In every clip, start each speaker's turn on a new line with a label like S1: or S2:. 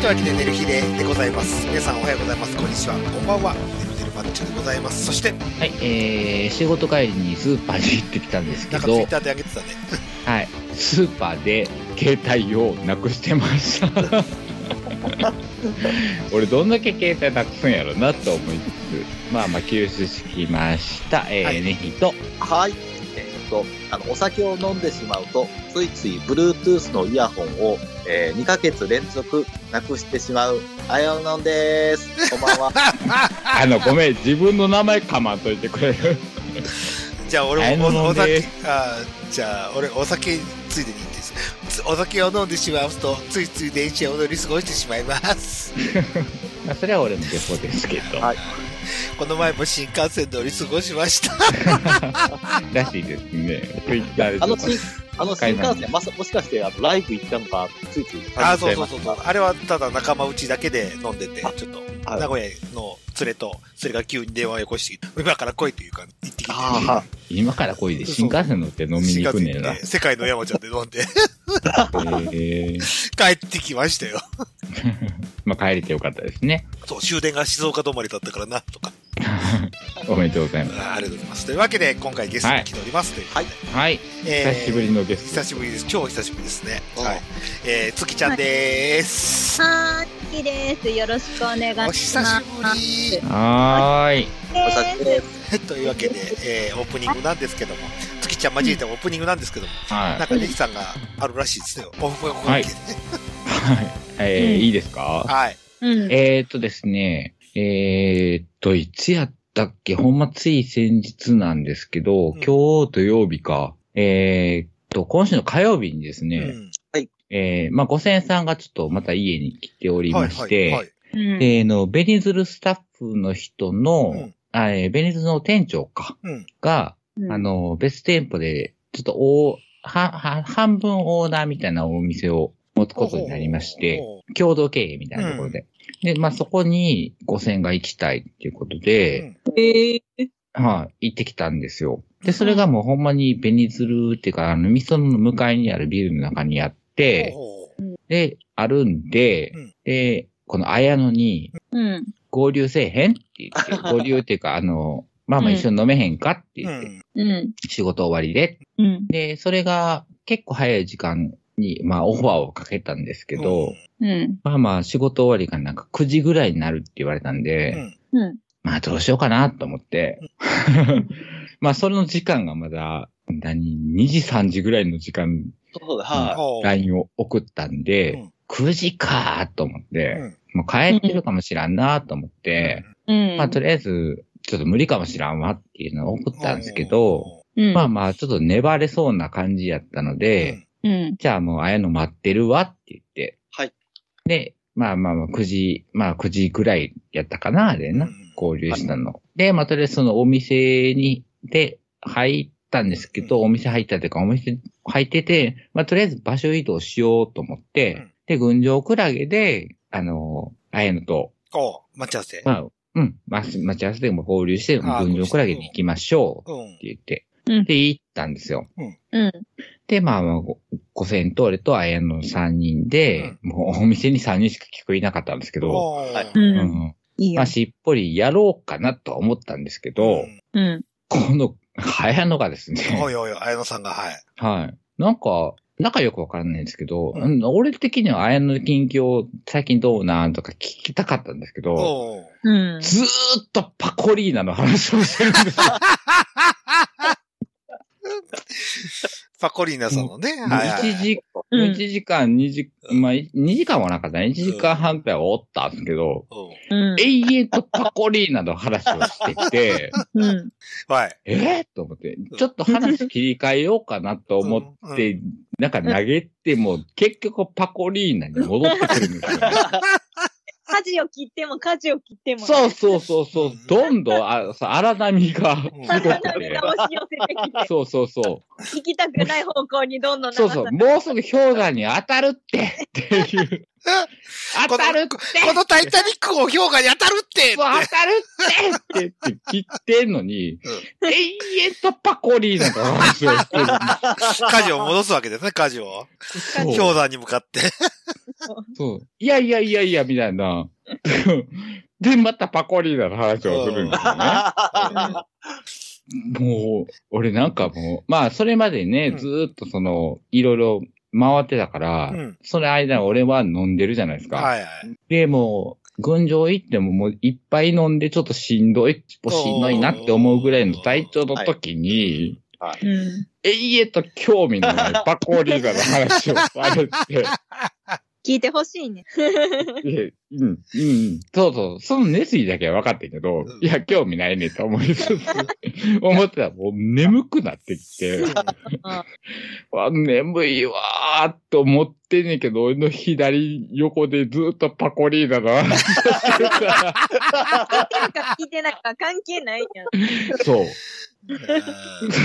S1: とはきで寝る日ででございます。皆さんおはようございます。こんにちは。こんばんは。寝る寝るマッチョでございます。そして、
S2: はい、えー、仕事帰りにスーパーに行ってきたんですけ
S1: なんかツイ
S2: ど
S1: ッ、ターで上げてたね。
S2: はい、スーパーで携帯をなくしてました。俺どんだけ携帯なくすんやろなと思いつつ、まあまあ救出してきました。えー、
S1: はい
S2: ネヒと、
S3: はい。えーっと、あの、お酒を飲んでしまうと、ついつい Bluetooth のイヤホンを、えー2ヶ月連続なくしてしまう、あやのんです。こんばんは。
S2: あの、ごめん、自分の名前かまんといてくれる。
S1: じゃあ俺
S2: はい
S1: もおお
S2: 飲ん
S1: 酒
S2: で、
S1: あーじゃあ俺お酒ついでにいいです。つお酒を飲んでしまうと、ついつい電車を乗り過ごしてしまいます。
S2: まあ、それは俺のデフォですけど、
S3: はい
S1: この前も新幹線乗り過ごしました。
S2: らしいですね。ツイッターで
S3: あの
S2: ちょっ
S3: 新、あの新幹線、まさ、もしかして、あの、ライブ行ったのか、ついつい。
S1: あー、そうそうそうそう。あれはただ仲間内だけで飲んでて、ちょっと、
S3: はい
S1: 名古屋の連れと、それが急に電話をよこしてきて、今から来いというか、行ってきて。
S3: あ
S2: と今からこいで新幹線乗って飲みに行くねん
S1: 新
S2: な。
S1: 幹線で世界の山ちゃんで飲んで
S2: えー、
S1: 帰ってきましたよ。
S2: まあ帰れてよかったですね。
S1: そう、終電が静岡止まりだったからな、とか。
S2: おめでとうございま
S1: あーありがとうございます。というわけで、今回ゲストに来ておりますということで、
S2: す。はい。
S1: えー
S2: 久しぶりのゲス
S1: 久しぶりです。超久しぶりですね。
S3: うん
S1: はい。えー、月ちゃんでーす。
S4: はーきです。よろしくお願いします。
S1: お久しぶり
S2: ト。はーい。
S3: お久しぶりです。
S1: というわけで、えー、オープニングなんですけども、月ちゃん交えてオープニングなんですけども、
S2: はい
S1: なん。かネギさんがあるらしいですよ。オフオフ
S2: はい
S1: オフ
S2: はいえー
S4: うん
S2: いいですか
S1: はい。
S4: うん。
S2: えーっとですね、えーっと、いつやったっけほんまつい先日なんですけ
S1: ん
S2: ど、今日土曜日か。えーっと、今週の火曜日にです
S1: う
S2: ね、
S1: ん。
S2: えーまあ、五千さんがちょっとまた家に来ておりまして、
S1: はい。
S4: うん
S2: で、あの、ベニズルスタッフの人の、
S1: うん
S2: あえーベニズルの店長か、
S1: うん
S2: が、
S4: うん
S2: あの、別店舗で、ちょっとお、は、は、半分オーナーみたいなお店を持つことになりまして、
S1: ほうほうほ
S2: 共同経営みたいなところで。で、まあ、そこに5000が行きたいっていうことで、
S4: え
S2: はい、行ってきたんですよ。で、それがもうほんまにベニズルっていうか、あの、ミソの向かいにあるビルの中にあっ
S1: う
S2: て、
S1: ほうほ
S2: で、あるんで、
S1: うん
S2: で、この綾野に、
S4: うん。
S2: 合流せえへんって言って、 合流っていうか、あの、まあまあ
S4: うん
S2: 一緒に飲めへんかって
S1: うう
S2: 言って、
S1: ん。
S4: うん。
S2: 仕事終わりで。
S4: うん。
S2: で、それが結構早い時間に、まあオファーをかけたんですけど、
S4: うん。
S2: まあまあ仕事終わりがなんか9時ぐらいになるって言われたん
S1: う
S2: で、
S1: ん、
S4: うん。
S2: まあどうしようかなと思って、まあその時間がまだ、何、2時3時ぐらいの時間、
S3: そうだ、は
S1: ほう
S2: LINE を送ったん
S1: う
S2: で
S1: ん、
S2: 9時かーと思っ
S1: う
S2: て、
S1: ん
S2: もう帰ってるかもしらんなーと思って、
S4: うん。
S2: まあ、とりあえず、ちょっと無理かもしらんわっていうのを送ったんですけど、、
S4: うん。
S2: まあまあ、ちょっと粘れそうな感じやったので、
S4: うん。
S2: じゃあもう、あやの待ってるわって言って、
S3: はい。
S2: で、まあまあまあ、9時、まあ9時ぐらいやったかな、あれな
S1: うん、
S2: 交流したの。で、まあ、とりあえずそのお店に、で、入ったんですけど、お店入ったというか、お店入ってて、まあ、とりあえず場所移動しようと思っ
S1: うん
S2: て、で、群青クラゲで、あの、あやのと、
S1: おう待ち合わせ。
S2: まあ、うん、待ち待ち合わせでも合流して、
S1: あー
S2: 群青クラゲに行きましょうっ
S1: うん
S2: て言って、
S4: うん
S2: で、行ったんですよ。
S4: うん。
S2: で、まあ、ご五千と俺と綾の3人で、もうお店に3人しか聞こえなかったんですけど、
S1: おう
S3: はい
S4: うん
S2: う。
S4: うん
S2: ん、
S4: いい
S2: ま
S4: よ
S2: あ、。しっぽりやろうかなとは思ったんですけど、
S1: うん
S4: うん。
S2: この、綾野がですね、
S1: おいおいおい、綾野さんが、はい。
S2: はい。なんか、仲良くわからないんですけど、
S1: うん
S2: うん俺的には綾野の近況、最近どうなんとか聞きたかったんですけど、
S1: おう
S4: うん。
S2: ずーっとパコリーナの話をしてるんですよ。
S1: パコリーナさんのね、はいはい
S2: 1時、
S4: うん
S2: 1時間、2時、まあ、2時間はなかったね。1時間半くらいはおったんですけど、
S1: おう
S4: うん。
S2: 永遠とパコリーナの話をして て、
S4: うん。
S1: はい。
S2: えーと思って、ちょっと話切り替えようかなと思って、なんか投げても、結局パコリーナに戻ってくるん ですよ、ね。
S4: 舵を切っても、舵を切ってもね。
S2: そうそうそうそう、どんどん、あそう荒波がす
S1: うん
S2: ごくて
S4: 涙。を押し寄せてきて、
S2: そうそうそう。
S4: 行きたくない方向にどんどん流さ
S2: そうそう、もうすぐ氷山に当たるってって いう。当たるって
S1: このタイタニックを評価に当たるって
S2: そう当たるってってって切ってんのに、永遠とパコリーナの 話をしてるんで
S1: 舵を戻すわけですね、舵を。
S2: す
S1: 氷
S2: よ。
S1: 山に向かって。
S2: そう。いやいやいやいや、みたいな。 で、またパコリーナの話をするんですよね。もう、俺なんかもう、まあ、それまでね、
S1: うん
S2: ずーっとその、いろいろ回ってたから、
S1: うん
S2: その間俺は飲んでるじゃないですか。
S1: はいはい。
S2: で、もう、群青行ってももういっぱい飲んでちょっとしんどい、もうしんどいなって思うぐらいの体調の時に、
S4: うん。
S2: 永遠と興味のないパコリーナの話をされて、
S4: 聞いてほしいね。
S2: でうん、うん、そうそう、その熱意だけは分かってんけど
S1: うん、
S2: いや、興味ないねと思いつつ、思ってたらもう眠くなってきて、わ、眠いわーって思ってんねんけど、俺の左横でずっとパコリーナの話をしてたら
S4: 聞いてるか聞いてないか関係ないやん。
S2: そう。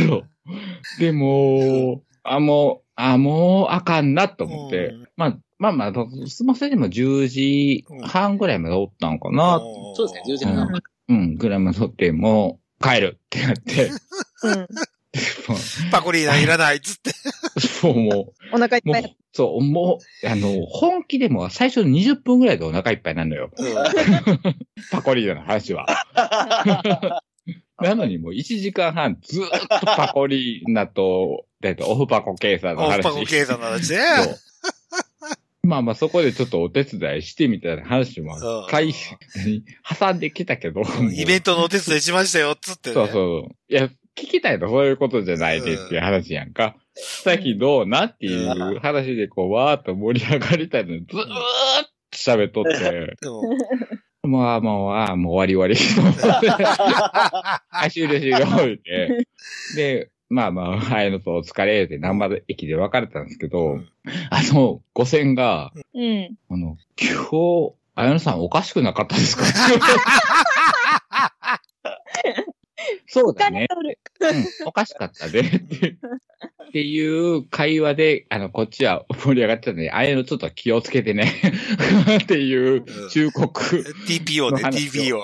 S2: そう。でも、あ、もう、あ、もうあかんなと思って。
S1: うん
S2: まあ、まあまあ、すませでも10時半ぐらいまでおったんかな。うん、
S3: そうですね、10時
S2: う
S3: 半。
S2: んぐらいまでおって、もう帰るってな って。
S4: うん。
S2: も
S1: パコリーナいらないっつって。
S2: う そう、も、
S4: お腹いう
S2: も
S4: っぱ
S2: う
S4: いだ。、
S2: そう、もう、あの、本気でも最初の20分ぐらいでお腹いっぱいなのよ。パコリーナの話は。なのにもう1時間半ずーっとパコリーナと、だいたいオフパコケイさんの
S1: オ
S2: 話。
S1: フパコ計算の話ね。
S2: そうまあまあそこでちょっとお手伝いしてみたいな話
S1: う
S2: も
S1: ん、
S2: 回、何挟んできたけど。
S1: イベン
S2: ト
S1: トのお手伝いしましたよ、っつってね。
S2: そうそう。いや、聞きたいとそういうことじゃないでっていう話やんか。さっきどうなっていう話でこう、わーっと盛り上がりたいのに、ずーっと喋っと って、
S1: でも
S2: まあもう、ああ、もう終わり終わり。あ、終了終了。言うてで、まあまあ、はいのとお疲れって南波駅で別れたんですけど、
S1: うん
S2: あの、五線が、
S4: うん。
S2: あの、今日、あやのさんおかしくなかったですか そうだ
S4: 金
S2: ね。
S4: 取る。
S2: うんおかしかったね。ってっていう会話で、あの、こっちは盛り上がってたので、あやのちょっと気をつけてね。 っていう忠告。
S1: TPO ね、TPO。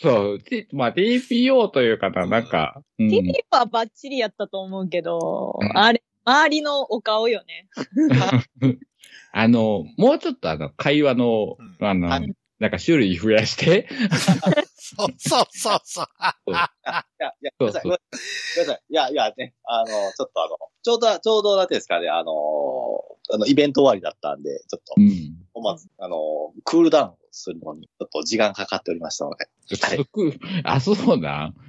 S2: そう。でまあ、TPO という方、なんか、うん
S4: TV はバッチリやったと思うけど
S2: う、ん
S4: あれ、周りのお顔よね。
S2: あの、もうちょっとあの、会話の
S1: う、ん
S2: あの
S3: は、
S2: なんか種類増やして、
S1: そうそうそうそう。
S3: いや、いや、ごめんなさい、ごめんなさい。いや、いや、ね、あの、ちょっとあの、ちょうど、ちょうど、なんていうんですかね、あの、あの、イベント終わりだったんで、ちょっと
S2: う、ん。
S3: おまず、あの、クールダウンするのに、ちょっと時間かかっておりましたので。はい
S2: そこあ、そうなん。ク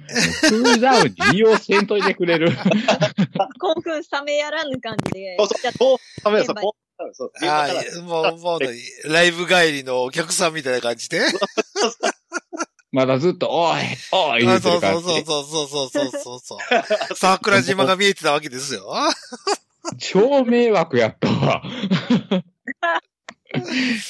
S2: ールダウンに利用せんといてくれる。
S4: 興奮冷めやらぬ感じで。
S3: そうそう、そう、ダメです、
S4: 現場
S3: もう、ダメですそうです。
S1: あ
S3: 現場から
S1: あ、もう、もう、ライブ帰りのお客さんみたいな感じで。
S2: まだずっと、おい、おい、言
S1: あ
S2: うて
S1: そ
S2: る
S1: うそ
S2: 感
S1: うそう
S2: じ。
S1: そうそうそうそうそう。桜島が見えてたわけですよ。
S2: 超迷惑やったわ。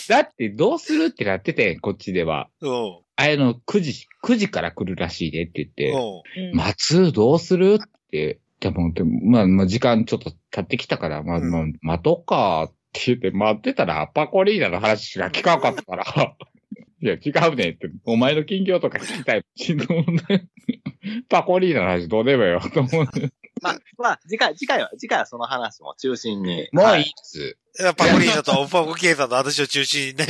S2: だって、どうするってなってて、こっちでは。
S1: うん。うん。
S2: あれの、9時、9時から来るらしいでって言って。
S4: うん
S2: 松、どうするって、でも、でもまあ、まあ、時間ちょっと経ってきたから、まあ、
S1: うん
S2: まあ、待とうかって言って、待ってたら、パコリーナの話しか聞かなかったから、 いや、違うねって、お前の近況とか聞きたい。パコリーナの話どうでもよ、と思って。
S3: まあ、まあ、次回、次回は、次回はその話も中心に。
S2: もう
S3: はい
S2: い
S3: い。
S2: っす。
S1: パコリーナとオフパコケイさんの話を中心にね。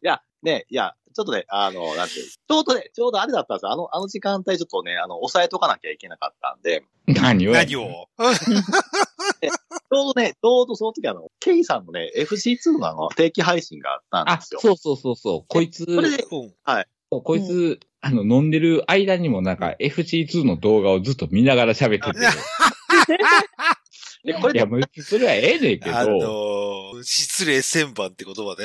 S3: や、ね、いや、ちょっとね、あの、なんていう、ちょうどね、ちょうどあれだったんですよ。あの、あの時間帯ちょっとね、あの、抑えとかなきゃいけなかったんで、ち
S2: 何を
S1: 何を。
S3: ょうどね、ちょうどその時あの、ケイさんのね、FC2 のあの、定期配信があったん
S2: あ、
S3: ですよ。
S2: そうそうそうそう。こいつ、
S3: それで、
S1: うん。
S2: こいつ、あの、飲んでる間にもなんか FC2 の動画をずっと見ながら喋ってて。
S3: でこ
S2: い
S3: れで
S2: や、もうそれはええねんけど。
S1: あのー、失礼千番って言葉ね。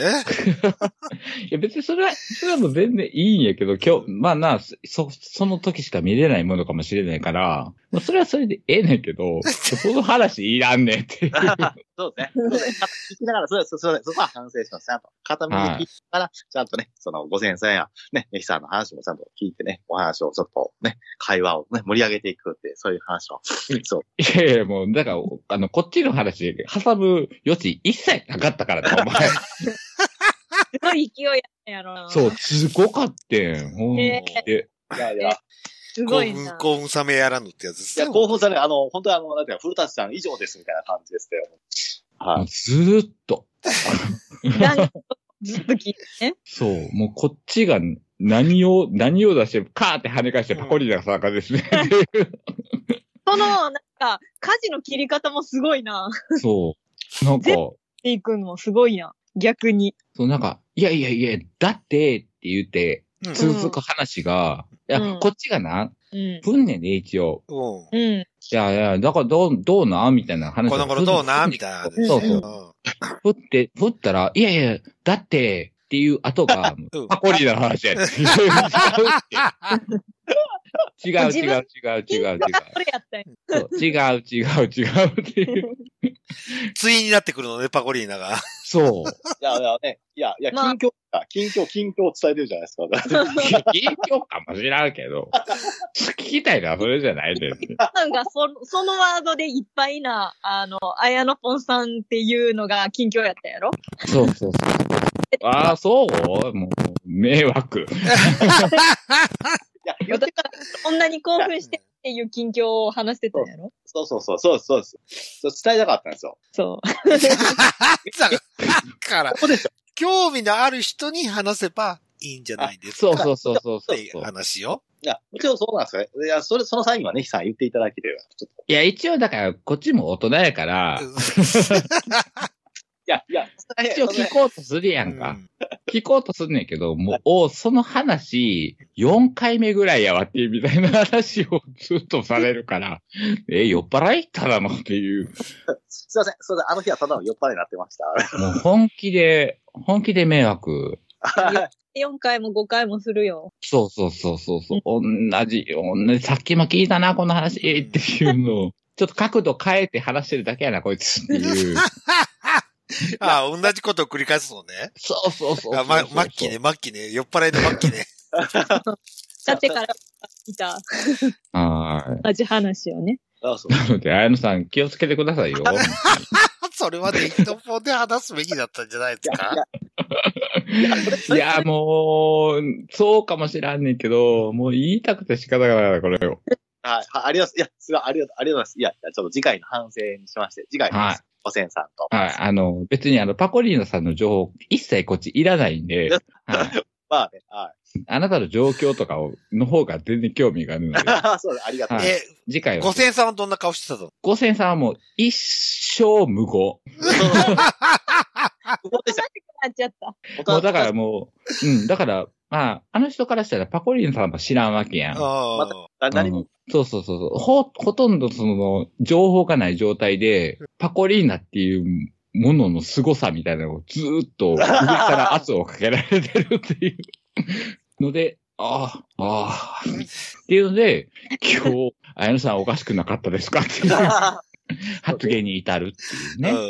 S2: いや別にそれは、それはもう全然いいんやけど、今日、まあな、そ、その時しか見れないものかもしれないから、まあそれはそれでええねんけ ど、その話いらんねんっていう。
S3: そうですね。そうですね聞きながら、そうです、そうです、そこは反省します。ちゃんと、片耳で聞きながら、ちゃんとね、その、ご先生や、ね、エヒさんの話もちゃんと聞いてね、お話をちょっとね、会話をね、盛り上げていくって、そういう話を。そう。
S2: いやいや、もう、だから、あの、こっちの話、挟む余地一切なかったからな、お 前。
S4: すごい勢いやったやろな。
S2: そう、すごかってん。ほん
S4: え
S2: で、
S3: いやいや、い
S4: すごい
S1: 興奮
S4: な、。
S1: 興奮冷めやらぬってやつですね
S3: や、興奮される、あの、本当にあの、なんていうか、古舘さん以上ですみたいな感じでしたよ。は
S2: も。
S3: いう
S2: ずーっと、
S4: なんかずっと聞いてね。
S2: そう、もうこっちが何を、何を出して、カーって跳ね返してパコリださがですね。
S4: その、なんか、家事の切り方もすごいな。
S2: そう。なんか、
S4: ぜっていくのもすごいな。逆に。
S2: そうなんか、いやいやいや、だってって言って、
S1: うん
S4: つ
S2: 続く話が、
S4: ん
S2: いうや、
S4: ん
S2: こっちがな、
S4: うん。
S2: ぶんねんで、一応。
S1: うん
S4: うん。
S2: いやいや、だからどう、どうなみたいな話を
S1: この頃どうなみ
S2: い
S1: たいな。
S2: そうそう
S1: う。
S2: な。振って、振ったら、いやいや、だって、っていう後 が、
S1: うん
S2: パコリの話 や。違う違う違う違う違う違う違う
S4: それやったんや。
S2: そう違う違う違うっていう。
S1: ついになってくるのね、パコリーナが。
S2: そう。
S3: いや、いや、ね、いや、いや、
S4: まあ
S3: 近況、近況、近況を伝えてるじゃないですか。
S2: 影響かもしらんけど、聞きたいのはそれじゃないです。
S4: なんかその、そのワードでいっぱいな、あの、綾野ぽんさんっていうのが近況やったやろ
S2: そうそうそう。ああ、そうもう、迷惑。
S3: いや、言
S4: だ
S3: っ
S4: か
S3: て
S4: ら、そんなに興奮してっていう近況を話してたんやろ
S3: そうそうそう、そうですそうです。そう伝えたかったんですよ。
S4: そ う。
S1: だから、興味のある人に話せばいいんじゃないですか。
S2: そうそうそうそう
S1: っ
S2: そう
S1: ていう話よ。
S3: いや、もちろんそうなんですよね。いや、それ、その際にはね、ヒさん言っていただければ。ちょっと
S2: いや、一応だから、こっちも大人やから、
S3: いや、いや、
S2: 一応聞こうとするやん
S1: う
S2: か。
S1: ん
S2: 聞こうとすんねんけど、もう、おその話、4回目ぐらいやわっていうみたいな話をずっとされるから、 え、酔っ払いただのっていう。
S3: すいません、すいません、あの日はただの酔っ払いになってました。
S2: もう本気で、本気で迷惑。
S4: 4回も5回もするよ。
S2: そうそうそうそうそう。同じ、同じ、さっきも聞いたな、この話、っていうのを。ちょっと角度変えて話してるだけやな、こいつっ ていう。
S1: ああ、同じことを繰り返すのね。
S2: そうそうそうそう
S1: あ、ま、末期ね、。末期ね。酔っ払いの末期ね。
S4: だってから見た
S2: は
S4: 同じ話をね。
S3: あそう
S2: い。なので、あやのさん気をつけてく ださいよ。
S1: それまで一方で話すべきだったんじゃないですか。
S2: いや、もう、そうかもしらんねんけど、もう言いたくて仕方がないな、これを。
S3: はい、はい、ありがとうございます。いや、すごい、ありがとう、ありがとうございます。いや、いやちょっと次回の反省にしまして、次回
S2: はい、
S3: おせんさんと。
S2: はい。あの、別にあの、パコリーノさんの情報、一切こっちいらないんで、はい。
S3: まあね、はい。
S2: あなたの状況とかを、の方が全然興味があるので、
S3: そうです、ありがとう。
S2: はい
S1: え、
S2: 次回は。
S1: 五千さんはどんな顔してたの
S2: 五千さんはもう一生無言。
S3: 不毛でした。
S4: なっちゃった。
S2: もうだからもう、うん、だから、まあ、あの人からしたらパコリンさんも知らんわけや
S1: あ
S2: ん。
S1: あ
S3: あ何
S2: う
S3: も
S2: ん、そうそうそうそう。ほ、ほとんどその、情報がない状態で、パコリーナっていうものの凄さみたいなのをずーっと上から圧をかけられてるっていうので、ああ、ああ、っていうので、今日、綾野さんおかしくなかったですかっていう 発言に至るっていう
S1: う
S2: ね。
S1: ん。
S3: すい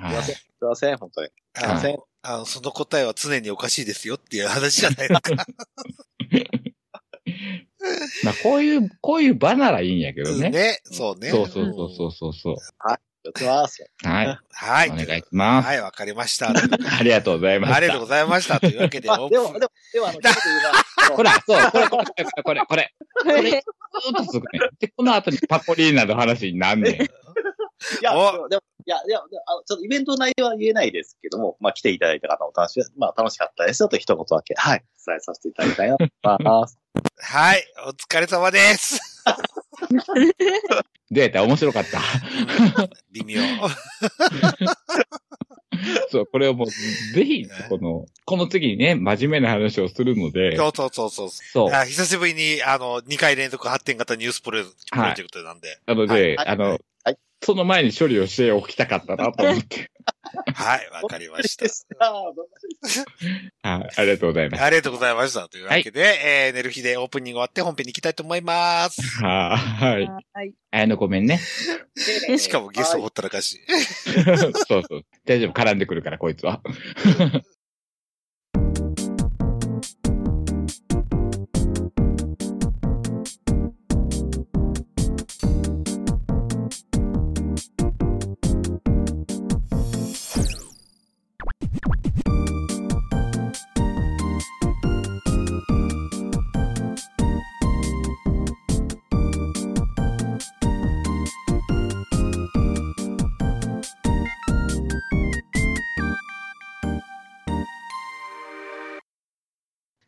S2: は
S3: ま
S2: い
S3: せん、すいません、本当に。すいません。
S1: あの、その答えは常におかしいですよっていう話じゃないですか。
S2: まあ、こういう、こういう場 ならいいんやけどね。
S1: ね。そうね。
S2: そうそうそうそうそうそう。
S3: やってます。
S2: はい。
S1: はい。
S2: お願いします。
S1: はい、わかりました。
S2: ありがとうございました。
S1: ありがとうございま した。というわけで、
S3: まあ、でも、
S1: オープ
S3: でも、でも、あの、ちょっと言うな
S2: ほら、そう、これ、これ、これ、これ、
S4: え
S2: ずーっと続くねん。で、この後にパコリーナの話になんねん。
S3: いや、
S1: お
S3: でも、でもいや、でも、でもあのちょっとイベントの内容は言えないですけども、まあ、来ていただいた方も楽し、まあ、楽しかったですよと一言だけ、はい、伝えさせていただきたいなと思 います。
S1: ンはい、お疲れ様です。
S2: どうやった面白かった。
S1: 微妙。
S2: そう、これをもう、ぜひ、この、この次にね、真面目な話をするので、
S1: そうそうそうそう。
S2: そう、
S1: あ久しぶりに、あの、2回連続発展型ニュースプロジ
S2: はい
S1: ェクトなんで。
S2: なの
S1: は
S2: で、
S3: はい
S2: あの
S3: はい、
S2: その前に処理をしておきたかったなと思って。
S1: はい、わかりま した。
S3: あーどうも
S2: はい、ありがとうございます。
S1: ありがとうございました。というわけで、えー、寝る日でオープニング終わって本編に行きたいと思います。
S2: はーい。
S4: はい。
S2: あやのごめんね。
S4: え
S1: しかもゲストほったらかし。
S2: そうそう。大丈夫、絡んでくるから、こいつは。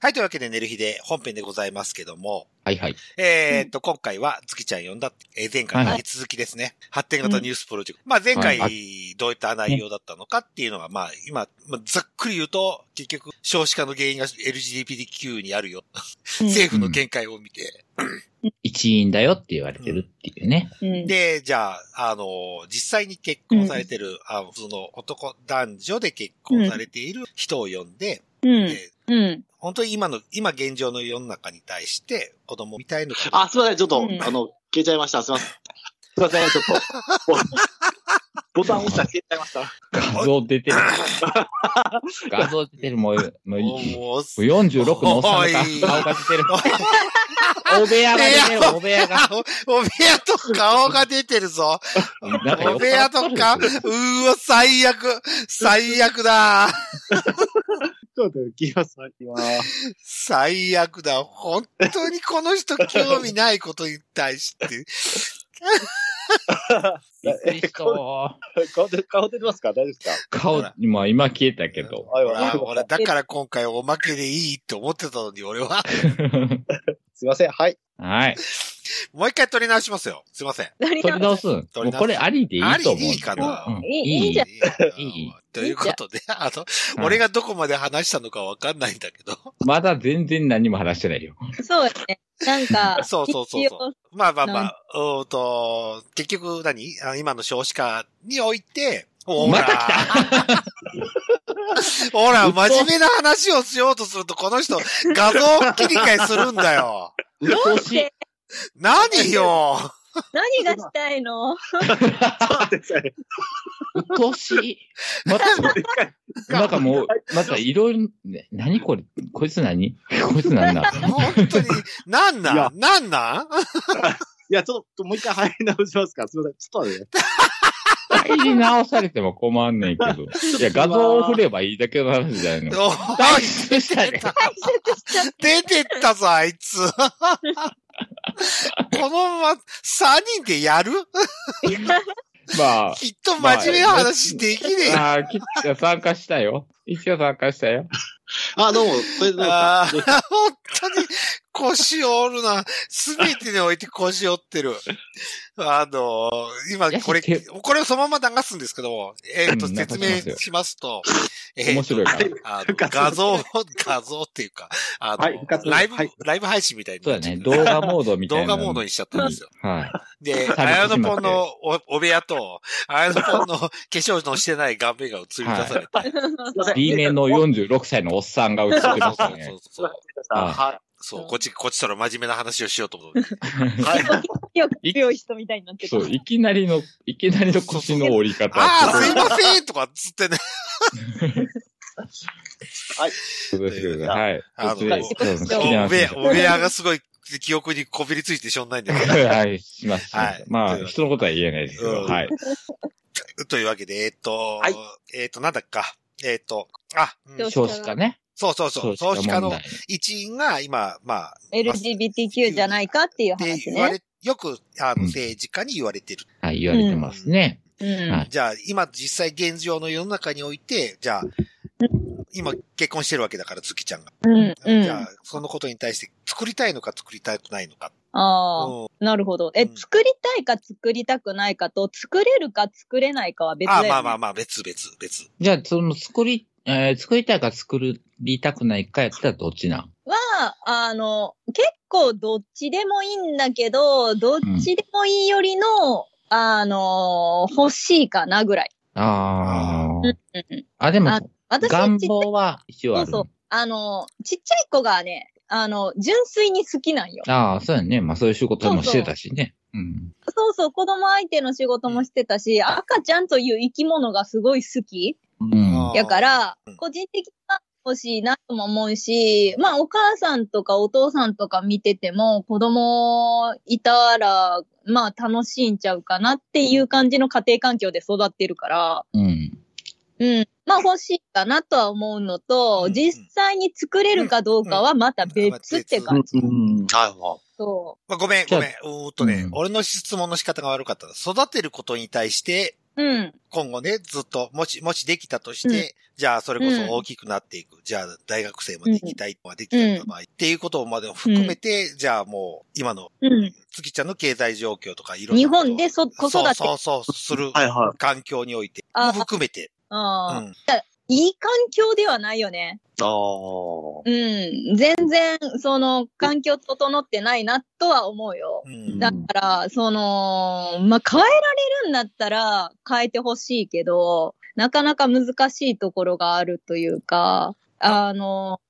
S1: はい、というわけで、寝る日で本編でございますけども、
S2: はいはい。
S1: えー、っと、今回は、月ちゃん呼んだ、えー前回の引き続きですね、発展型ニュースプロジェクト。まあ、前
S2: は
S1: 回、どういった内容だったのかっていうのが、まあ、今、まあざっくり言うと、結局、少子化の原因が LGBTQ にあるよ。政府の見解を見て。
S2: 一員だよって言われてるっていうね。
S4: うん
S1: で、じゃあ、あの、実際に結婚されてる、あの、その男、男女で結婚されている人を呼んで、
S4: うん
S1: で
S4: うん。
S1: 本当に今の、今現状の世の中に対して、子供みたいなこと
S3: あ、すいません、ちょっと、
S4: うん
S3: あの、消えちゃいました。すいません。すいません、ちょっと。ボタン押したら消えちゃいました。
S2: 画像出てる。画像出てる、もう、もう、もう
S1: もうす
S2: 46のおっさんの顔が出てる。お部屋が出てる、お部屋が。
S1: おお部屋と顔が出てるぞ。
S2: なんか酔っ払
S1: お
S2: っ
S1: 部屋とか、う
S2: てる
S1: ーわ、最悪。最悪だ。
S3: ちょっと待って、消えます。今。
S1: 最悪だ。本当にこの人興味ないことに対して。
S2: びっくりしたわ
S3: 顔で、顔出てますか大丈夫ですか
S2: 顔、今、今消えたけ ど。
S3: あ
S1: ほら、
S3: あ
S1: ほら、だから今回おまけでいいって思ってたのに、俺は。
S3: すいません。 はい。
S2: はい。
S1: もう一回撮り直しますよ。すいません。
S4: 何
S2: 取り直す。も
S1: 直す
S2: うこれありでいいと思う。
S1: ありでいいかな
S2: うん
S4: いいいいじゃん
S2: いい
S1: ということで、あの、
S2: うん
S1: 俺がどこまで話したのかわかんないんだけど。
S2: まだ全然何も話してないよ。
S4: そうやね。なんか、
S1: そうそうそう
S4: 一
S1: そう
S4: 応
S1: まあまあまあ、うーんと、結局何、あ今の少子化において、ほ
S2: ま
S1: ら
S2: た、
S1: ほら、真面目な話をしようとすると、この人、画像切り替えするんだ よ。
S2: う
S4: しい
S1: 何よ
S4: 何がしたいの
S3: 待ってください。
S2: うっとうしい。また、なんかもう、またいろいろ、ね何これ、こいつ何こいつ何な
S1: 本当に、なん
S3: い
S1: な
S3: や
S1: んなんなん
S3: いや、ちょっと、もう一回入り直しますかすみません。ちょっと待ってね。
S2: 入り直されても困んねんけ ど。いや、画像を振ればいいだけの話じゃないの。
S1: お
S2: 大
S1: い
S2: 出したね。
S1: 出てったぞ、あいつ。 このまま、3人でやる
S2: まあ、
S1: きっと真面目な話できねえよ
S2: あーきっと参加したよ。一応参加したよ。
S3: あ、どうも。それでどうです
S1: あ
S3: か
S1: あ、 本当に腰を折るな。すべてにおいて腰折ってる。あのー今、これ、
S2: いや知って
S1: これをそのまま流すんですけども、えっ、と、
S2: うん
S1: 説
S2: 流しま
S1: 明
S2: すよ
S1: しますと、えー
S2: 面白いから。
S1: あ の画像、画像っていうか、あの、
S3: はい復活
S1: ライブ、
S3: はい
S1: ライブ配信みたいに
S2: そう
S1: な
S2: だ
S1: っちゃっ
S2: ね。
S1: て
S2: 動画モードみた
S1: 動
S2: いな。
S1: 画モードにしちゃったんですよ。
S2: はい。
S1: で、
S2: まって
S1: あやのぽんのおお部屋と、あやのぽんの化粧のしてない顔面が映り出されて、
S3: すいません。
S2: B 面の
S3: よ
S2: 46歳のおっさんが映ってました
S1: そう
S2: ね。
S1: そうそう。
S3: は
S1: そう、こっち、こっちとら真面目な話をしようと思って。
S3: い。はい。
S4: よく強い人みたいになってた。
S2: そう、いきなりの、いきなりの腰の折り方。
S1: ああ、すいませんとかっつってね。
S2: そうですよねはい。
S1: あの
S2: そうですそうです好きな
S1: お
S2: 話
S1: 部
S2: で
S1: 屋
S2: す、
S1: お部屋がすごい記憶にこびりついてしょんないんだけ
S2: はい、します。しま
S1: は
S2: す
S1: い
S2: まあ、人のことは言えないですけど、
S1: うん
S2: はい。
S1: ど。というわけで、えっと、
S3: はい
S1: えっと、なんだっけか。えっと、あ、うん
S4: どうし
S2: 少子化ね。
S1: そうそうそう。少子化の
S2: 問題
S1: 一員が今、まあ、
S4: LGBTQ じゃないかっていう
S1: って
S4: 話
S1: 言わ
S4: ね。
S1: れ、よく、あ
S2: うん
S1: の、政治家に言われてる。
S2: はい、言われてますね。
S4: うん
S2: はい
S1: じゃあ、今、実際現状の世の中において、じゃあ、今、結婚してるわけだから、月ちゃんが。
S4: うん。う
S1: じゃ
S4: ん
S1: あ。、そのことに対して、作りたいのか作りたくないのか。
S4: あ
S1: うん
S4: あ、なるほど。え
S1: う、ん
S4: 作りたいか作りたくないかと、作れるか作れないかは別だ
S1: あ
S4: よ
S1: あ、
S4: ね。
S1: まあまあまあ、別々、別。
S2: じゃあ、その、作り、えー作りたいか作りたくないかやったらどっちなん
S4: は、あの、結構どっちでもいいんだけど、どっちでもいいよりの、あの、欲しいかなぐらい。
S2: あ
S4: う
S2: あ
S4: ん。うん
S2: あ、でも、
S4: 私は
S2: 願
S4: ちっ
S2: 望は一応ある
S4: そう。あの、ちっちゃい子がね、あの、純粋に好きなんよ。
S2: ああ、そうやね。まあ、そういう仕事もしてたしね。うん。
S4: そうそう、子供相手の仕事もしてたし、赤ちゃんという生き物がすごい好き
S2: うん。
S4: やから
S1: うん、
S4: 個人的な欲しいなとも思うし、まあお母さんとかお父さんとか見てても子供いたら、まあ楽しいんちゃうかなっていう感じの家庭環境で育ってるから、
S2: うん。
S4: うん。まあ欲しいかなとは思うのと、
S1: うん
S4: 実際に作れるかどうかはまた別って感じ。
S3: うん。は
S4: そ
S1: まあ、ごめん、
S2: じゃ
S1: ご
S2: あ
S1: めん。うーっとね、
S2: うん
S1: 俺の質問の仕方が悪かった。育てることに対して、
S4: う。うん。
S1: 今後ね、ずっと、もし、もしできたとして、じゃあ、それこそ大きくなっていく。じゃあ、大学生まで行きたいとかできなかった場合、っていうことまでも含めて、じゃあもう、今の、
S4: うん。
S1: 月ちゃんの経済状況とか、いろんな
S4: 日
S1: ことを。
S4: 本でそ、子育て。
S1: そうそうそう、する
S3: はいは
S1: 環境において、
S4: あ
S1: も含めて。う
S4: ああ
S1: ん。
S4: いい環境ではないよね。
S3: い。ああ。
S4: うん。全然、その、環境整ってないなとは思うよ。
S1: うん。
S4: だから、その、まあ、変えられるんだったら変えてほしいけど、なかなか難しいところがあるというか、あの、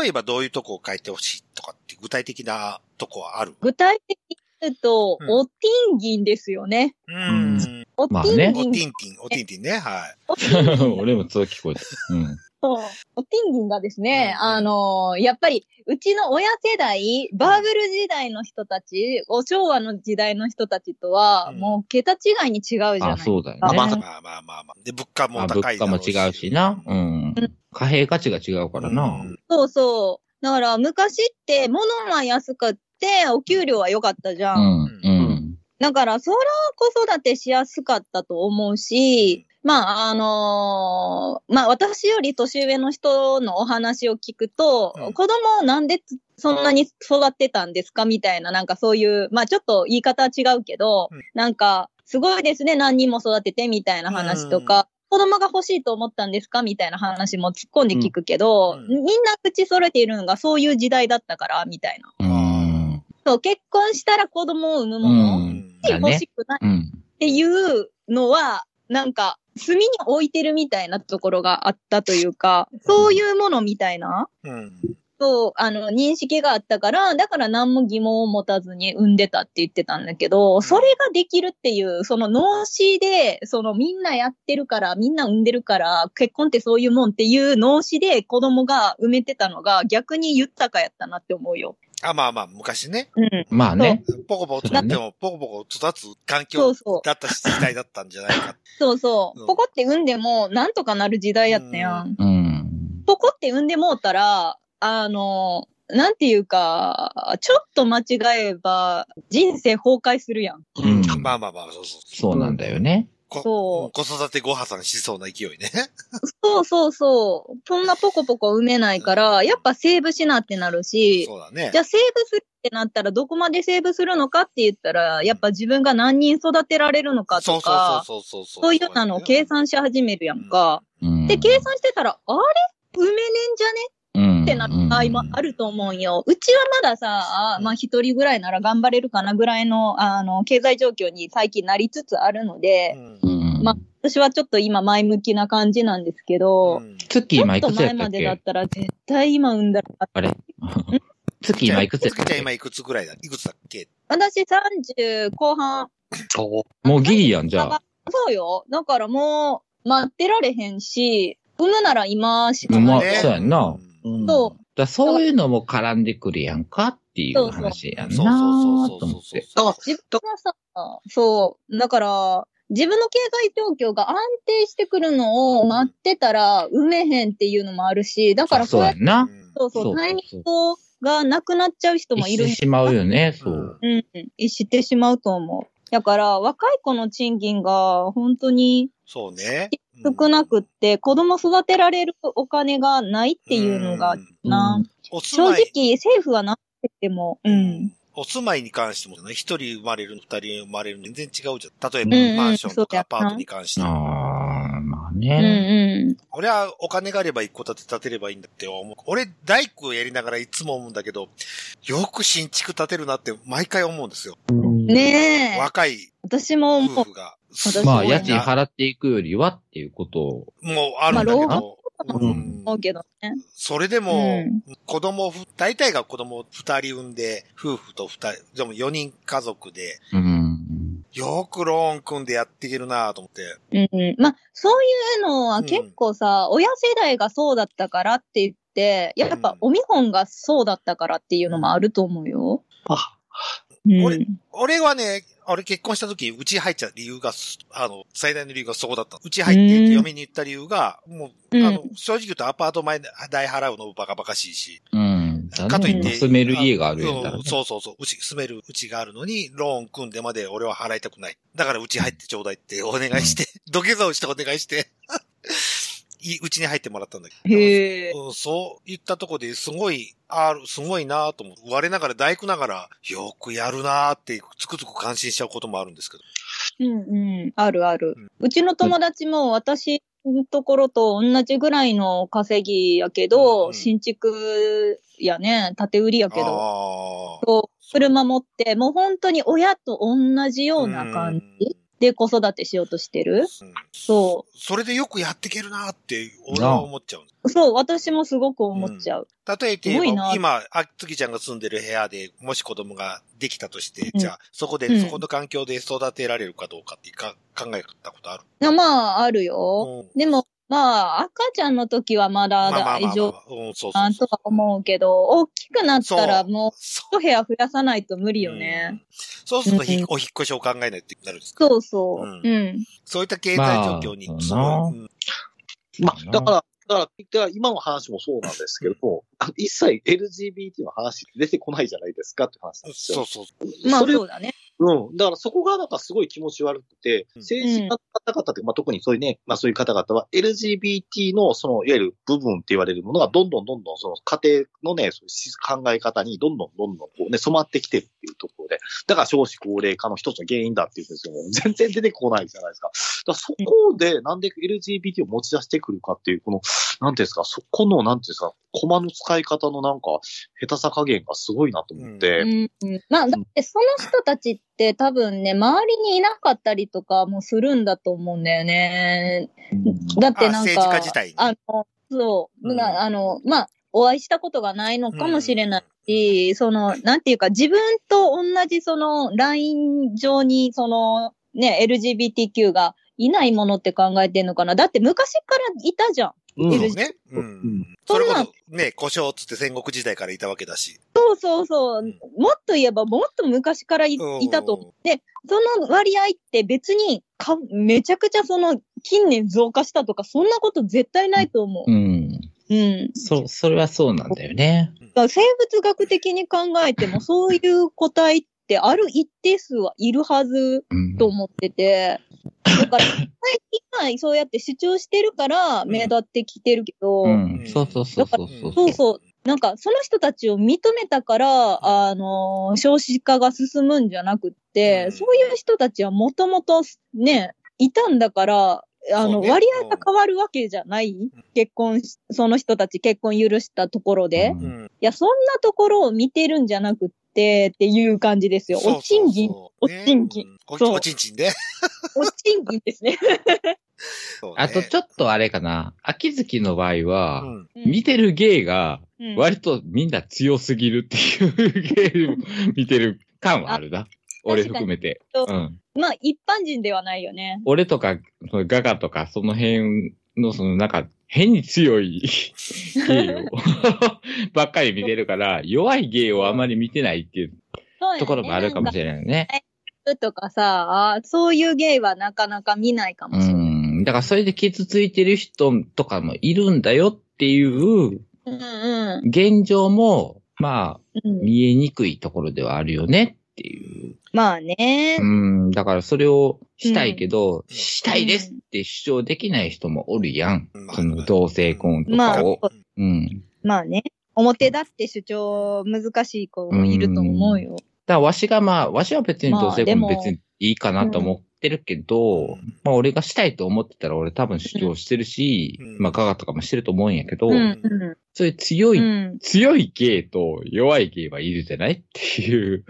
S1: 例えばどういうとこを変えてほしいとかって、具体的なとこはある
S4: 具体的に言うと、
S1: うん
S4: おティンギンですよね。
S1: うん。
S4: おテ
S2: まあ
S4: ィン
S2: ね
S1: お
S4: ギン、
S1: ティンティン、おティンティンね、はい。
S2: 俺もそう聞こえた。うん。
S4: そうおティンギンがですね、
S1: うんうん
S4: あの、やっぱり、うちの親世代、バーベル時代の人たち、お昭和の時代の人たちとは、
S1: うん
S4: もう桁違いに違うじゃない
S2: あ、そうだよ
S4: あ
S2: ね。
S1: まあ
S4: ね
S1: まあまあまあまあ。で、物価も
S2: あ
S1: 高
S2: 物
S1: いだ
S2: 価
S1: ろ
S2: も
S1: うし。
S2: 違うしな。うん。貨幣価値が違うからな。
S4: そうそう。だから昔って物が安くってお給料は良かったじゃ。
S2: うんん。うん。
S4: だからそれは子育てしやすかったと思うし、まああのーまあ私より年上の人のお話を聞くと、
S1: うん
S4: 子供をなんでつそんなに育てたんですかみたいななんかそういう、まあちょっと言い方は違うけど、
S1: うん
S4: なんかすごいですね何人も育ててみたいな話とか、子供が欲しいと思ったんですかみたいな話も突っ込んで聞くけど、
S1: うん
S4: みんな口揃えているのがそういう時代だったから、みたいな。
S2: うん。
S4: そう、結婚したら子供を産む
S2: う
S4: もの、
S1: うんん。
S2: だ
S4: 欲
S2: ね
S4: しくない
S2: うん。
S4: っていうのは、なんか、炭に置いてるみたいなところがあったというか、そういうものみたいな、
S1: うん。
S4: そう、あの、認識があったから、だから何も疑問を持たずに産んでたって言ってたんだけど、それができるっていう、その脳死で、そのみんなやってるから、みんな産んでるから、結婚ってそういうもんっていう脳死で子供が埋めてたのが逆に豊かやったなって思うよ。
S1: あ、まあまあ、昔ね。
S4: うん。
S2: まあね。
S1: ポコポコ育っても、ポコポコ育つ環
S4: そ
S1: 境
S4: うそう。
S1: だったし、時代だったんじゃないか。
S4: そうそ
S1: うん
S4: う。ポコって産んでも、なんとかなる時代やったやん。
S2: うん。
S4: ポコって産んでもうたら、あの、なんていうか、ちょっと間違えば人生崩壊するやん。
S2: うん
S1: まあまあまあ、そうそう。
S2: そうなんだよね。
S1: こ
S4: そう
S1: 子育てご破産しそうな勢いね。
S4: そうそうそう。そんなポコポコ産めないから、やっぱセーブしなってなるし、
S1: そうだね
S4: じ。ゃあセーブするってなったらどこまでセーブするのかって言ったら、やっぱ自分が何人育てられるのか
S1: そ
S4: と
S1: うそう
S4: か、
S1: そうそうそう。
S4: そういうのを計算し始めるやんか。
S2: うん。
S4: で、計算してたら、あれ産めねんじゃね
S2: っ
S4: ってなる場合もあると思うんよ。うちはまださ、まあ一人ぐらいなら頑張れるかなぐらいの、あの、経済状況に最近なりつつあるので、
S1: うん。
S2: うん。
S4: まあ私はちょっと今前向きな感じなんですけ
S1: う
S4: ど、
S1: ん
S2: 月
S4: ち
S2: 今
S4: ょっ
S2: いく
S4: と
S2: つや
S4: 前
S2: ったっ
S4: までだっ
S2: け
S4: たら絶対今産んだら、
S2: あれ 月今いくつやったっ
S1: じゃあ
S2: け
S1: 今いくつぐらいだいくつだっけ
S4: 私30後半。
S3: おー
S2: もうギリやん、じゃあ。
S4: そうよ。だからもう待ってられへんし、産むなら今しかない。
S2: まあそうやんな
S3: うん
S4: そ
S2: だそういうのも絡んでくるやんかっていう話やん
S1: そうそ
S2: な
S1: う
S2: ー
S1: そ
S2: と
S1: う
S2: 思
S1: そう
S2: っ
S1: そう
S2: て。。
S3: だから、
S4: 自分がさ、そう、だから、自分の経済状況が安定してくるのを待ってたら、埋めへんっていうのもあるし、だから
S2: そ
S4: そう
S2: う
S4: や
S2: や
S4: って、
S2: んな。
S1: うん
S4: そうそう
S2: そうそうそう
S4: タイミングがなくなっちゃう人もい
S2: し
S4: る
S2: て、しまうよね、そう。
S4: うん、してしまうと思う。だから、若い子の賃金が本当に
S1: そうね。
S4: 少なくって、子供育てられるお金がないっていうのが
S1: ん、
S4: な、
S1: お住
S4: 正
S1: まい
S4: 直、政府はなってても、うん。
S1: お住まいに関してもね、一人生まれるの、二人生まれるの全然違うじゃん。例え
S4: うんうん
S1: ば、マンションと
S4: そう
S1: か
S4: やな
S1: アパートに関しても。
S2: ああ、まあ
S4: うん
S2: ね。
S4: う
S1: 俺はお金があれば一戸建て建てればいいんだって思う。俺、大工をやりながらいつも思うんだけど、よく新築建てるなって毎回思うんですよ。
S4: ん。ねえ。
S1: 若い
S4: 私も思う
S1: 夫婦が。
S4: 私
S2: まあ、
S4: すごいな
S2: 家賃払っていくよりはっていうことを。
S1: もうあるんだけ
S4: まあ
S1: ど。うん
S4: 思うけどね。
S1: それでも
S4: うん、
S1: 子供ふ、大体が子供二人産んで、夫婦と二人、でも四人家族で、
S2: うん。
S1: よくローン組んでやっていけるなと思って。
S4: うん、まあ、そういうのは結構さ、親世代がそうだったからって言って、やっ
S1: うん
S4: ぱお見本がそうだったからっていうのもあると思うよ。
S3: あ、
S4: うん。
S1: 俺俺はね、俺結婚した時、うち入っちゃう理由がす、あの、最大の理由がそこだった。うち入ってって嫁に言った理由が、もう、あの
S4: う、
S1: 正直言うとアパート前代払うのもバカバカしいし。
S2: うん。
S1: かといって。
S2: 住める家があるやった
S1: う
S2: ら
S1: ん。そうそうそう。うち、住めるうちがあるのに、ローン組んでまで俺は払いたくない。だからうち入ってちょうだいってお願いして、土下座をしてお願いして、 いいうちに入ってもらったんだけど。
S4: へえ。
S1: うん、そういったとこですごい、あーすごいなぁと思う。我ながら大工ながら、よくやるなぁって、つくづく感心しちゃうこともあるんですけど。
S4: うんうん。あるある
S1: うん。
S4: うちの友達も私のところと同じぐらいの稼ぎやけ
S1: うんう
S4: ど、
S1: ん
S4: 新築やね、建て売りやけど、
S1: あ
S4: そう車持って、もう本当に親と同じような感じで子育てしようとしてる。
S1: じ、うん
S4: そ
S1: それでよくやっていけるなぁって、俺は思っちゃう。
S4: う。そう、私もすごく思っちゃう。
S1: 例えて
S4: すご
S1: 言え
S4: い
S1: ば
S4: な、
S1: 今、あつきちゃんが住んでる部屋で、もし子供ができたとして、
S4: うん
S1: じゃあ、そこで、
S4: うん
S1: そこの環境で育てられるかどうかってか考えたことある。
S4: なまあ、あるよ。
S1: うん
S4: でも、まあ、赤ちゃんの時はまだ大丈夫
S1: まあうん、そうそう
S4: かな
S1: そ
S4: と
S1: う。
S4: は思うけど、大きくなったら
S1: そう
S4: もう
S1: そ
S4: 一部屋増やさないと無
S1: う
S4: 理よね。
S1: うんそうするとひ、
S4: うん
S1: お引っ越しを考えないってなるんですか
S4: そうそう。
S1: うん
S4: うん。
S1: そういった経済状況に、
S2: まあ
S1: す
S2: な
S1: ごい、うん
S3: まあ、だから、だから、だから今の話もそうなんですけども、あ一切 LGBT の話出てこないじゃないですかって話なんです
S1: そ
S3: よ
S1: う。そう。
S4: まあ、
S3: それ
S4: そうだね。
S3: うん。だからそこがなんかすごい気持ち悪くて、
S1: うん
S3: 政治家の方々って、まあ特にそういうね、まあそういう方々は LGBT のそのいわゆる部分って言われるものがどんどんどんどんその家庭のね、そういう考え方にどんどんどんどんこうね、染まってきてるっていうところで、だから少子高齢化の一つの原因だっていうんですけども、全然出てこないじゃないですか。だからそこでなんで LGBT を持ち出してくるかっていう、この、なんていうんですか、そこの、なんていうんですか、コマの使い方のなんか、下手さ加減がすごいなと思って、
S4: うんうん、まあ、だってその人たちって多分ね、周りにいなかったりとかもするんだと思うんだよね。だってなんか、
S1: あ政治家自体に
S4: あの、そう、
S1: うん
S4: なあの、まあ、お会いしたことがないのかもしれないし、その、なんていうか、自分と同じその、ライン上に、その、ね、LGBTQ がいないものって考えてんのかな。だって昔からいたじゃん。
S3: うん
S1: そうね。う
S3: うんん。
S1: それこそ、ね、故障つって戦国時代からいたわけだし。
S4: そうそうそう。
S1: うん
S4: もっと言えば、もっと昔からい
S1: うん
S4: いたと思って、その割合って別にか、めちゃくちゃその近年増加したとか、そんなこと絶対ないと思う。
S2: うん。
S4: うん。
S2: そ、それはそうなんだよね。
S4: だから生物学的に考えて も、そういう個体ってある一定数はいるはず
S2: うん
S4: と思ってて、だから、今そうやって主張してるから目立ってきてるけど、
S2: うん。そうそうそうそうそう。
S4: そうそう。なんか、その人たちを認めたから、あのー少子化が進むんじゃなくって、
S1: うん
S4: そういう人たちはもともとね、いたんだから、あ
S1: そ
S4: の、
S1: うね
S4: 割合が変わるわけじゃない、結婚し、その人たち結婚許したところで。い
S1: うん。
S4: や、そんなところを見てるんじゃなくって、っていう感じですよ。
S1: そうそうそう
S4: お賃金、お賃金。
S1: ねうんお
S4: そう
S1: お賃金ね。
S4: お賃金で すね。
S1: そうね
S2: あとちょっとあれかな。秋月の場合は、
S1: うん
S2: 見てる芸が、
S4: うん
S2: 割とみんな強すぎるっていう芸を 見てる感はあるな。俺含めて。
S4: 確
S2: う
S4: か
S2: ん。
S4: まあ、一般人ではないよね。
S2: 俺とか、そのガガとか、その辺の、そのなんか、変に強い芸を ばっかり見てるから、弱い芸をあまり見てないっていう
S4: そうやね
S2: ところもあるかもしれないね。
S4: とかさ、そういうゲイはなかなか見ないかもしれない。
S2: うん。だからそれで傷ついてる人とかもいるんだよっていう
S4: うんうん
S2: 現状も、まあ、
S4: うん。
S2: 見えにくいところではあるよねっていう。
S4: まあね
S2: う。ん。だからそれをしたいけど、したいですって主張できない人もおるやん。
S1: うん
S2: その同性婚とかを。
S4: まあ
S2: うん。
S4: まあね。表だって主張難しい子もいると思うよ。
S2: だからわしがまあ、わしは別に同性婚
S4: まあでも
S2: 別にいいかなと思ってるけど、
S1: うん
S2: まあ俺がしたいと思ってたら俺多分主張してるし、
S1: うん
S2: まあ科学とかもしてると思うんやけど、
S4: うんん
S2: そういう強
S4: うん。
S2: い、
S4: うん。
S2: 強いゲイと弱いゲイはいるじゃないっていう。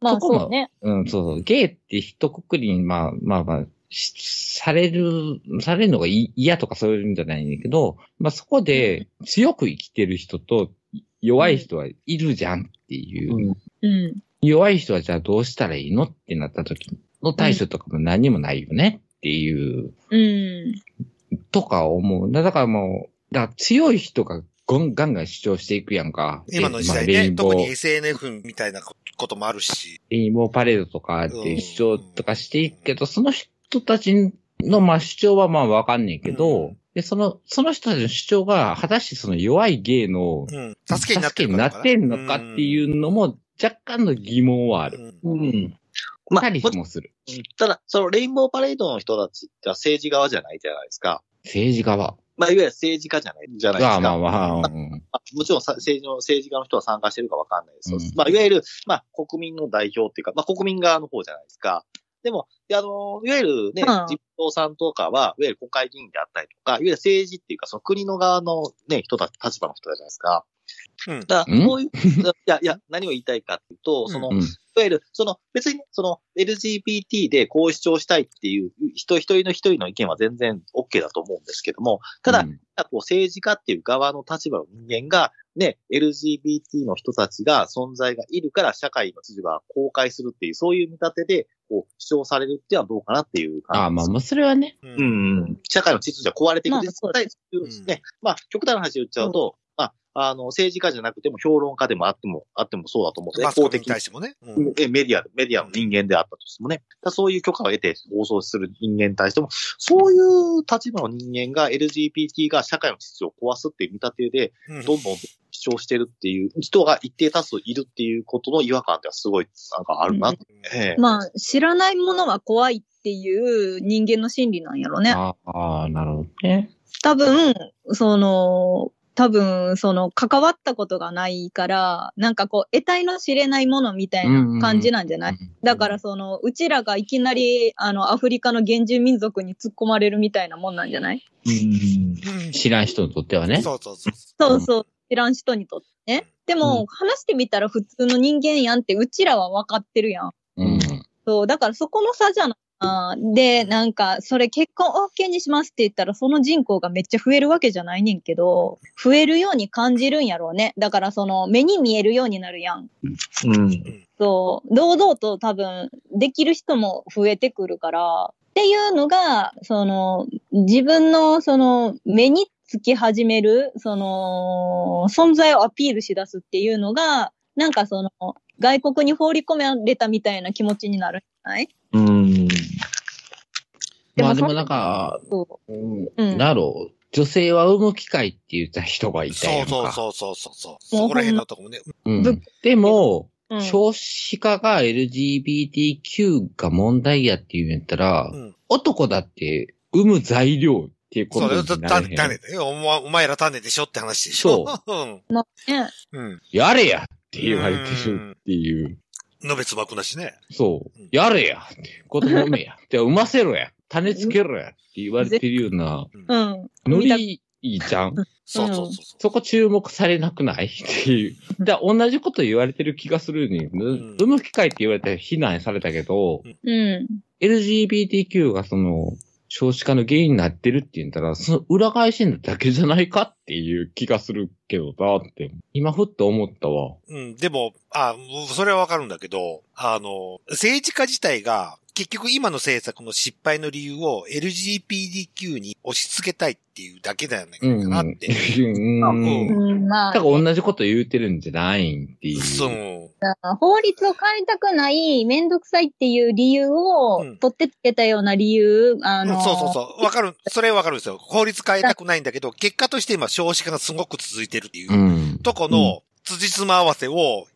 S4: まあ
S2: そこも
S4: そうね。
S2: うん、そうそう。ゲイって一括りに、まあまあまあ、しされる、されるのがい嫌とかそういうんじゃないんだけど、まあそこで強く生きてる人と弱い人はいるじゃんっていう。
S4: うん。
S2: 弱い人はじゃあどうしたらいいのってなった時の対処とかも何もないよねっていう、
S4: うん。
S2: とか思う。だだからもう、だから強い人がゴンガンガン主張していくやんか。
S1: 今の時代
S2: まあレイ
S1: ね、
S2: ンボ
S1: 特に
S2: ー、
S1: SNF みたいなこともあるし。
S2: レインボーパレードとかで主張とかしていくけど、その人たちのまあ主張はまあわかんねえけ
S1: う
S2: ど、
S1: ん
S2: で、その、その人たちの主張が果たしてその弱い芸の
S1: うん。助けになって
S2: 助け
S1: るか
S2: に
S1: どう
S2: なっ
S1: か
S2: てんのかっていうのも若干の疑問はある。
S1: うん
S2: うん。
S3: ま
S2: たり
S3: も
S2: もする。
S3: ただ、そのレインボーパレードの人たちって政治側じゃないじゃないですか。
S2: 政治側。
S3: まあ、いわゆる政治家じゃない、じゃないで
S2: あ
S3: すか。
S2: あ、まあまあ、うん
S3: まあもちろんさ政治の、政治家の人は参加してるかわかんないです。
S2: うん
S3: まあ、いわゆる、まあ、国民の代表っていうか、まあ、国民側の方じゃないですか。でも、であの、いわゆるね、
S4: うん
S3: 自民党さんとかは、いわゆる国会議員であったりとか、いわゆる政治っていうか、その国の側のね、人たち、立場の人たちじゃないですか。
S1: うん
S3: だから、
S2: ん
S3: こういう、いや、いや、何を言いたいかっていうと、その、
S2: うん
S3: いわゆる、その、別にね、その、LGBT でこう主張したいっていう、人一人の一人の意見は全然 OK だと思うんですけども、ただ、
S2: うん
S3: こう政治家っていう側の立場の人間が、ね、LGBT の人たちが存在がいるから社会の秩序が公開するっていう、そういう見立てで、こう、主張されるっていうのはどうかなっていう感じです。
S2: ああ、まあまあ、それはね。
S1: う
S3: う。ん。社会の秩序が壊れていく。
S4: まあ
S3: 実
S4: そう
S3: 際
S4: で
S3: そういうね。まあ、極端な話を言っちゃうと、まあ、あの、政治家じゃなくても評論家でもあっても、あってもそうだと思って、
S1: マスコミ
S3: 公
S1: に
S3: 的に
S1: 対してもね。うん
S3: えメディア、メディアの人間であったとしてもね、だそういう許可を得て放送する人間に対しても、そういう立場の人間が LGBT が社会の秩序を壊すっていう見立てで、
S1: うん
S3: どんどん主張してるっていう人が一定多数いるっていうことの違和感ってすごい、なんかあるなって。ええ
S4: まあ、知らないものは怖いっていう人間の心理なんやろね。
S2: ああ、なるほどね。
S4: 多分、その、多分、その、関わったことがないから、なんかこう、得体の知れないものみたいな感じなんじゃない、
S2: うん
S4: だから、その、うちらがいきなり、あの、アフリカの原住民族に突っ込まれるみたいなもんなんじゃない
S3: うん
S1: うん
S2: 知らん人にとってはね。
S1: そうそうそう。
S4: そうそう、知らん人にとってね。でも、
S2: うん
S4: 話してみたら普通の人間やんって、うちらは分かってるやん。
S2: うん。
S4: そう、だからそこの差じゃない。あーで、なんか、それ結婚 OK にしますって言ったら、その人口がめっちゃ増えるわけじゃないねんけど、増えるように感じるんやろうね。だから、その、目に見えるようになるやん。
S3: うん。
S4: そう、堂々と多分、できる人も増えてくるから、っていうのが、その、自分の、その、目につき始める、その、存在をアピールしだすっていうのが、なんかその、外国に放り込めれたみたいな気持ちになるんじゃない
S3: うん。
S2: まあでもなんか、
S4: そ
S2: うん
S4: うん
S2: なろう。女性は産む機会って言った人がいた
S1: そ
S2: や
S1: うん
S2: か。
S1: そうそうそうそうそう。そこら辺のとこもね。
S2: うんでも、
S4: う。うん
S2: 少子化が LGBTQ が問題やって言うんやったら、
S1: うん
S2: 男だって産む材料っていうこ
S1: そ
S2: と
S1: うだよ。
S2: にな
S1: だ
S2: れへん
S1: 種だよ。お前お前ら種でしょって話でしょ。う。
S4: まあね、
S1: ん。 うん。
S2: やれやって言われてるっていう。
S1: のべつ幕なしね。
S2: そう
S1: うん。
S2: やれやって。子供産めや。 じゃあ産ませろや。種つけろやって言われてるような、
S4: うん。
S2: ノリいいじゃん。
S1: そうそうそう。
S2: そこ注目されなくない っていう。だから同じこと言われてる気がするね。
S1: ん
S2: 産む機会って言われて非難されたけど、
S4: うん。
S2: LGBTQ がその、少子化の原因になってるって言ったら、その裏返しのだけじゃないかっていう気がするけどなって、今ふっと思ったわ。
S1: うん、でも、あ、もうそれはわかるんだけど、あの、政治家自体が、結局今の政策の失敗の理由を LGBTQ に押し付けたいっていうだけだよね。
S2: うん、
S1: か
S2: う
S1: なっ
S2: ん。
S1: て。
S2: うん
S1: う
S4: うん、ま
S2: だ
S4: あ
S2: から、同じこと言うてるんじゃないんっていう。
S1: そう。
S4: 法律を変えたくない、めんどくさいっていう理由を、
S1: うん
S4: 取ってつけたような理由、あの、
S1: そうそうそう。わかる。それはわかるんですよ。法律変えたくないんだけど、結果として今少子化がすごく続いてるっていう、
S2: うん。
S1: とこの、辻褄合わせを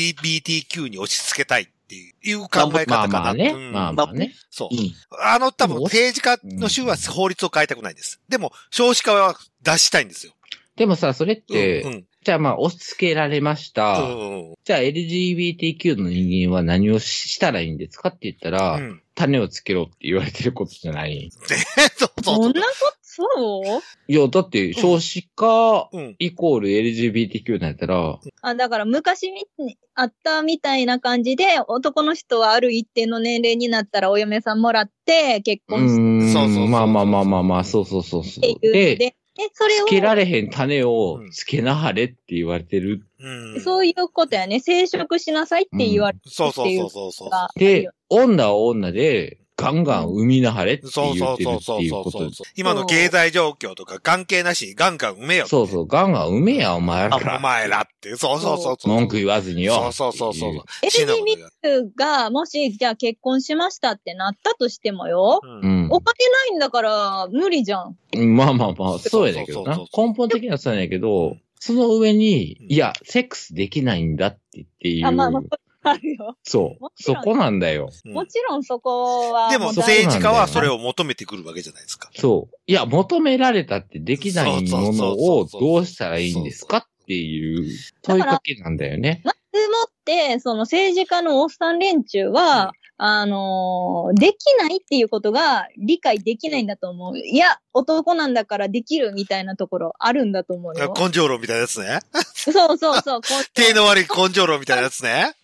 S1: LGBTQ に押し付けたいっていう考え方かな。
S2: まあまあね。
S1: うん
S2: まあまあね。
S1: そう
S3: う。ん。
S1: あの、多分
S2: でも
S1: 政治家の州は法律を変えたくないんです。でも、少子化は出したいんですよ。
S2: でもさ、それっ
S1: うん
S2: て、
S1: うん。
S2: じゃあまあ押し付けられました。
S1: うん
S2: じゃあ LGBTQ の人間は何をしたらいいんですかって言ったら、
S1: うん。
S2: 種をつけろって言われてることじゃない。
S1: え、そうそう
S4: そ
S1: そ
S4: ん
S1: う
S4: な。こと、そう
S2: いや、だって少子化
S1: うん。
S2: イコール LGBTQ なんやったら、
S4: あだから昔みあったみたいな感じで、男の人はある一定の年齢になったらお嫁さんもらって結
S2: う
S4: 婚して
S2: ーん
S1: そうそうそう
S2: まあまあまあまあまあ、そうそうそうそう。
S4: っていうので、
S2: で、
S4: えそれ
S2: つけ
S4: を、
S2: られへん種をつけなはれって言われてる。
S1: うん。
S4: そういうことやね、生殖しなさいって言われ
S1: そうそうそうそうそう。
S4: た。
S2: で、女は女で、ガンガン産みなはれって言
S1: そうそ
S2: っ
S1: う
S2: てる
S1: そう
S2: って
S1: そう
S2: いう
S1: そ
S2: こ
S1: うそ
S2: と
S1: う。今の経済状況とか関係なしにガンガン埋めよ。
S2: そうそう、ガンガン産めや、お前ら。
S1: お前らって。そうそうそうそう。
S2: 文句言わずによ。
S1: そうそうそうそう。死ぬほど言
S4: LGBT
S1: う
S4: が、もし、じゃあ結婚しましたってなったとしてもよ、
S1: う。
S2: うんん。
S4: お金ないんだから無理じゃん。
S2: まあまあまあ、そうやだけど
S1: そう
S2: な
S1: そうそう。そう
S2: 根本的にはそうやねんけ
S1: う
S2: ど
S1: ん、
S2: その上に、
S1: うん
S2: いや、セックスできないんだってってい
S4: あ、まあまあ、
S2: う、
S4: あるよ。
S2: そう
S4: も。ち
S2: そ
S4: ろん
S2: こなんだよ。
S1: うん
S4: もちろんそこは。
S1: でも
S4: う
S2: そう
S1: 政治家はそれを求めてくるわけじゃないですか。
S2: そう。いや、求められたってできないものをどうしたらいいんですかっていう問いかけなんだよね。
S4: まずもって、その政治家のおっさん連中は、あのーできないっていうことが理解できないんだと思う。いや、男なんだからできるみたいなところあるんだと思うよ。
S1: 根性論みたいなやつね。
S4: そうそうそう。こ
S1: 手の悪い根性論みたいなやつね。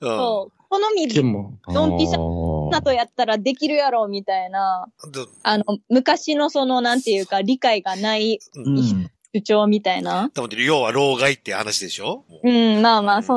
S1: う。
S4: うんそう好み
S2: でも、
S4: ドンピシャだと
S2: ャ
S4: やったらできるやろ、みたいな。
S1: で
S4: あの、昔のその、なんていうか、理解がない
S2: うん。
S4: 主張みたいな。
S1: だもんね要は老害って話でしょもう
S4: うん、まあま
S1: うん
S4: あ、そ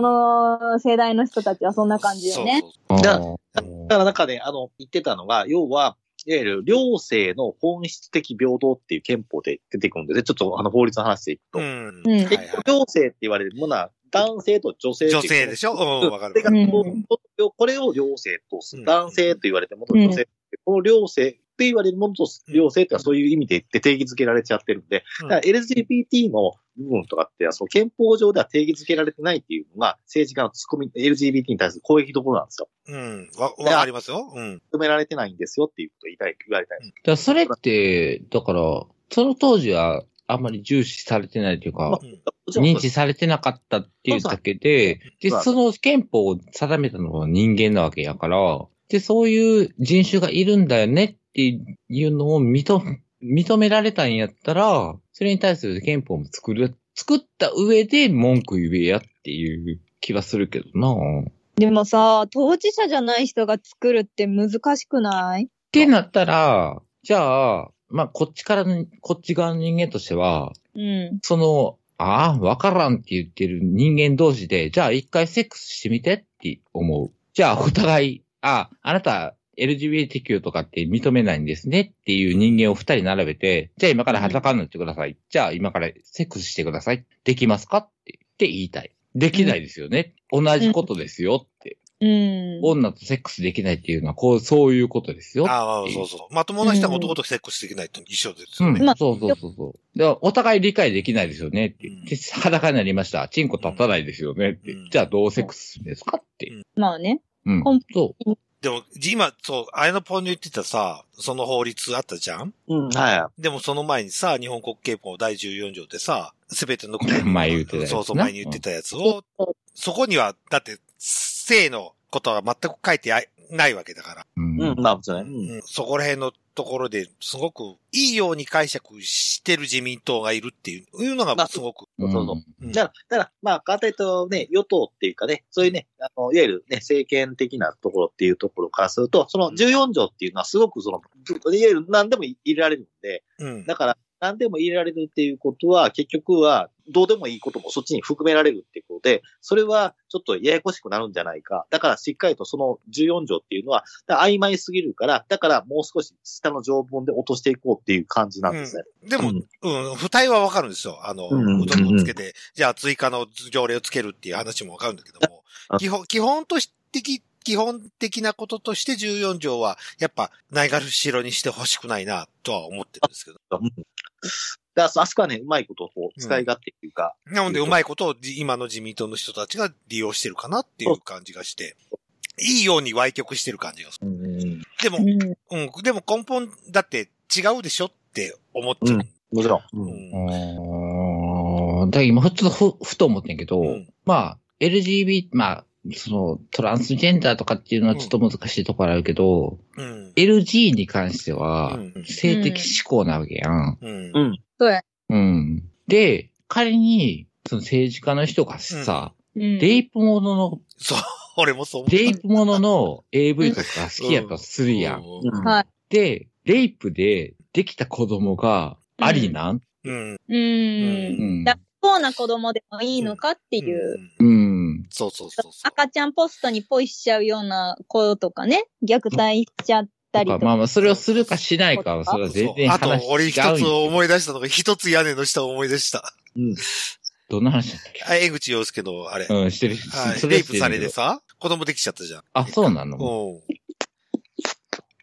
S4: の世代の人たちはそんな感じよね。
S1: そうそう
S2: あー
S3: だだから中で、あの、言ってたのが、要は、いわゆる、両性の本質的平等っていう憲法で出てくるんですね。ちょっと、あの、法律の話でいくと。
S1: そううん。
S4: うん
S1: はいはい
S3: 結局、両性って言われるものは、男性と女性
S1: 女性で
S3: し
S1: しょうん、わかる
S3: だ
S1: わか
S3: か
S1: る。
S3: ら
S4: うん
S3: こうこれを両性とす
S1: うん
S3: る。男性と言われてるものと女性。この両性って言われるものと両性ってのはそういう意味で定義づけられちゃってるんで、
S1: うん
S3: だから LGBT の部分とかって、その憲法上では定義づけられてないっていうのが、政治家のツッコミ、LGBT に対する攻撃どころなんですよ。
S1: うん。わ、わかりますよ。うん。
S3: 認められてないんですよっていうことを言いたい、言われたい。
S2: だからそれって、だから、その当時はあんまり重視されてないというか、
S1: うん
S3: もちろん
S2: 認知されてなかったっていうだけで、で、
S3: そう
S2: その憲法を定めたのは人間なわけやから、で、そういう人種がいるんだよねっていうのを認め、認められたんやったら、それに対する憲法も作る、作った上で文句言えやっていう気はするけどな
S4: でもさ、当事者じゃない人が作るって難しくない
S2: ってなったら、じゃあ、まあ、こっちからの、こっち側の人間としては、
S4: うん。
S2: その、ああ、わからんって言ってる人間同士で、じゃあ一回セックスしてみてって思う。じゃあお互い、ああ、あなた LGBTQ とかって認めないんですねっていう人間を二人並べて、じゃあ今から裸になってください。じゃあ今からセックスしてください。できますかってって言いたい。できないですよね。同じことですよって。
S4: うん。
S2: 女とセックスできないっていうのは、こう、そういうことですよ。
S1: ああ、そうそう。まともな人は男とセックスできないと一緒です
S2: う
S1: よ
S2: ん、
S1: ね。
S4: まあ
S2: そうそうそうそう。でお互い理解できないですよねって。
S1: うん
S2: で裸になりました。チンコ立たないですよねって。
S1: うん
S2: じゃあどうセックスするんですかって。
S4: まあね。
S2: うん。
S4: 根
S2: そ
S1: でも、今、そう、あれのポイント言ってたさ、その法律あったじゃん
S3: うん、はい。
S1: でもその前にさ、日本国憲法第14条でさ、すべての国
S2: 前言ってたやつな
S1: そうそう、前に言ってたやつを、そこには、だって、性のことは全く書いてあいないわけだから、
S2: う。うん。
S3: うん、まあ、もちろんね。うん
S1: うんそこら辺のところですごくいいように解釈してる自民党がいるっていういうの
S3: ま
S1: が
S3: あ
S1: すごく、
S2: うん
S3: そうそう
S1: うん
S3: じゃあ、だから、まあ、簡単に言うとね、与党っていうかね、そういうね、あの、いわゆるね、政権的なところっていうところからすると、その14条っていうのはすごくその、いわゆる何でも入れられるんで、
S1: うん
S3: だから、何でも入れられるっていうことは、結局は、どうでもいいこともそっちに含められるっていうことで、それはちょっとややこしくなるんじゃないか。だから、しっかりとその14条っていうのは、だから曖昧すぎるから、だからもう少し下の条文で落としていこうっていう感じなんですね。
S1: でも、
S3: う
S1: うんん、不対はわかるんですよ。あの、
S3: うんうんうん
S1: うどんをつけて、じゃあ追加の条例をつけるっていう話もわかるんだけども
S3: あ、
S1: 基本、基本とし的、基本的なこととして14条は、やっぱ、ないがるしろにしてほしくないな、とは思ってるんですけど。
S3: だから、あそこはね、うまいことをこう使い勝手っていうか、
S1: なので、うまいことをじ今の自民党の人たちが利用してるかなっていう感じがして、いいように歪曲してる感じがする。でも
S4: う、ん。
S1: うん、でも根本、だって違うでしょって思っちゃう。
S3: もちろん。
S1: うん
S2: うーん。だから今、ふと、ふ、ふと思ってんけど、
S1: うん
S2: まあ、LGBT、まあ、その、トランスジェンダーとかっていうのはちょっと難しいところあるけど、
S1: うん。
S2: LG に関して
S1: う
S2: は、
S1: ん。
S2: 性的指向なわけやん
S1: うん
S3: うん
S2: うん。で、仮に、その政治家の人がさ、
S4: うん。
S2: レイプものの、
S1: そう、俺もそう思った。
S2: レイプものの AV とかが好きやったとするやん。
S1: う
S3: うん
S4: はい。
S2: で、レイプでできた子供がありなん、
S1: うん。
S4: うん。
S2: うん
S4: だそうな子供でもいいのかっていう。
S1: ん。
S2: うん。
S1: そうそうそうそう。
S4: 赤ちゃんポストにポイしちゃうような子とかね、虐待しちゃったり
S2: とか、
S4: と
S2: まあ
S4: か。
S2: まあ、それをするかしないかは、それは全然
S1: そうあと
S2: 話違う、
S1: 俺一つ
S2: んや
S1: 思い出したのが、一つ屋根の下を思い出した。
S2: どんな話だったっ
S1: あ江口洋介の、あれ
S2: け。うん、してる。
S1: はい
S2: そ
S1: レ
S2: は
S1: イ
S2: して
S1: プ
S2: る
S1: さ
S2: け
S1: れ
S2: ど
S1: てさ、子供できちゃったじゃん。
S2: あ、そうなの
S1: うん。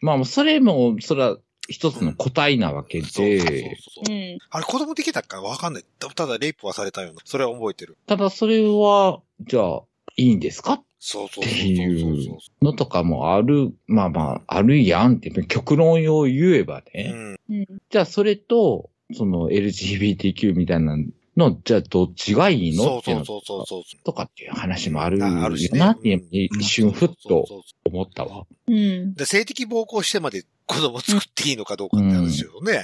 S2: まあ、もうそれも、それは一つの答えなわけ
S1: そうそうそう
S2: で、
S1: そう
S4: うん。
S1: あれ、子供できたかわかんない。たただ、レイプはされたような。それは覚えてる。
S2: ただそれは、じゃあ、いいんですか
S1: そうそうそうそう。
S2: っていう
S1: そうそ
S2: のとかもある、まあまあ、あるやんって、極論を言えば
S1: う
S2: ね、
S1: うん。
S4: うん。
S2: じゃあそれと、その LGBTQ みたいなの、じゃあどっちがいいの
S1: そ
S2: っ
S1: う
S2: ていう
S1: そう
S2: の
S1: そうそうそう。
S2: とかっていう話もあるよ
S1: ああるしね
S2: なって、
S1: うん
S2: 一瞬ふっ
S1: そう
S2: と
S1: そうそうそ
S2: 思ったわ。
S4: うん
S1: う。で性的暴行してまで子供作っていいのかどうかって話よね。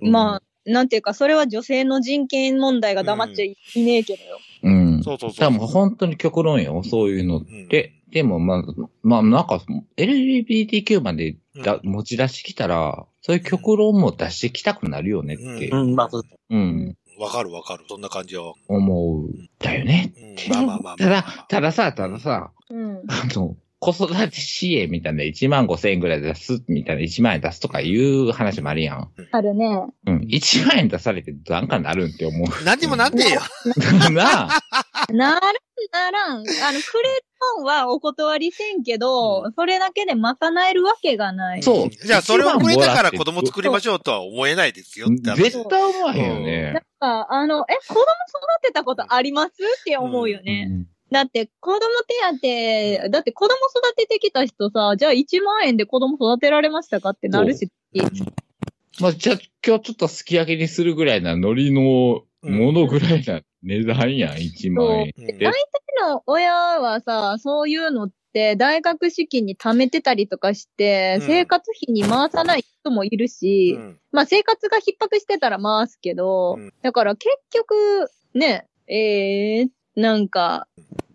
S2: うん。
S4: まあ、なんていうか、それは女性の人権問題が黙っちゃいねえけどよ。
S2: うん。
S1: そうそうそう。
S2: 多分本当に極論よ、そういうのって。でも、まあ、まあ、なんか、LGBTQ までだ、
S1: うん
S2: 持ち出してきたら、そういう極論も出してきたくなるよねって、
S1: う
S3: うん、まあ、そう
S2: うん、
S4: ん
S1: わかるわかる。そんな感じは。
S2: 思う、だよね。
S1: うん、まあまあまあま
S2: た
S1: あ、
S2: だ、たださ、たださ、
S4: うん。
S2: あの、子育て支援みたいな1万5千円ぐらい出す、みたいな1万円出すとかいう話もあるやん。
S4: あるね。
S2: うん。1万円出されてなんかなるんって 思
S1: 何にもなんねえよ。
S2: う。なあ。
S4: ならん、ならん。あの、くれたんはお断りせんけど、それだけで賄えるわけがない。
S2: そう
S1: じゃあ、 それをくれたから
S2: 一番もらって
S1: 子供作りましょうとは思えないですよって話。
S2: 絶対思わへんよ
S4: なん
S2: ね。
S4: か、あの、え、子供育てたことありますって思うよね。だって、子供手当、だって子供育ててきた人さ、じゃあ1万円で子供育てられましたかってなるし。
S2: まあ、じゃあ今日ちょっとすき焼きにするぐらいな海苔のものぐらいな値段やん、1万円。
S1: うん
S2: で
S4: うちの親はさ、そういうのって大学資金に貯めてたりとかして、
S1: うん
S4: 生活費に回さない人もいるし、
S1: うん
S4: まあ生活が逼迫してたら回すけど、
S1: うん
S4: だから結局、ね、えー、なんか、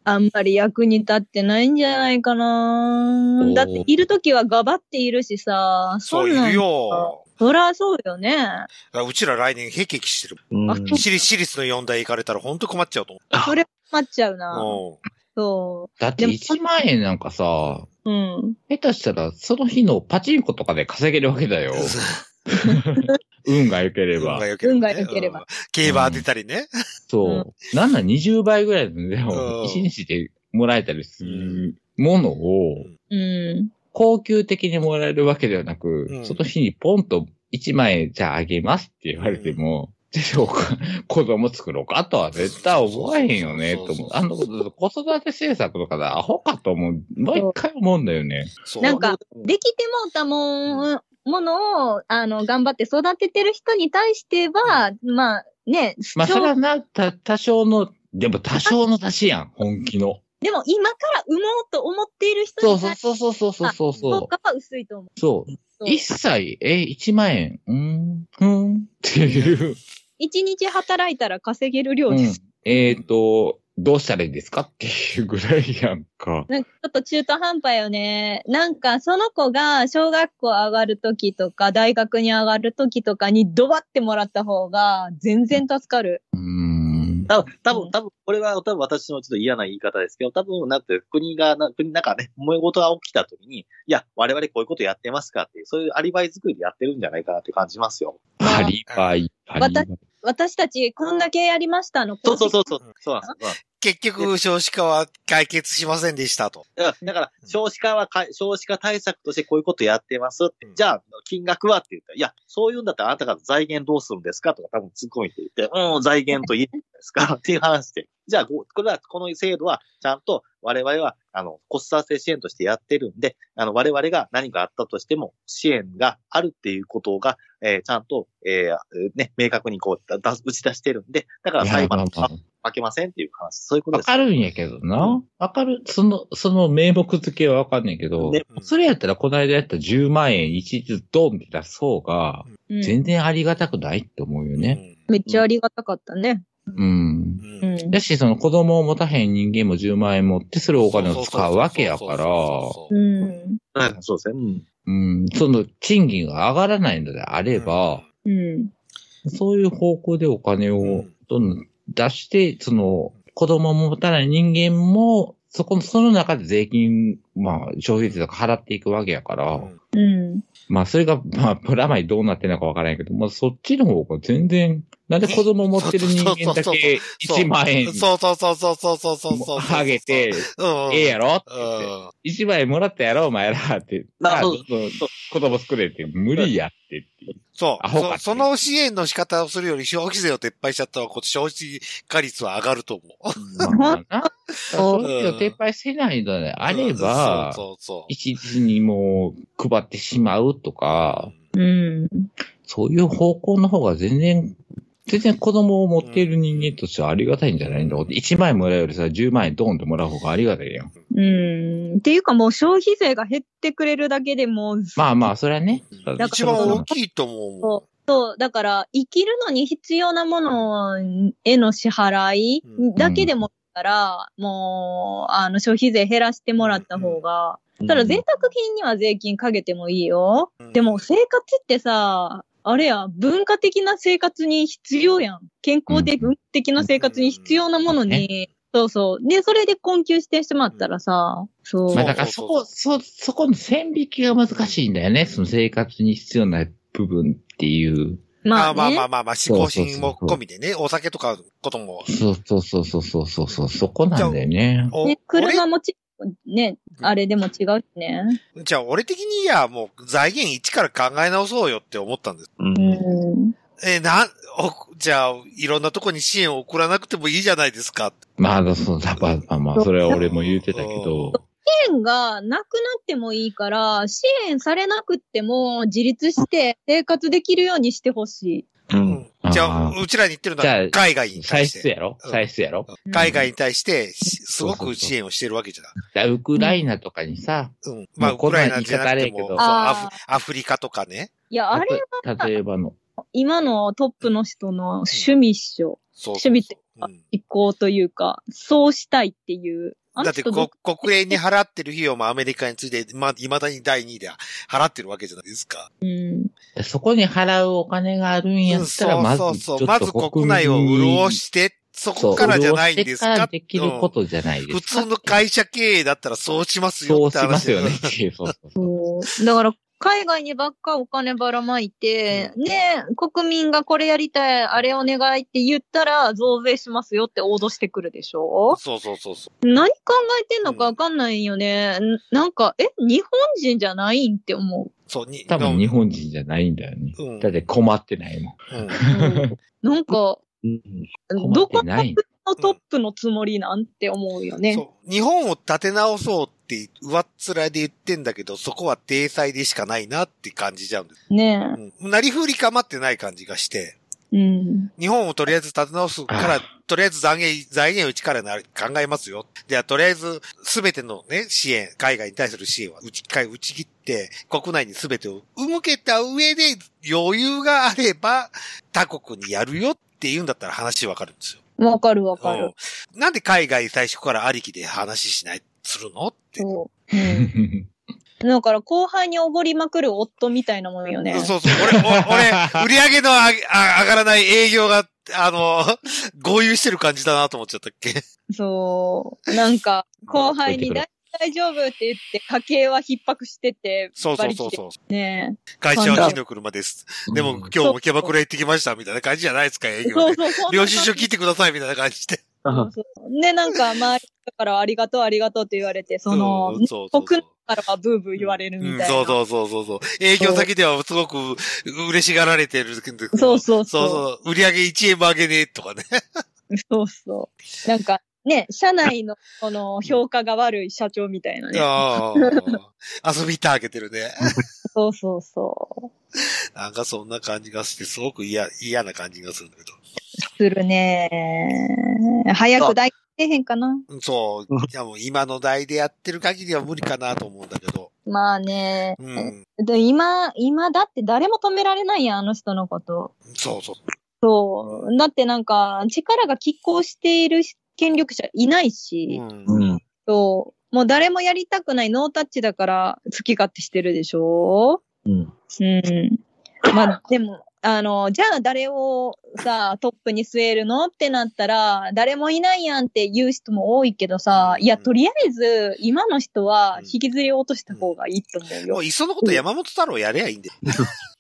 S4: あんまり役に立ってないんじゃないか
S2: お
S4: な
S2: ー
S4: だっているときはガバっているしさ、
S1: そうい
S4: んなん
S1: る。よ。
S4: そりゃそうよね。
S1: だからうちら来年、へきへきしてる。
S3: うん
S4: あ
S1: 私立、私立の4大行かれたら本当困っちゃうと
S4: それ困っちゃうな。
S1: 思
S4: そ
S2: だって1万円なんかさ、
S4: う。うん。
S2: 下手したらその日のパチンコとかで稼げるわけだ
S1: う。
S2: よ
S1: う。ん。
S2: 運が良けれ
S1: 運
S2: ば
S1: が。良ければ、ね。
S4: 運が良ければ
S1: うん競馬当てたりね。
S2: そう。なんなら20倍ぐらいの値段
S1: う
S2: を
S1: ん
S2: 1日でもらえたりするものを
S1: うん、
S4: うん。
S2: 高級的にもらえるわけではなく、
S1: うん
S2: その日にポンと1万円じゃああげますって言われても、でしょうか 子供作ろうかとは絶対思わへんよね、と思う。あの、子育て政策とかでアホかと思う。毎回思うんだよね。
S1: そう。
S4: なんか、
S3: うん
S4: できてもうたもん、ものを、あの、頑張って育ててる人に対しては、まあ、ね、
S2: まあ、
S4: 主
S2: そ
S4: 張
S2: れはな、た、多少の、でも多少の出しやん、本気の。
S4: でも今から産もうと思っている人
S2: そ
S4: に
S2: うそう
S4: 対して
S2: そうそうそうそうそう。
S4: 効果は薄いと思う。
S2: そう。一切、え、1万円、うーん、ふーん、っていう。
S4: 一日働いたら稼げる量
S2: う
S4: で
S2: ん
S4: す。、
S2: えっ、と、どうしたらいいですかっていうぐらいやんか。
S4: なんかちょっと中途半端よね。なんかその子が小学校上がるときとか、大学に上がるときとかにドバってもらった方が全然助かる。
S2: うーん。
S3: 多分、多分、多分、これは多分私のちょっと嫌な言い方ですけど、多分、なんて、国がな、国の中で、ね、燃え事が起きた時に、いや、我々こういうことやってますかっていう、そういうアリバイ作りでやってるんじゃないかなって感じますよ。
S2: パリパイ、パリパイ。
S4: 私たちこんだけやりましたの。
S3: そうそうそうそう、そうなんですよ。
S1: 結局、少子化は解決しませんでしたと。
S3: だから、だから少子化はか、少子化対策としてこういうことやってますって
S1: うん
S3: じゃあ、金額はって言ったら、いや、そういうんだったらあなたが財源どうするんですかとか多分突っ込みていて、うん、財源と言えるんですか っていう話で。じゃあ、ここれは、この制度は、ちゃんと我々は、あの、子育て支援としてやってるんで、あの、我々が何かあったとしても、支援があるっていうことが、えーちゃんと、えーね、明確にこう、だ出打ち出してるんで、だから
S2: いや
S3: 裁
S2: まあ
S3: 判
S2: まあ
S3: 負けませんっていう話、そういうこと
S2: わ
S3: です。
S2: かるんやけどな。わかる、その、その名目付けはわかんないけど、
S3: ね
S1: うん
S2: それやったらこの間やった10万円一律ドンって出そうが、
S4: うん
S2: 全然ありがたくないって思うよね。
S4: めっちゃありがたかったね。
S1: う。
S2: うん
S1: ん。
S4: う
S1: うん
S4: ん。
S2: だし、その子供を持たへん人間も10万円持って、それをお金を使うわけやから、
S1: そうそうそうそうそう
S4: うん。
S3: うんそうですね。うん
S2: うん、その賃金が上がらないのであれば、
S4: うん。
S2: そういう方向でお金
S1: う
S2: を
S1: ん
S2: どんどん出して、その子供も持たない人間も、そこの、その中で税金まあ、消費税とか払っていくわけやから、
S1: うん
S4: うん。
S2: まあ、それが、まあ、プラマイどうなってんのかわからんけど、まあ、そっちの方が全然、なんで子供持ってる人間だけ
S1: そう
S2: 1万円
S1: そうそうそうそうそうそうそうそう。
S2: あげて、
S1: うん、うん。
S2: ええやろって
S1: う
S2: 言って
S1: ん。
S2: 一万円もらったやろ、お前らって。
S3: なそう
S2: あどんどん子供作れって、無理やってっていう。
S1: そう
S2: アホか
S1: そ。その支援の仕方をするより消費税を撤廃しちゃったら、こっち消費化率は上がると思う。
S2: まあな、
S4: う
S2: そういうの撤廃せないのであれば、
S1: そうそう
S2: 一日にもう配ってしまうと
S1: そう
S2: か、。
S4: うん。
S2: そういう方向の方が全然、全然子供を持っている人間としてはありがたいんじゃないの ?1 万円もらうよりさ、10万円ドーンってもらう方がありがたいやん。
S4: うん。っていうかもう消費税が減ってくれるだけでもう、
S2: まあまあ、それはね。
S1: うん一番大きいと思うもん。
S4: そう、だから、生きるのに必要なものへの支払い
S1: うん
S4: だけでもいいから、もう、あの、消費税減らしてもらった方が、ただ贅沢品には税金かけてもいいよ。
S1: うん
S4: でも、生活ってさ、あれや、文化的な生活に必要やん。健康で文化的な生活に必要なものに、そうそう。で、それで困窮してしまったらさ、そう
S2: まあ、。だからそこ、そ、そこの線引きが難しいんだよね。その生活に必要な部分っていう。
S1: まあまあま
S4: ね
S1: あまあまあ、思考心も込みでね、お酒とかことも。
S2: そうそうそうそうそうそうそう、そこなんだよね。
S1: お
S4: ね車もち、ね、あれでも違うしね。
S1: 俺じゃあ、俺的にいや、もう財源一から考え直そうよって思ったんです。
S3: うん。
S1: え、なん、おじゃあ、いろんなとこに支援を送らなくてもいいじゃないですか。
S2: まあ、そう、だまあまあまあ、それは俺も言うてたけど。
S4: 支援がなくなってもいいから、支援されなくっても自立して生活できるようにしてほし
S3: う。
S1: うんんじゃあ
S2: あ、ー
S1: うちらに言ってるの
S2: じゃ
S1: は
S2: あ
S1: 海外に対
S2: 歳
S1: し
S2: 出
S1: て。
S2: やろ
S1: うん
S2: 歳出やろ
S4: い。
S1: 海外に対してし、す
S2: そうそ
S1: ごく
S2: うそう
S1: 支援をしてるわけじゃん。
S2: だウクライナとかにさ、
S1: うん。まあ、
S2: も
S1: ウ
S2: うこ
S1: ク
S2: んな
S1: ラ
S2: 言
S1: イナ
S2: い方
S1: じゃなくても、
S2: あれやけ
S1: そ
S2: ど
S1: う
S4: あ
S1: ア
S4: ー
S1: フアフリカとかね。
S4: い。いや、あれは
S2: たと例えばの。
S4: 今のトップの人の趣味っしょ。
S1: そう
S4: 趣味って
S1: そううん
S4: 意向というか、そうしたいっていう。あ
S1: だ
S4: の
S1: って
S4: 人
S1: こ
S4: ど、
S1: 国連に払ってる費用もアメリカについて、 ま、未だに第2位で払ってるわけじゃないですか。
S4: うん。
S2: そこに払うお金があるんやったら、まず、
S1: そうそうそう。まず国内を潤して、そ
S2: そ
S1: こ
S2: う
S1: からじゃないんです
S2: 潤して
S1: か。
S2: らできることじゃない
S1: うん
S2: で
S1: 普
S2: すか。
S1: 通の会社経営だったらそうします
S2: そ
S1: よ
S2: う
S1: って
S2: しま
S1: 話
S2: す
S1: だ
S2: よ
S1: よ
S2: ね
S1: ね。
S2: っていう。そうそうそう。
S4: そうだから、海外にばっかお金ばらまいて、
S1: う
S4: ねえ国民がこれやりたい、あれお願いって言ったら、増税しますよって応募してくるでしょ
S1: そうそうそうそう。
S4: 何考えてんのかわかんないよね。んなんか、え、日本人じゃないんっ て思
S1: そう、に、
S2: 多分日本人じゃないんだよね。
S1: うん
S2: だって困ってないもん。
S1: うん
S4: う。なんか、
S2: 困
S4: ど
S2: って
S4: こ
S2: ない。
S4: のトップのつもりなんて思うよね。
S1: そう。日本を立て直そうって、上っ面で言ってんだけど、そこは体裁でしかないなって感じちゃうんです。
S4: ね
S1: うん。なりふり構ってない感じがして。
S4: え。うん。
S1: 日本をとりあえず立て直すから、とりあえず財源、財源を一からな考えますよ。では、とりあえず、すべてのね、支援、海外に対する支援は打ち、一回打ち切って、国内にすべてを向けた上で、余裕があれば、他国にやるよって言うんだったら話わかるんですよ。
S4: わかるわかる。
S1: うんなんで海外最初からありきで話しない、するのって。
S4: そう。うん。だから、後輩におごりまくる夫みたいなもんよね。
S1: そうそう、俺、お 俺、売り上げの上げあ上がらない営業が、あの、 合流してる感じだなと思っちゃったっけ。
S4: そう。なんか、後輩に
S2: 聞こえ
S4: 大大丈夫って言って、家計は逼迫してて、
S1: そうそうそうそう。
S4: ね
S1: 会社は火の車です。でも今日もキャバクラ行ってきましたみたいな感じじゃないですか、営
S4: え。
S1: 業
S4: そう
S1: で。
S4: そうそう。
S1: 領収書聞いてくださいみたいな感じで。
S4: ね、なんか、周りからありがとう、ありがとうって言われて、その、
S1: うんそうそうそう
S4: 僕からはブーブー言われるみたいな。
S1: うんそうそうそうそうそう。営業先ではすごく嬉しがられてるけど。
S4: そう
S1: う
S4: そ
S1: そ
S4: うそうう。
S1: そう。売り上げ1円も上げねえとかね。
S4: そうそう。なんか、ね、社内の、その、評価が悪い社長みたいなね。
S1: ああ。遊びたあげてるね。
S4: そうそうそ
S1: なんかそんな感じがして、すごく嫌、嫌な感じがするんだけど。
S4: う。するね。早く大変へんかな。
S1: うんそう。いやもう今の代でやってる限りは無理かなと思うんだけど。
S4: まあね。
S1: うん。
S4: で今、今だって誰も止められないやん、あの人のこと。
S1: そうそう。
S4: そう。だってなんか、力が拮抗している権力者いないし。
S1: うん
S3: うん。
S4: そう。もう誰もやりたくないノータッチだから好き勝手してるでしょ
S3: うん。
S4: うん。まあでも、あの、じゃあ誰をさ、トップに据えるのってなったら、誰もいないやんって言う人も多いけどさ、いや、とりあえず、今の人は引きずり落とした方がいいと思うよ。
S1: もういっそのこと山本太郎やれやいいんだよ。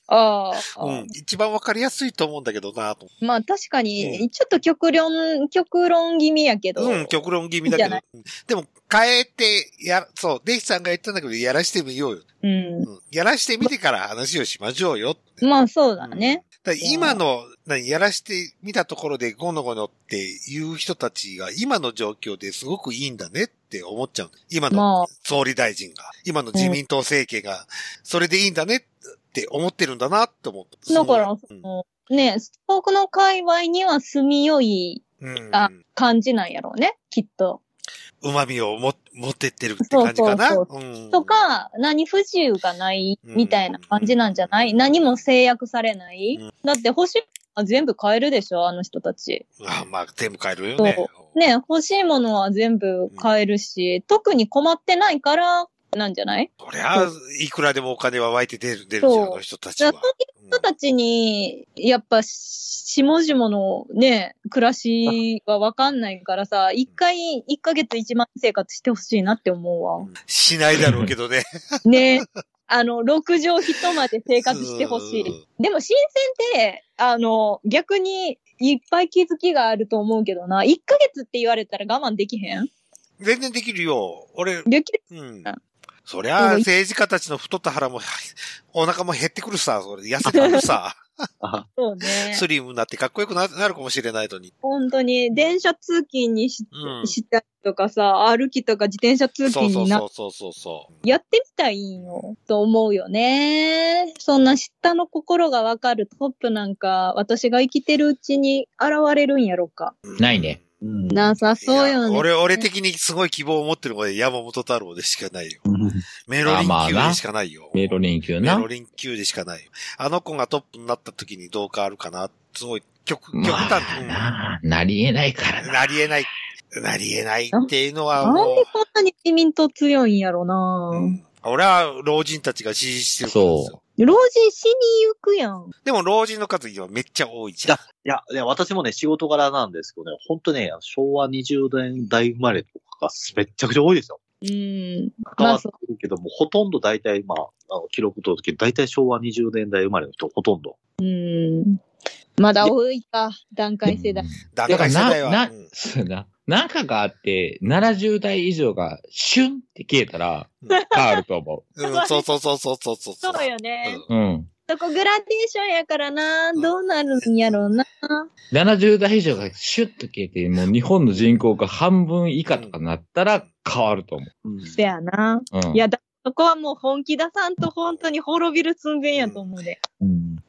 S4: ああ、
S1: うん。一番わかりやすいと思うんだけどなと思
S4: まあ確か
S1: う
S4: に、ちょっと極論、極論気味やけど。
S1: う。うん、極論気味だけ
S4: いいん
S1: ど
S4: じゃない。
S1: うんでも、変えて、や、そう、デイさんが言ったんだけど、やらしてみようよ。
S4: うん。
S1: うん。やらしてみてから話をしましょうよ。
S4: まあそうだね。
S1: だから今の、何、やらしてみたところでゴノゴノっていう人たちが今の状況ですごくいいんだねって思っちゃうんだよ。今
S4: まあ
S1: の総理大臣が、今の自民党政権が、それでいいんだねって思ってるんだなって思った。
S4: だから、
S1: す
S4: そ
S1: ごい
S4: の、ね、スポークの界隈には住みよい
S1: うんうん
S4: あ感じなんやろうね、きっと。
S1: 旨味をも持ってってるって感じかな。
S4: そう
S1: うん
S4: と、か、何不自由がないみたいな感じなんじゃない、
S1: うん
S4: 何も制約されない、
S1: うん
S4: だって欲しいものは全部買えるでしょあの人たち。
S1: あまあ、全部変えるよね。
S4: ね、欲しいものは全部買えるし、特に困ってないから、なんじゃない
S1: こりゃ、いくらでもお金は湧いて出る、出るじゃん、
S4: そう
S1: あの人たち
S4: だ
S1: は
S4: から。そういう人たちに、やっぱ、しもじものね、暮らしはわかんないからさ、一回、一ヶ月一万円生活してほしいなって思う
S1: う
S4: わ。
S1: んしないだろうけどね。
S4: ね。あの、六畳一まで生活してほしい。でも、新鮮って、あの、逆に、いっぱい気づきがあると思うけどな、一ヶ月って言われたら我慢できへん
S1: 全然できるよ。俺、
S4: できる
S1: うん
S4: あ。
S1: そりゃ、
S4: うん
S1: 政治家たちの太った腹も、お腹も減ってくるさ、それ痩せてくるさ、
S3: あ
S4: そう ね。
S1: スリムになってかっこよくななるかもしれないのに。
S4: 本当に、電車通勤にし,、
S1: うん
S4: したりとかさ、歩きとか自転車通
S1: そう
S4: 勤
S1: そ
S4: に
S1: う
S4: なっ
S1: そうそうそう。
S4: やってみたらいいんよ、と思うよね。そんな下の心がわかるトップなんか、私が生きてるうちに現れるんやろか。
S2: ないね。
S3: うん
S4: なさそうよ
S1: いや
S4: ね。
S1: 俺、俺的にすごい希望を持ってるのは山本太郎でしかないよ。メロリ
S2: あ
S1: ン
S2: まあ
S1: 級
S2: な
S1: でしかないよ。
S2: メロ連休
S1: メ
S2: な
S1: ロ。リン級でしかないよ。あの子がトップになった時にどう変わるかな。すごい、極、極
S2: ま
S1: 端、
S2: あな、なりえないから
S1: うん
S2: な。
S1: なり得ない。なり得ないっていうのは
S4: なん
S1: も
S4: でこんなに自民党強いんやろ
S1: う、
S4: な、
S1: うん俺は老人たちが支持してるからですよ。
S4: 老人死に行くやん。
S1: でも老人の数今めっちゃ多いじゃん。
S3: いや、ね、私もね、仕事柄なんですけどね、本当ね、昭和20年代生まれとかがめっちゃくちゃ多いですよ。
S4: うん。
S3: 変
S4: ま
S3: わ
S4: あ
S3: って
S4: そ
S3: くるけども、ほとんど大体、まあ、あの記録届け、大体昭和20年代生まれの人、ほとんど。
S4: う。うん。まだ多いか、段階世代。
S1: だ
S2: だ
S1: か
S2: か
S1: 世
S2: らら
S1: 代は。
S2: な、な
S1: う、ん
S2: そうやな。なんかがあって、70代以上がシュンって消えたら
S1: うん、
S2: 変わると思
S1: うん、そうそうそうそうそうそう。
S4: そうよね。
S2: う。うん。
S4: そこグラデーションやからな、どうなるんやろうな。
S2: 70代以上がシュッと消えて、もう日本の人口が半分以下とかなったら変わると思
S3: うん
S4: せやな。
S2: う。うん。
S4: いや、だそこはもう本気出さんと本当に滅びる寸前やと思うで。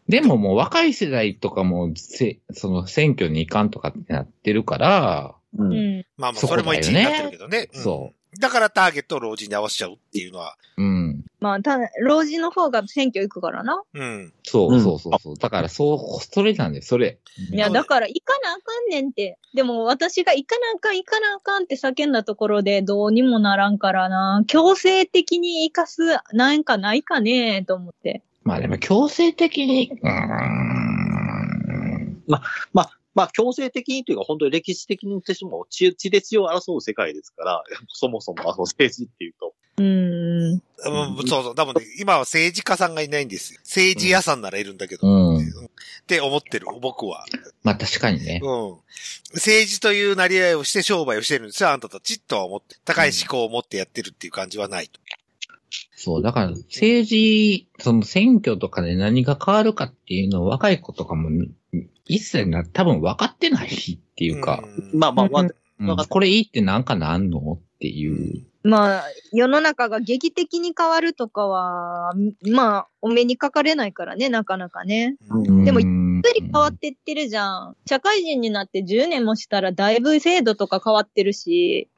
S2: でももう若い世代とかもせ、その選挙に行かんとかってなってるから、
S4: う
S3: うん
S4: ん。
S1: まあまあ、
S2: そ
S1: そ
S2: こだ
S1: れも
S2: よね
S1: 一位になってるけどね。うん
S2: そ
S1: だからターゲットを老人に合わせちゃうっていうのは。
S2: うん。
S4: まあ、ただ、老人の方が選挙行くからな。
S1: うん。
S2: そううんそうそうそう。だから、そう、それなんで、それ。
S4: いや、
S1: そうだ
S4: だ
S1: よ
S4: から行かなあかんねんって。でも私が行かなあかん、行かなあかんって叫んだところでどうにもならんからな。強制的に行かす、なんかないかねえと思って。
S2: まあでも強制的に、うーん。
S3: まあ、強制的にというか、本当に歴史的に言ってしまう、血血で血を争う世界ですから、そもそもあの政治っていうと。
S4: うーん。
S1: うんそうそう。多分ね、今は政治家さんがいないんですよ。政治屋さんならいるんだけど。
S2: うん。
S1: って思ってる、僕は。
S2: まあ確かにね。
S1: うん。政治というなり合いをして商売をしてるんですよ、あんたたちとは思って。高い思考を持ってやってるっていう感じはないと。
S2: そう、だから政治、その選挙とかで何が変わるかっていうのを若い子とかも、一切な、多分分かってないっていうか、
S1: ん
S3: まあまあまあ、
S2: うんこれいいってなんかなんのっていう。
S4: まあ、世の中が劇的に変わるとかは、まあ、お目にかかれないからね、なかなかね。
S1: うん
S2: うん
S4: でも
S2: ゆ
S4: ゆっくり変わってってるじゃん。社会人になって10年もしたらだいぶ制度とか変わってるし、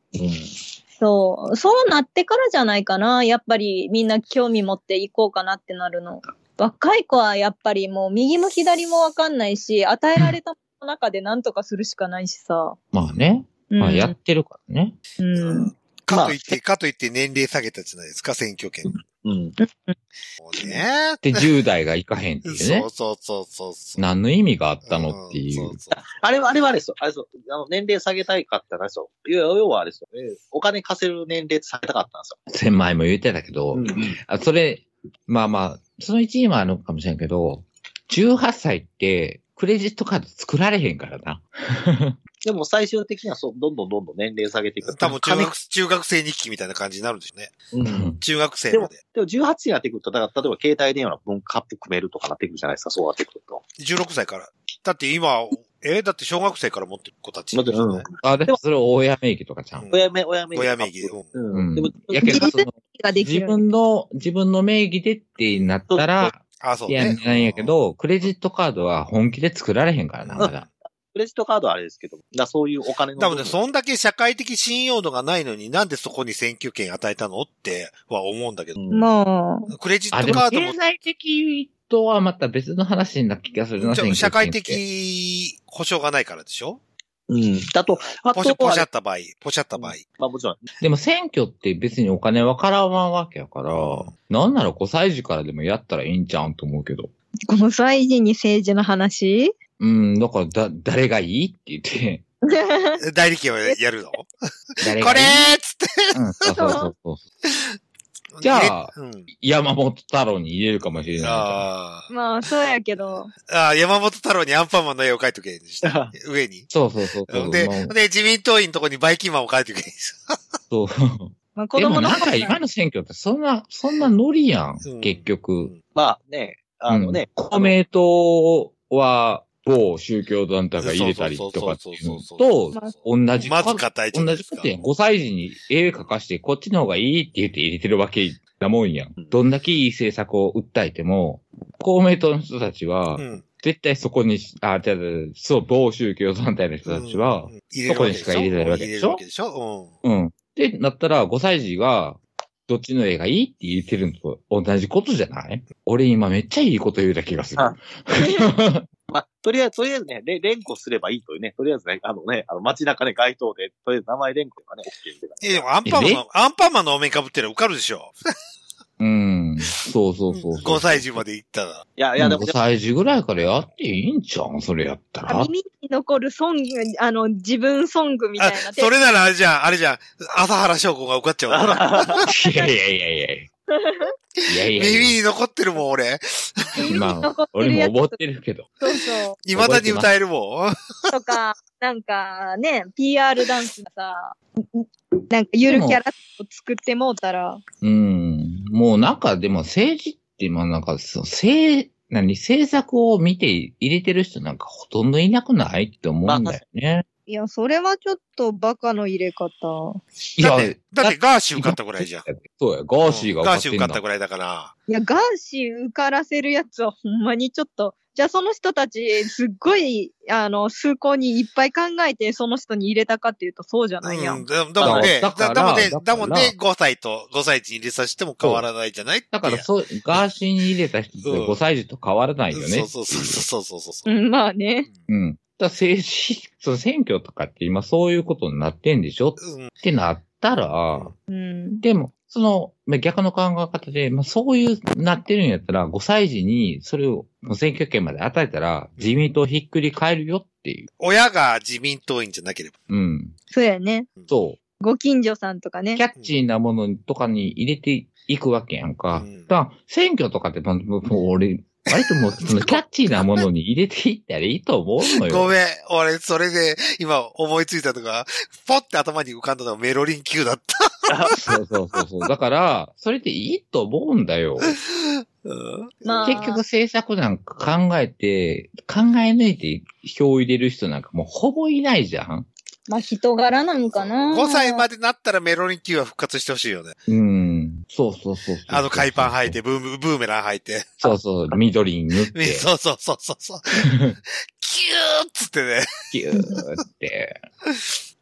S4: そう、そうなってからじゃないかな。やっぱりみんな興味持っていこうかなってなるの。若い子はやっぱりもう右も左もわかんないし、与えられた中で何とかするしかないしさ。
S2: まあね。
S4: うん、
S2: まあやってるからね。
S4: うん。
S1: かといって、かといって年齢下げたじゃないですか、選挙権。
S3: うん。
S1: もうね。
S2: で、10代が行かへんっていうね
S1: そ。うそうそうそうそう。
S2: 何の意味があったのってい
S1: ん
S2: う。
S1: そそ
S3: あれは、あれはあれですよ。あれですよ。あの、年齢下げたいかったらそう。要要はあれですよね。お金稼ぐ年齢下げたかったんですよ。
S2: 千枚も言ってたけど、
S3: うんうん。
S2: あそれ、まあまあ、その一位もあるのかもしれんけど、18歳って、クレジットカード作られへんからな。
S3: でも最終的にはそう、どんどんどんどん年齢下げていく。
S1: 多分中学、中学生日記みたいな感じになるんですよね。
S3: 金うん。
S1: 中学生
S3: で
S1: ま
S3: も
S1: で。、
S3: でも18になってくると、だから例えば携帯電話の分カップ組めるとかなってくるじゃないですか、そうなってくると。
S1: 16歳から。だって今、えだって小学生から持ってる子たち。
S3: 持ってるうん
S2: あ、でもそれ、大屋名義とかちゃん。
S3: 親目、親目。
S1: 親名義。うん
S3: う。
S2: うんん
S3: でも、。
S2: やけど、その、
S4: ができ
S2: 自
S4: る。
S2: 分の、自分の名義でってなったら、
S1: あ、そう
S2: いや、
S1: ね。
S2: なんやけど、クレジットカードは本気で作られへんからな、まだ。
S3: クレジットカードはあれですけど、だからそういうお金の。
S1: 多分ね、そんだけ社会的信用度がないのになんでそこに選挙権与えたのっては思うんだけど。
S3: うん
S4: もう、
S1: クレジ
S2: あ、
S1: ッ
S2: で
S1: ト
S2: も
S1: カード
S2: 経
S1: も
S2: 済的とはまた別の話な気がするな、
S1: ちょ、
S2: 選挙権って
S1: 社会。的保障がないからでしょ
S3: うん。だと、あ
S1: ポシャ、
S3: と
S1: ポ
S3: は
S1: シャった場合、ポシャった場合。
S3: まあもちろん、
S2: でも選挙って別にお金はからんわけやから、なんなら5歳児からでもやったらいいんちゃうんと思うけど。
S4: 5歳児に政治の話
S2: うん、だからだ、誰がいいって言って、
S1: え代理権をやるの こ
S2: 誰
S1: れ
S2: がいい
S1: ーっつって
S2: うん、そうそうそう そう。じゃあ
S1: 入れうん。
S2: 山本太郎に入れるかもしれないじゃん。
S1: あー
S4: まあ、そうやけど。
S1: あー、山本太郎にアンパンマンの絵を描いとけ。 上に。
S2: そうそうそうそう。
S1: で
S2: まあ、
S1: で、自民党員のとこにバイキンマンを描いとけ。
S2: そう。
S4: まあ、子
S2: でも
S4: 供の
S2: なん
S4: 頃
S2: か今の選挙ってそんな、そんなノリやん
S1: う、ん
S2: 結局。
S3: まあね、あの
S2: うん
S3: ね、
S2: 公明党は某宗教団体が入れたりとかっていうのと、同じ
S1: ま
S2: か
S1: ず硬いじゃな
S2: 同
S1: いで
S2: じ
S1: す
S2: こ
S1: か
S2: と。やん。5歳児に絵描かして、こっちの方がいいって言って入れてるわけだもんやん
S3: うん。
S2: どんだけいい政策を訴えても、公明党の人たちは
S1: う、ん。
S2: 絶対そこに、あ、じゃあ、そう、某宗教団体の人たちは
S1: う、ん、入れるわけでしょ
S2: そこにしか入れないわけでし
S1: 入れる
S2: ょ
S1: わけでしょ
S2: うん。ってなったら、5歳児が、どっちの絵がいいって言ってるのと同じことじゃない俺今めっちゃいいこと言うた気がする。
S3: あまあ、とりあえず、とりあえずね、れ連呼すればいいというね、とりあえずね、あのね、あの街中ね、街頭で、とりあえず名前連呼がね、OK で
S1: うん。え、でもアンパンマンの、アンパンマンのお面被ってる受かるでしょ
S2: うん。そうそうそうそう。
S1: ?5 歳児まで行ったら。
S3: いやい
S2: いや、
S3: や、
S2: で
S3: で
S2: も
S3: も、
S2: 5歳児ぐらいからやっていいんじゃうんそれやったら。
S4: 耳に残るソング、あの、自分ソングみた
S1: あ
S4: いな。、
S1: それならあれじゃん、あれじゃん、朝原翔子が受かっちゃうわ。
S2: いやいやいやいやいや。いやいや
S1: 耳
S2: い
S1: に残ってるもん、俺。
S2: や。まあ
S4: 残っ、て
S2: 俺
S4: るやつ
S2: も覚えてるけど。
S4: そうそ
S1: 未だに歌えるもん。
S4: う。とか、なんかね、PR ダンスがさ、なんかゆるキャラを作ってもうたら、
S2: うん。もうなんか、でも政治って、まあなんか、そう、政、何、政策を見て入れてる人なんかほとんどいなくないって思うんだよね。
S4: いや、それはちょっとバカの入れ方。
S2: い
S1: だ
S2: や
S1: って、だってガーシー受かったぐらいじゃん。
S2: そうや、ガーシーが
S1: ガーシー受か
S2: ん
S1: っ
S2: だ
S1: たぐらいだから。
S4: いや、ガーシー受からせるやつはほんまにちょっと、じゃあその人たち、すっごい、あの、崇高にいっぱい考えて、その人に入れたかっていうとそうじゃないやん。
S1: うん、だだもんね、
S2: だ
S1: だ
S2: から
S1: だもんね
S2: だから、
S1: だもんね、5歳と、5歳児に入れさせても変わらないじゃない
S2: だから、そう、ガーシーに入れた人って
S1: うん
S2: 5歳児と変わらな
S1: う
S2: いよ
S1: そ
S2: ね
S1: う。そうそうそうそうそうう。
S4: ん、まあね。
S2: うん。だから政治、その選挙とかって今そういうことになってんでしょ
S1: うん。
S2: ってなったら、
S4: うん。
S2: でも、その、まあ逆の考え方で、まあ、そういう、なってるんやったら、5歳児に、それを、もう選挙権まで与えたら、自民党ひっくり返るよっていう。
S1: 親が自民党員じゃなければ。
S2: うん。
S4: そうやね。
S2: そ
S4: ご近所さんとか
S2: う。
S4: ね
S2: キ。ャッチーなものとかに入れていくわけやんか。
S1: うん
S2: だから、選挙とかって、まあもうもう 俺、割ともう、そのキャッチーなものに入れていったらいいと思うのよ。
S1: ごめん、俺、それで、今思いついたのが、ポッて頭に浮かんだのがメロリン級だった。
S2: そうそうそうそう。だから、それでいいと思うんだよ。
S1: うん
S4: まあ、
S2: 結局政策なんか考えて、考え抜いて票を入れる人なんかもうほぼいないじゃん
S4: まあ人柄なんかな。
S1: 5歳までなったらメロリン級は復活してほしいよね。
S2: うん。そうそうそうそう。
S1: あの海パン履い。て、ブームブーメラン履いて。
S2: そうそう、緑に塗って、
S1: そうそうそうそう そう。キューっつってね。
S2: ギュ ーって。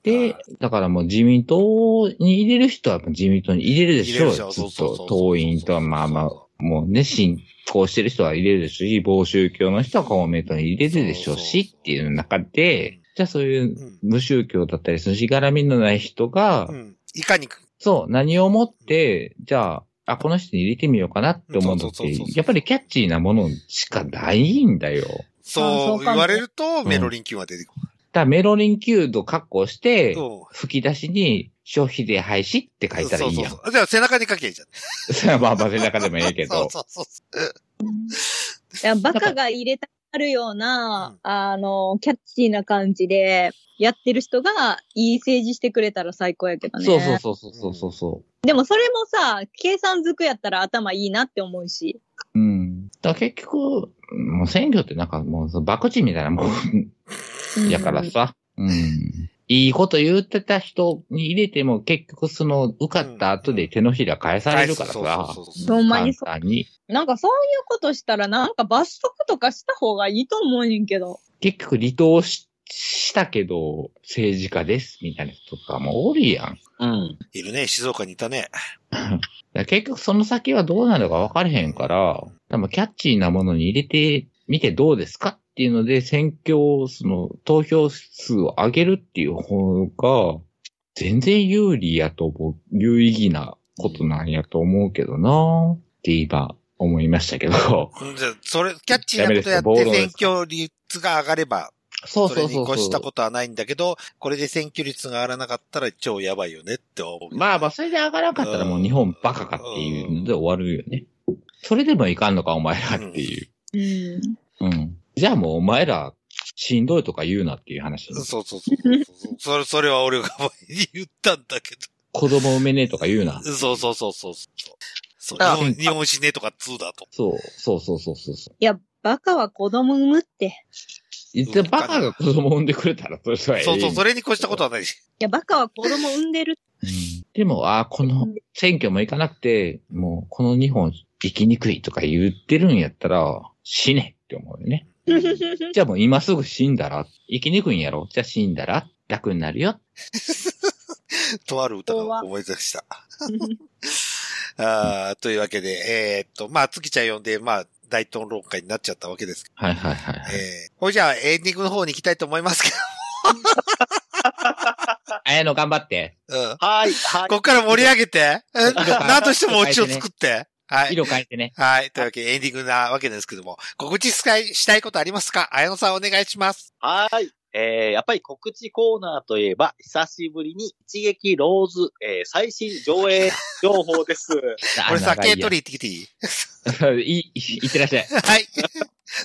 S2: で、だからもう自民党に入れる人は自民党に入れるでしょう
S1: 入れるでしょ
S2: よ。ずっ
S1: そうそうそうそ
S2: と
S1: う
S2: 党員とはまあまあ、もうね、信仰してる人は入れるでしょうし、某宗教の人は公明党に入れるでしょうし、っていう中で、じゃあそういう
S1: うん
S2: 無宗教だったり、そのしがらみのない人が
S1: う、ん。いかに
S2: そう、何をもって、じゃあ、あ、この人に入れてみようかなって思うのっ
S1: そうそうそうそう
S2: て、やっぱりキャッチーなものしかないんだよ。
S4: そ
S1: そう
S4: うか
S1: 言
S4: も
S1: われると、
S2: ん
S1: メロリン級は出てく
S2: だからメロリンキュード括弧して
S1: る。、そう
S2: 吹き出しに消費税廃止って書いたらいいやん。
S1: そうそうそうじゃあ背中に書けんじゃん。
S2: それは まあ、バセの中でもええけ
S1: そう
S2: ど。
S1: そうそうそ
S4: いやバカが入れたがるような、あの、キャッチーな感じで、やってる人がいい政治してくれたら最高やけどね。
S2: そうそうそうそうそうそ
S4: でもそれもさ、計算づくやったら頭いいなって思うし。
S2: う。うん。だから結局、もう選挙ってなんかもうその、博打みたいなもんやから
S4: うん
S2: さ。うん。いいこと言ってた人に入れても結局その、受かった後で手のひら返されるからさ。
S1: そうそうそう
S4: ほんまにそう
S2: 簡単に。
S4: なんかそういうことしたらなんか罰則とかした方がいいと思うねんけど。
S2: 結局離党ししたけど、政治家です、みたいな人とかもおるやん。だか
S3: うん。
S1: いるね、静岡にいたね。
S2: ら結局その先はどうなるか分かれへんから、でもキャッチーなものに入れてみてどうですかっていうので、選挙を、その、投票数を上げるっていう方が、全然有利やと思う、有意義なことなんやと思うけどなって今、思いましたけど。
S1: うんじゃあそれ、キャッチーなことやっ
S2: ダメです
S1: て
S2: よ暴論
S1: 選
S2: です
S1: 挙率が上がれば、
S2: そう
S1: それ
S2: そう
S1: に
S2: そうそう。
S1: 越したことはないんだけど、これで選挙率が上がらなかったら超やばいよねって思う。
S2: まあまあ、それで上がらなかったらもう日本バカかっていうので終わるよね。それでもいかんのか、お前らっていう。う
S4: うん。
S2: ん。じゃあもうお前ら、しんどいとか言うなっていう話。
S1: そうそうそうそうそう。それ、それは俺が 前に言ったんだけ
S2: 子供産めねえとか言う な。
S1: ど。そうそうそうそうそう。そう
S3: あ
S1: 日本日本史ねとか2だと。
S2: そう、そうそうそうそうそう。
S4: いや、バカは子供産むって。い
S2: 一体バカが子供産んでくれたら、それそれ
S1: そうそう、そ
S2: れ。
S1: れに越したことはないし。
S4: や、バカは子供産んでるって。
S2: うんでも、ああ、この選挙も行かなくて、もうこの日本生きにくいとか言ってるんやったら、死ねって思う よね。じゃあもう今すぐ死んだら、生きにくいんやろじゃあ死んだら楽になるよ
S1: とある歌が思い出 した。あーというわけで、えーっと、まあ、月ちゃん呼んで、まあ、大討論会になっちゃったわけですけ
S2: はいはいはい
S1: ど。
S2: はい。
S1: えー、ほいじゃあ、エンディングの方に行きたいと思いますけ
S2: あやの頑張って。
S1: ど。うん。
S3: はい、はい
S1: こ。こから盛り上げ て、え何としてもオチを作って。はい。
S2: 色変えてね。
S1: はい。というわけで、エンディングなわけですけども、告知したいしたいことありますか綾野さんお願いします。
S3: はい。えー、やっぱり告知コーナーといえば、久しぶりに一撃ローズ、えー、最新上映情報です。
S1: 俺さ、
S2: 長い
S1: 軽
S2: や
S1: 取り行ってきていい
S2: いい、いってらっしゃい。
S1: はい。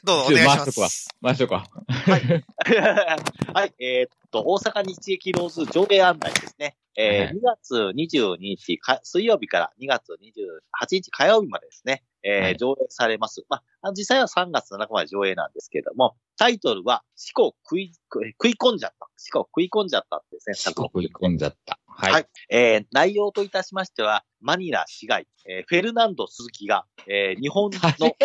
S1: どうぞお願いし
S2: ちょっと回しとく
S1: ま
S2: わ
S1: す。
S2: ましょうか。
S3: はい、えーっと、大阪日劇ローズ上映案内ですね。
S2: は
S3: え
S2: い
S3: ー、2月22日か水曜日から2月28日火曜日までですね、
S2: は
S3: え
S2: い
S3: ー、上映されます。まああの、実際は3月7日まで上映なんですけれども、タイトルは、四股食い、食い食い込んじゃった。四股食い込んじゃったってですね、
S2: 四
S3: 作品
S2: 国込んじゃった。はい。
S3: はいえー内容といたしましては、マニラ市街、えーフェルナンド鈴木が、えー日本の
S2: ちょっと待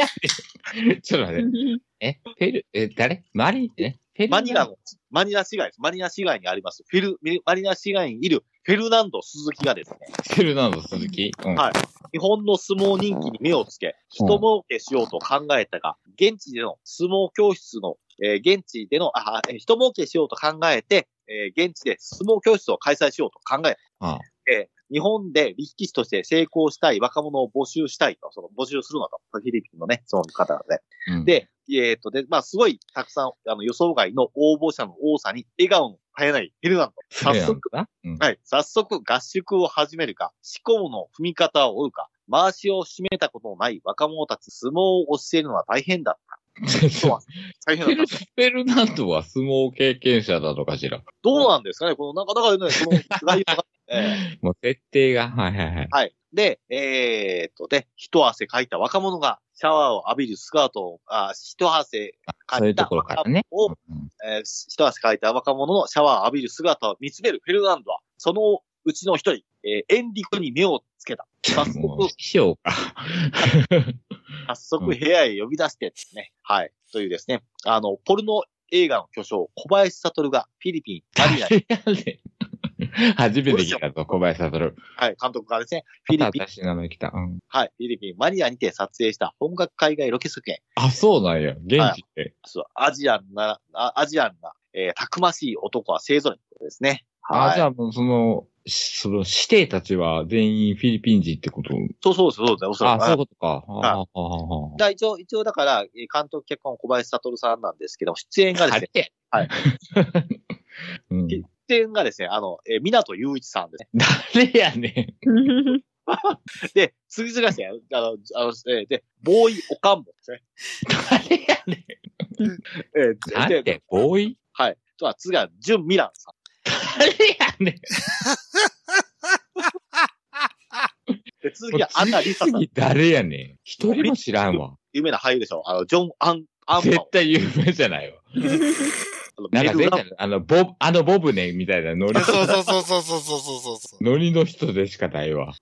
S2: って。え、フェル、え、誰マリえ、フェル
S3: マニラの、マニラ市街です。マニラ市街にあります。フェル、ミマニラ市街にいるフェルナンド鈴木がですね、
S2: フェルナンド鈴木。うん
S3: はい日本の相撲人気に目をつけ、人儲けしようと考えたが、現地での相撲教室の、えー現地での、あ、えー人儲けしようと考えて、えー現地で相撲教室を開催しようと考え
S2: あ
S3: えー日本で力士として成功したい若者を募集したいと、その募集するのと、フィリピンのね、その方がね。
S2: うん
S3: で、えっと、で、まあ、すごい、たくさん、あの、予想外の応募者の多さに笑顔の絶えないフィルナン
S2: フェ
S3: ド。
S2: ル
S3: 早
S2: ナン
S3: 速
S2: ド、かうん
S3: はい、早速合宿を始めるか、思考の踏み方を追うか、回しを締めたことのない若者たち、相撲を教えるのは大変だっ た。そうなんです大変
S2: フ
S3: だっ
S2: ェ
S3: た
S2: ル。フェルナンドは相撲経験者なのかしら。
S3: どうなんですかねこの、なかなかね、その、内容が、えー
S2: もう設定が。はいはいはい。
S3: はい。で、えーっとね、一汗かいた若者がシャワーを浴びるスカートを、あ一汗
S2: そう
S3: か
S2: い
S3: いう
S2: と
S3: た
S2: ころか
S3: 若
S2: らね
S3: 者。を、
S2: うん
S3: えー一汗かいた若者のシャワーを浴びる姿を見つめるフェルナンドは、そのうちの一人、えーエンリクに目をつけた。早
S2: もう
S3: 速、、
S2: 師匠か。
S3: 早速部屋へ呼び出してですね、はい。というですね、あの、ポルノ映画の巨匠、小林悟がフィリピン、マニラに、
S2: 誰やねん初めて来たぞ、小林悟。
S3: はい、監督がですね、フィリピン、
S2: 新しい名前来た。うん。
S3: はい、フィリピン、マニラにて撮影した本格海外ロケ作品、
S2: あ、そうなんや。現地って。
S3: そう、アジアンな、あアジアンな、えーたくましい男は勢ぞろいですね。
S2: あ、
S3: は
S2: じゃ
S3: い。
S2: あもうその、その指定たちは全員フィリピン人ってこと
S3: そうそうそう、そうおそら
S2: あ、
S3: く。
S2: そういう
S3: あ
S2: ことか。あああ
S3: だ一応、一応だから、えー監督脚本小林悟さんなんですけど、出演がですね、
S2: て。
S3: はい。
S2: うん、
S3: 出演がですね、あの、えー、港雄一さんですね。
S2: 誰やね
S3: で、次々がですね、あの、あの、えーで、ボーイ・オカンボですね。
S2: ん。誰やねん。
S3: え
S2: な
S3: ーで
S2: んて、ボーイ
S3: はい。とは、次が、ジュン・ミランさん。
S2: 誰やねん。
S3: で、次が、アンナ・リサさん。
S2: 次誰やねん。一人も知らんわ。
S3: 有名な俳優でしょ。あの、ジョン・アン、アンマン
S2: 絶。対有名じゃないわ。
S3: あの
S2: なんか
S3: メ
S2: 前
S3: ルラン
S2: 回のあの、ボ、あのボブねみたいなノリ、
S1: そ うそうそうそうそうそうそう そう。
S2: ノリの人でしかないわ。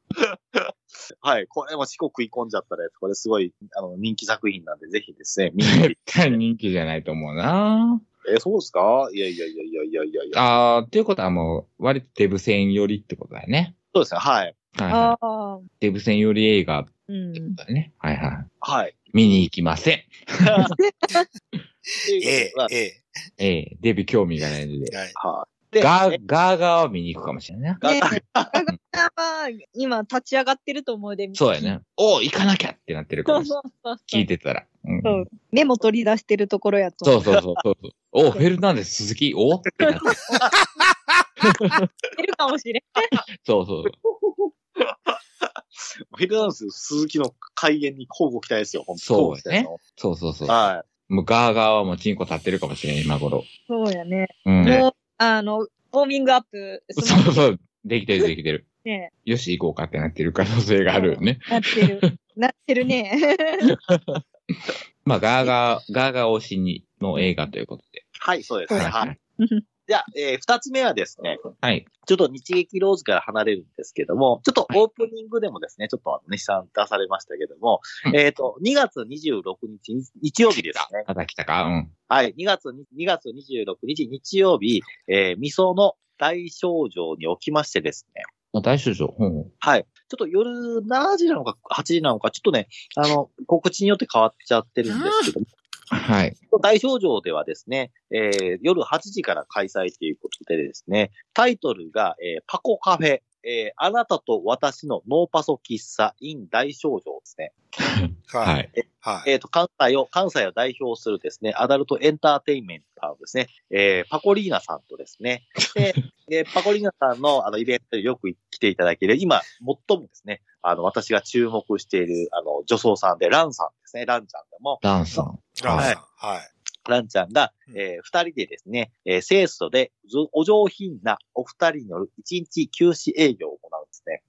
S3: はい。これも四国食い込んじゃったやつ。これすごい、あの、人気作品なんで、ぜひですね、見に行っ
S2: 絶
S3: て
S2: 対人気じゃないと思うな
S3: え、そうですかいやいやいやいやいやいやいや。
S2: あー、っていうことはもう、割とデブ戦寄りってことだよね。
S3: そうですね。はい。
S2: はいはい、
S4: あ あ。
S2: デブ戦寄り映画
S4: うん。
S2: だね。はいはい。
S3: はい。
S2: 見に行きません。
S1: ええ、え
S2: ええ、デビ興味がないので
S1: え。。はい。
S3: はい。で、
S2: ガ
S3: ね
S2: ー、ガーガーを見に行くかもしれないな。
S4: ねは今立ち上がってると思うで。
S2: そうやね。おう行かなきゃってなってるかも
S4: そう
S2: しれ
S4: そ
S2: な
S4: うそう
S2: い。聞いてたら。うん
S4: そうメモ取り出してるところやと。
S2: そうそうそうそうそう。おうフェルナンデス、鈴木、おうってなってる。
S4: いるかもしれん。
S2: そうそう。
S3: フィルダンス鈴木の開演に交互期待ですよ、本当
S2: そうですね。
S3: 交互
S2: そうそうそう
S3: 期待。は
S2: もうガーガーはもうチンコ立ってるかもしれん、今頃。
S4: そうやね。
S2: うん。
S3: ね
S4: もう、あの、ウォーミングアップ、ス
S2: そ
S4: マ
S2: うそう。できてるできてる。
S4: ね、
S2: よし、行こうかってなってる可能性があるよね。
S4: なってる。 なってるね。
S2: まあ、ガーガー、ガーガー推しにの映画ということで。
S3: い。はい、そうですね。
S2: はい
S3: はい。じゃあ、えー二つ目はですね、
S2: はい。
S3: ちょっと日劇ローズから離れるんですけども、ちょっとオープニングでもですね、ちょっとあの、西さん出されましたけども、
S2: うん
S3: えっと、2月26日、日曜日ですね。
S2: また来たかうん。
S3: はい、2月に、2月26日日曜日、えー、未曽の大症状におきましてですね、
S2: まあ、大首相。ほう
S3: はい。ちょっと夜7時なのか8時なのか、ちょっとね、あの、告知によって変わっちゃってるんですけども、
S2: はい。
S3: 大症状ではですね、えー夜8時から開催ということでですね、タイトルが、えーパコカフェ、えーあなたと私のノーパソ喫茶 in 大症状ですね。
S1: は。
S2: はいい。
S1: はい。
S3: えっ、と、関西を、関西を代表するですね、アダルトエンターテインメントのですね、えーパコリーナさんとです ね、で、でパコリーナさんのあのイベントによく来ていただける、今、最もですね、あの、私が注目している、あの、女装さんで、ランさんですね、ランちゃんでも、
S2: ダンさん。
S1: はい。はい。
S3: ランちゃんが
S1: う、ん
S3: えー二人でですね、えー清楚でずお上品なお二人による一日休止営業を行うんですね。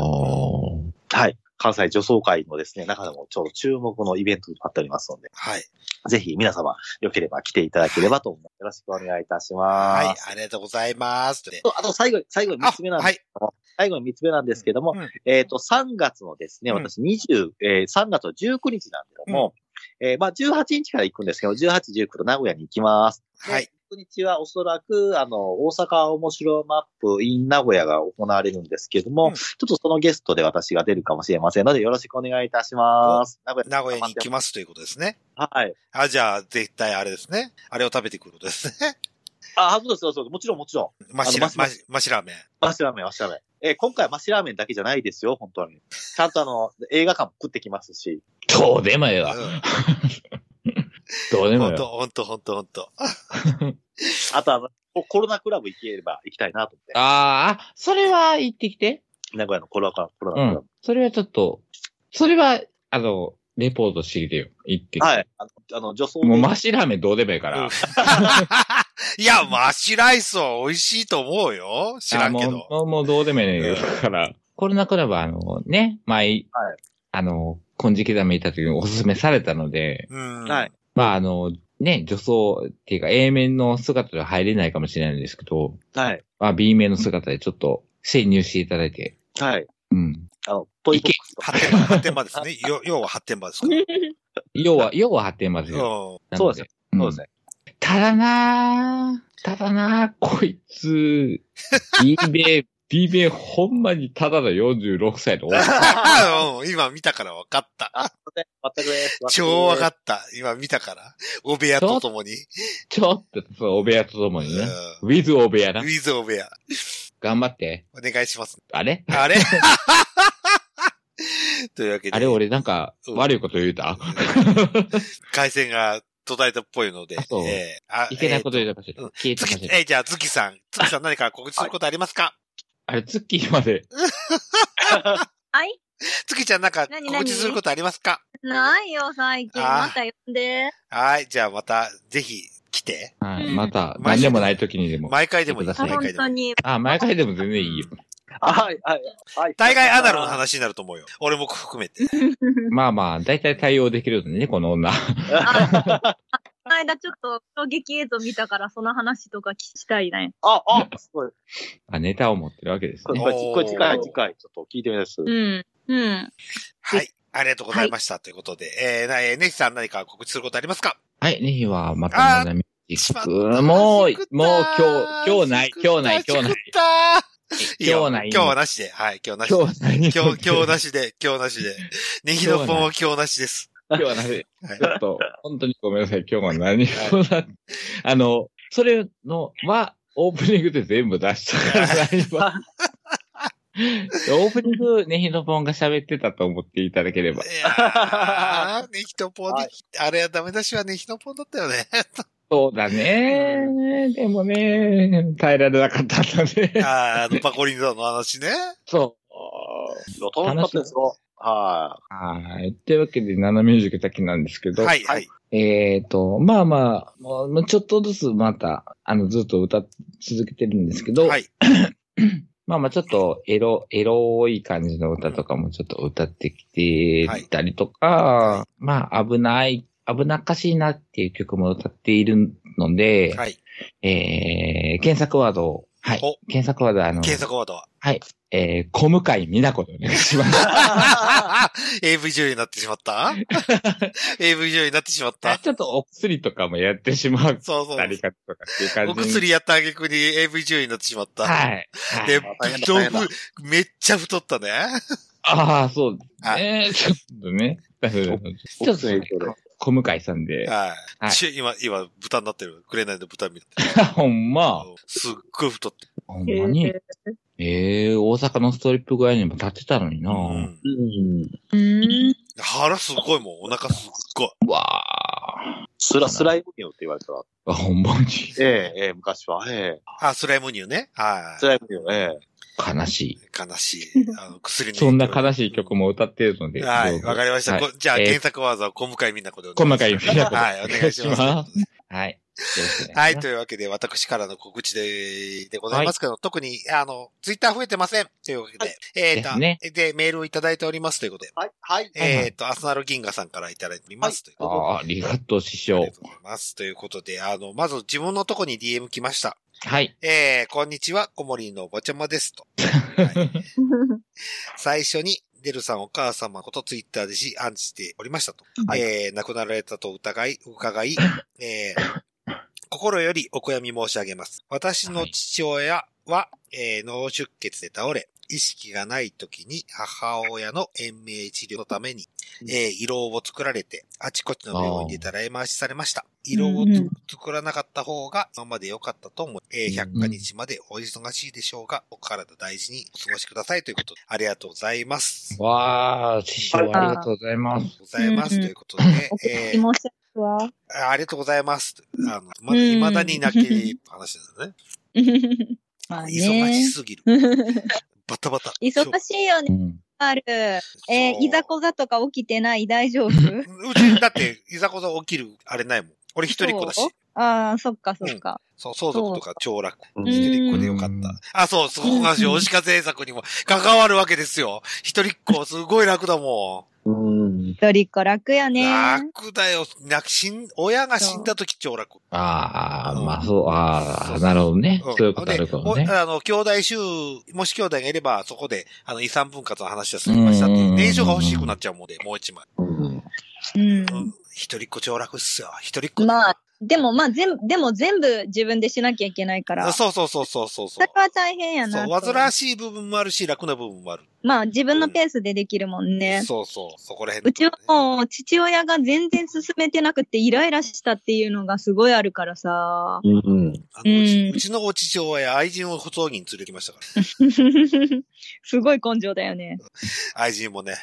S2: おー。
S3: はい。関西女装会のですね、中でもちょうど注目のイベントになっておりますので、
S1: はい。
S3: ぜひ皆様、よければ来ていただければと思います。よろしくお願いいたします。
S1: はい。ありがとうございます。で
S3: とあと最後に、最後に
S1: あ
S3: 三つ目なんです、
S1: はい。
S3: 最後に三つ目なんですけども、
S1: うん
S3: えっ、と、3月のですね、
S1: うん
S3: 私20、えー3月の19日なんですけども、えーまあ18日から行くんですけど、18、19と名古屋に行きます。
S1: はい。
S3: 19日はおそらく、あの、大阪面白マップ in 名古屋が行われるんですけども、
S1: うん
S3: ちょっとそのゲストで私が出るかもしれませんので、よろしくお願いいたします。名古
S1: 名古屋に行き
S3: ま
S1: ますということですね。
S3: す。はい。
S1: あ、じゃあ、絶対あれですね。あれを食べてくることですね。
S3: あ、そうです、そうです。もちろん、もちろん。
S1: マシラ、マシマシラーメン。
S3: マシラーメン、マシラーメン。えー今回はマシラーメンだけじゃないですよ、本当に。ちゃんとあの、映画館も食ってきますし。
S2: どうでもええわ。どうでもえ
S1: 本
S2: え
S1: 当
S2: わ。
S1: 本当本当本当
S3: あとあの、ココロナクラブ行ければ行きたいなと思って。
S2: あーあ、それは行ってきて。
S3: 名古屋のコロナコロナ
S2: う
S3: クラ
S2: ん。
S3: ブ。
S2: それはちょっと、それは、あの、レポートしてきてよ。行ってきて。
S3: はい。あの、あの女装で
S2: もうマシラーメンどうでもいいから。
S1: いや、マシライスは美味しいと思うよ。知らんけ
S2: あ
S1: ど。
S2: もう、もうどうでもいいねんけどだから、コロナクラブはあの、ね、前、
S3: はい
S2: あの、金色刻みいた時におすすめされたので、
S1: うん。
S3: はい。
S2: まああの、ね、女装っていうか A 面の姿では入れないかもしれないんですけど、
S3: はい。
S2: まあ B 面の姿でちょっと潜入していただいて、
S3: はい。
S2: うん。
S3: あの、トイボックスとか。
S1: 発展場、発展場ですね。よ要は発展場ですから。
S2: 要は、要は発展までよ。
S1: う
S2: な
S3: そ
S2: の
S3: うです
S2: ん
S3: そうですね。
S2: ただなぁ、ただなぁ、こいつ、B 面、B 面ほんまにただの46歳のおっさん
S1: ん うん。今見たから分かった。
S3: 全くです。
S1: 超分か
S3: っ
S1: った。今見たから。お部屋とともに。
S2: ちょっと、そう、お部屋とともにね。
S1: う。
S2: ウィズお部屋な
S1: ウ。
S2: ん
S1: ィズお部屋。
S2: 頑張って。
S1: お願いします。
S2: あれ
S1: あれ というわけで。
S2: あれ俺なんか
S1: うん
S2: 悪いこと言うた
S1: 回線が途絶えたっぽいので
S2: あ。そう
S1: えーあ
S2: いけないこと言うたかしら。
S1: うん
S2: 消え
S1: えー
S2: たかし
S1: 月、
S2: ら。
S1: えーじゃあ、月さん。月さん何か告知することありますか
S2: あれ、ツッキーまで。
S4: はい
S1: 月ちゃんなんか
S4: 何
S1: 告知することありますか
S4: ないよ、最近。
S1: あー
S4: また呼んで。
S1: はい。じゃあまた、ぜひ来て。
S2: はい
S4: うん
S2: また、
S1: 毎
S2: 何
S1: 週
S2: でもない時にでも。
S1: 毎回でもいい。
S2: 来
S1: 毎
S2: てくださ
S1: 回で
S2: い
S4: 本当
S1: も。
S4: に。
S2: あ、毎回でも全然いいよ。
S3: はい、はい、はい。
S1: 大概アナルの話になると思うよ。俺も含めて。
S2: まあまあ、だいたい対応できるのね、この女。
S4: あ、この間ちょっと衝撃映像見たから、その話とか聞きたいね。
S3: あ、あ、すごい。
S2: あ、ネタを持ってるわけです
S3: これ、
S2: ね。
S3: これこれ近い、近い。ちょっと聞いてみます。
S4: うん。うん。
S1: はい。ありがとうございました。ということで、えーな、えーネヒさん何か告知することありますか
S2: はい、ネヒはまたまだ見てい
S1: しまっ
S2: く。
S1: た
S2: もう
S1: しくっ、た
S2: もう今日、今日ない、今日ない、今日ない。
S1: 日
S2: 今日ない
S1: 今日はなしで。はい、今日なしで。
S2: 今日ない。
S1: 今日、今日なしで、今日なしで。ネヒのポンは今日なしです。
S2: 今日はなぜ、
S1: はい
S2: ちょっと、本当にごめんなさい、今日は何もな、あの、それのは、オープニングで全部出したから大丈夫、 オープニング、ねひのぽんが喋ってたと思っていただければ。
S1: いやーネヒのポン、
S3: はい
S1: あれはダメ出しはネヒのポンだったよ ね。
S2: そうだね。 でもね、耐えられなかったんだね。
S1: あーあの、パコリンさんの話ね。
S2: そう。
S3: 楽しかったですよ。は
S2: はい。というわけで、ナナミュージックだけなんですけど、
S1: はい、はい。
S2: えっ、と、まあまあ、もうもうちょっとずつまた、あの、ずっと歌っ続けてるんですけど、
S1: はい。
S2: まあまあちょっとエロ、エロい感じの歌とかもちょっと歌ってきてたりとか、
S1: は
S2: まあ危ない、危なっかしいなっていう曲も歌っているので、
S1: はい。
S2: えー、検索ワードを、はい
S1: お。
S2: 検索ワードはあの、
S1: 検索ワードは。
S2: えー、小向井美奈子でお願いし ます。
S1: AV 女優になってしまった ?AV 女優になってしまった
S2: ちょっとお薬とかもやってしまう。
S1: そうそう
S2: た。り方とかっていう感じ
S1: お
S2: に。
S1: 薬やった挙句に AV 女優になってしまった。
S2: はい。はい
S1: で、
S3: あ大変だ
S1: ど
S3: 大変だ
S1: ぶめっちゃ太ったね。
S2: ああ、そうですね。ちょっとね。
S3: い。
S2: ちょっとね、小向井さんで。
S1: はい。
S2: はい
S1: ち今、今、豚になってる。紅の豚みたい
S2: ほん
S1: な
S2: ま。。
S1: すっごい太ってる。
S2: ほんまに。ええ大阪のストリップ小屋にも立ってたのにな、
S1: うん
S3: うん。
S4: うん。
S1: 腹すごいもん。お腹すっごい。
S2: わあ。
S3: スラ、スライムニューって言われたら。
S2: あ、ほんまに。
S3: ええ、ええ、昔は。ええ。
S1: あ、スライムニューね。は
S3: スライムニュー、え
S2: 悲し い。
S1: い。悲しい。あの、薬の。
S2: そんな悲しい曲。も歌ってるので。
S1: はい。わかりました。
S2: はい
S1: こじゃあ、
S2: えー
S1: 検索技を小向井みんなことでお
S2: 小向
S1: 願いします。
S2: 井美奈子で。
S1: はい、お願いします。
S2: はい。よろしくお願
S1: はいい、
S2: します
S1: というわけで、私からの告知で、でございますけど、特に、あの、ツイッター増えてません。というわけで、えー
S2: で
S1: と、
S2: すね
S1: で、メールをいただいておりますということで、
S3: え。はい、はい。
S2: はいはい
S1: えーと、アスナル銀河さんからいただいております。という
S2: あ
S1: ことで
S2: あ、ありがとう、師
S1: あ
S2: 匠
S1: りが。とうございます。ということで、あの、まず自分のとこに DM 来ました。
S2: はい。
S1: えー、こんにちは、小森のおばちゃまです と。はい、最初に、デルさんお母様ことツイッターでし、暗示しておりましたと。
S2: はい
S1: えー、亡くなられたと疑い、伺い、えー、心よりお悔やみ申し上げます。私の父親は、えー脳出血で倒れ、意識がない時に母親の延命治療のために、えー、胃ろうを作られて、あちこちの病院でたらい回しされました。胃ろうをつ
S4: うんうん
S1: 作らなかった方が今まで良かったと思う。えー、
S2: うん
S1: 100日日までお忙しいでしょうが、お体大事にお過ごしくださいということで、ありがとうございます。
S2: わあ、師匠、ありがとうございます。
S1: ございま
S4: う
S1: す。
S4: ん
S1: と
S4: うん
S1: いうことで
S4: お、
S1: え
S4: 聞き申し上げは。
S1: ー、ありがとうございます。あの、ま、
S4: うん
S1: 未だに泣き話なんね。
S4: まあ
S1: 忙し
S4: ね。
S1: すぎ る。バタバタ。
S4: 忙しいよ
S2: う
S4: ね、
S2: ん。
S4: ある。えー
S1: そう
S4: いざこざとか起きてない大丈夫
S1: うち、だって、いざこざ起きる、あれないもん。俺 一人っ子だし
S4: そ。うああ、そっかそっか。
S1: そう、相続とか長楽。
S3: うん
S1: 一人っ子でよかっ
S2: うん
S1: た。あ、そう、そこが少子化政策にも関わるわけですよ。一人っ子、すごい楽だもん。
S3: うん。
S4: 一人っ子楽やね。
S1: 楽だよ。な死ん、親が死んだ時超楽。
S2: あ
S1: う
S2: あ、
S1: ん
S2: まあそう、あ
S1: そう
S2: あ、なるほどね
S1: ん。
S2: そういうことあるかも
S1: で
S2: ね
S1: お。あの、兄弟衆、もし兄弟がいれば、そこで、あの、遺産分割の話は済みましたっていうう。
S2: ん
S1: 年書が欲しくなっちゃうもんで、もう一枚。
S3: うん。
S4: う
S1: う
S4: ん
S1: ん。一人っ子超楽っすよ。一人っ子。
S4: まあでもまあ全部、でも全部自分でしなきゃいけないから。
S1: そうそうそうそうそう
S4: そ
S1: そう
S4: れ。は大変や
S1: そ
S4: な
S1: う、
S4: と。
S1: 煩わしい部分もあるし、楽な部分もある。
S4: まあ自分のペースでできるもんね。
S1: そうそう、そこら辺
S4: うちは
S1: も
S4: もう父親が全然進めてなくてイライラしたっていうのがすごいあるからさ。
S3: うん。
S1: あのうち
S4: うん
S1: うちのお父親や愛人を葬儀に連れてきましたから。
S4: すごい根性だよね。
S1: 愛人もね。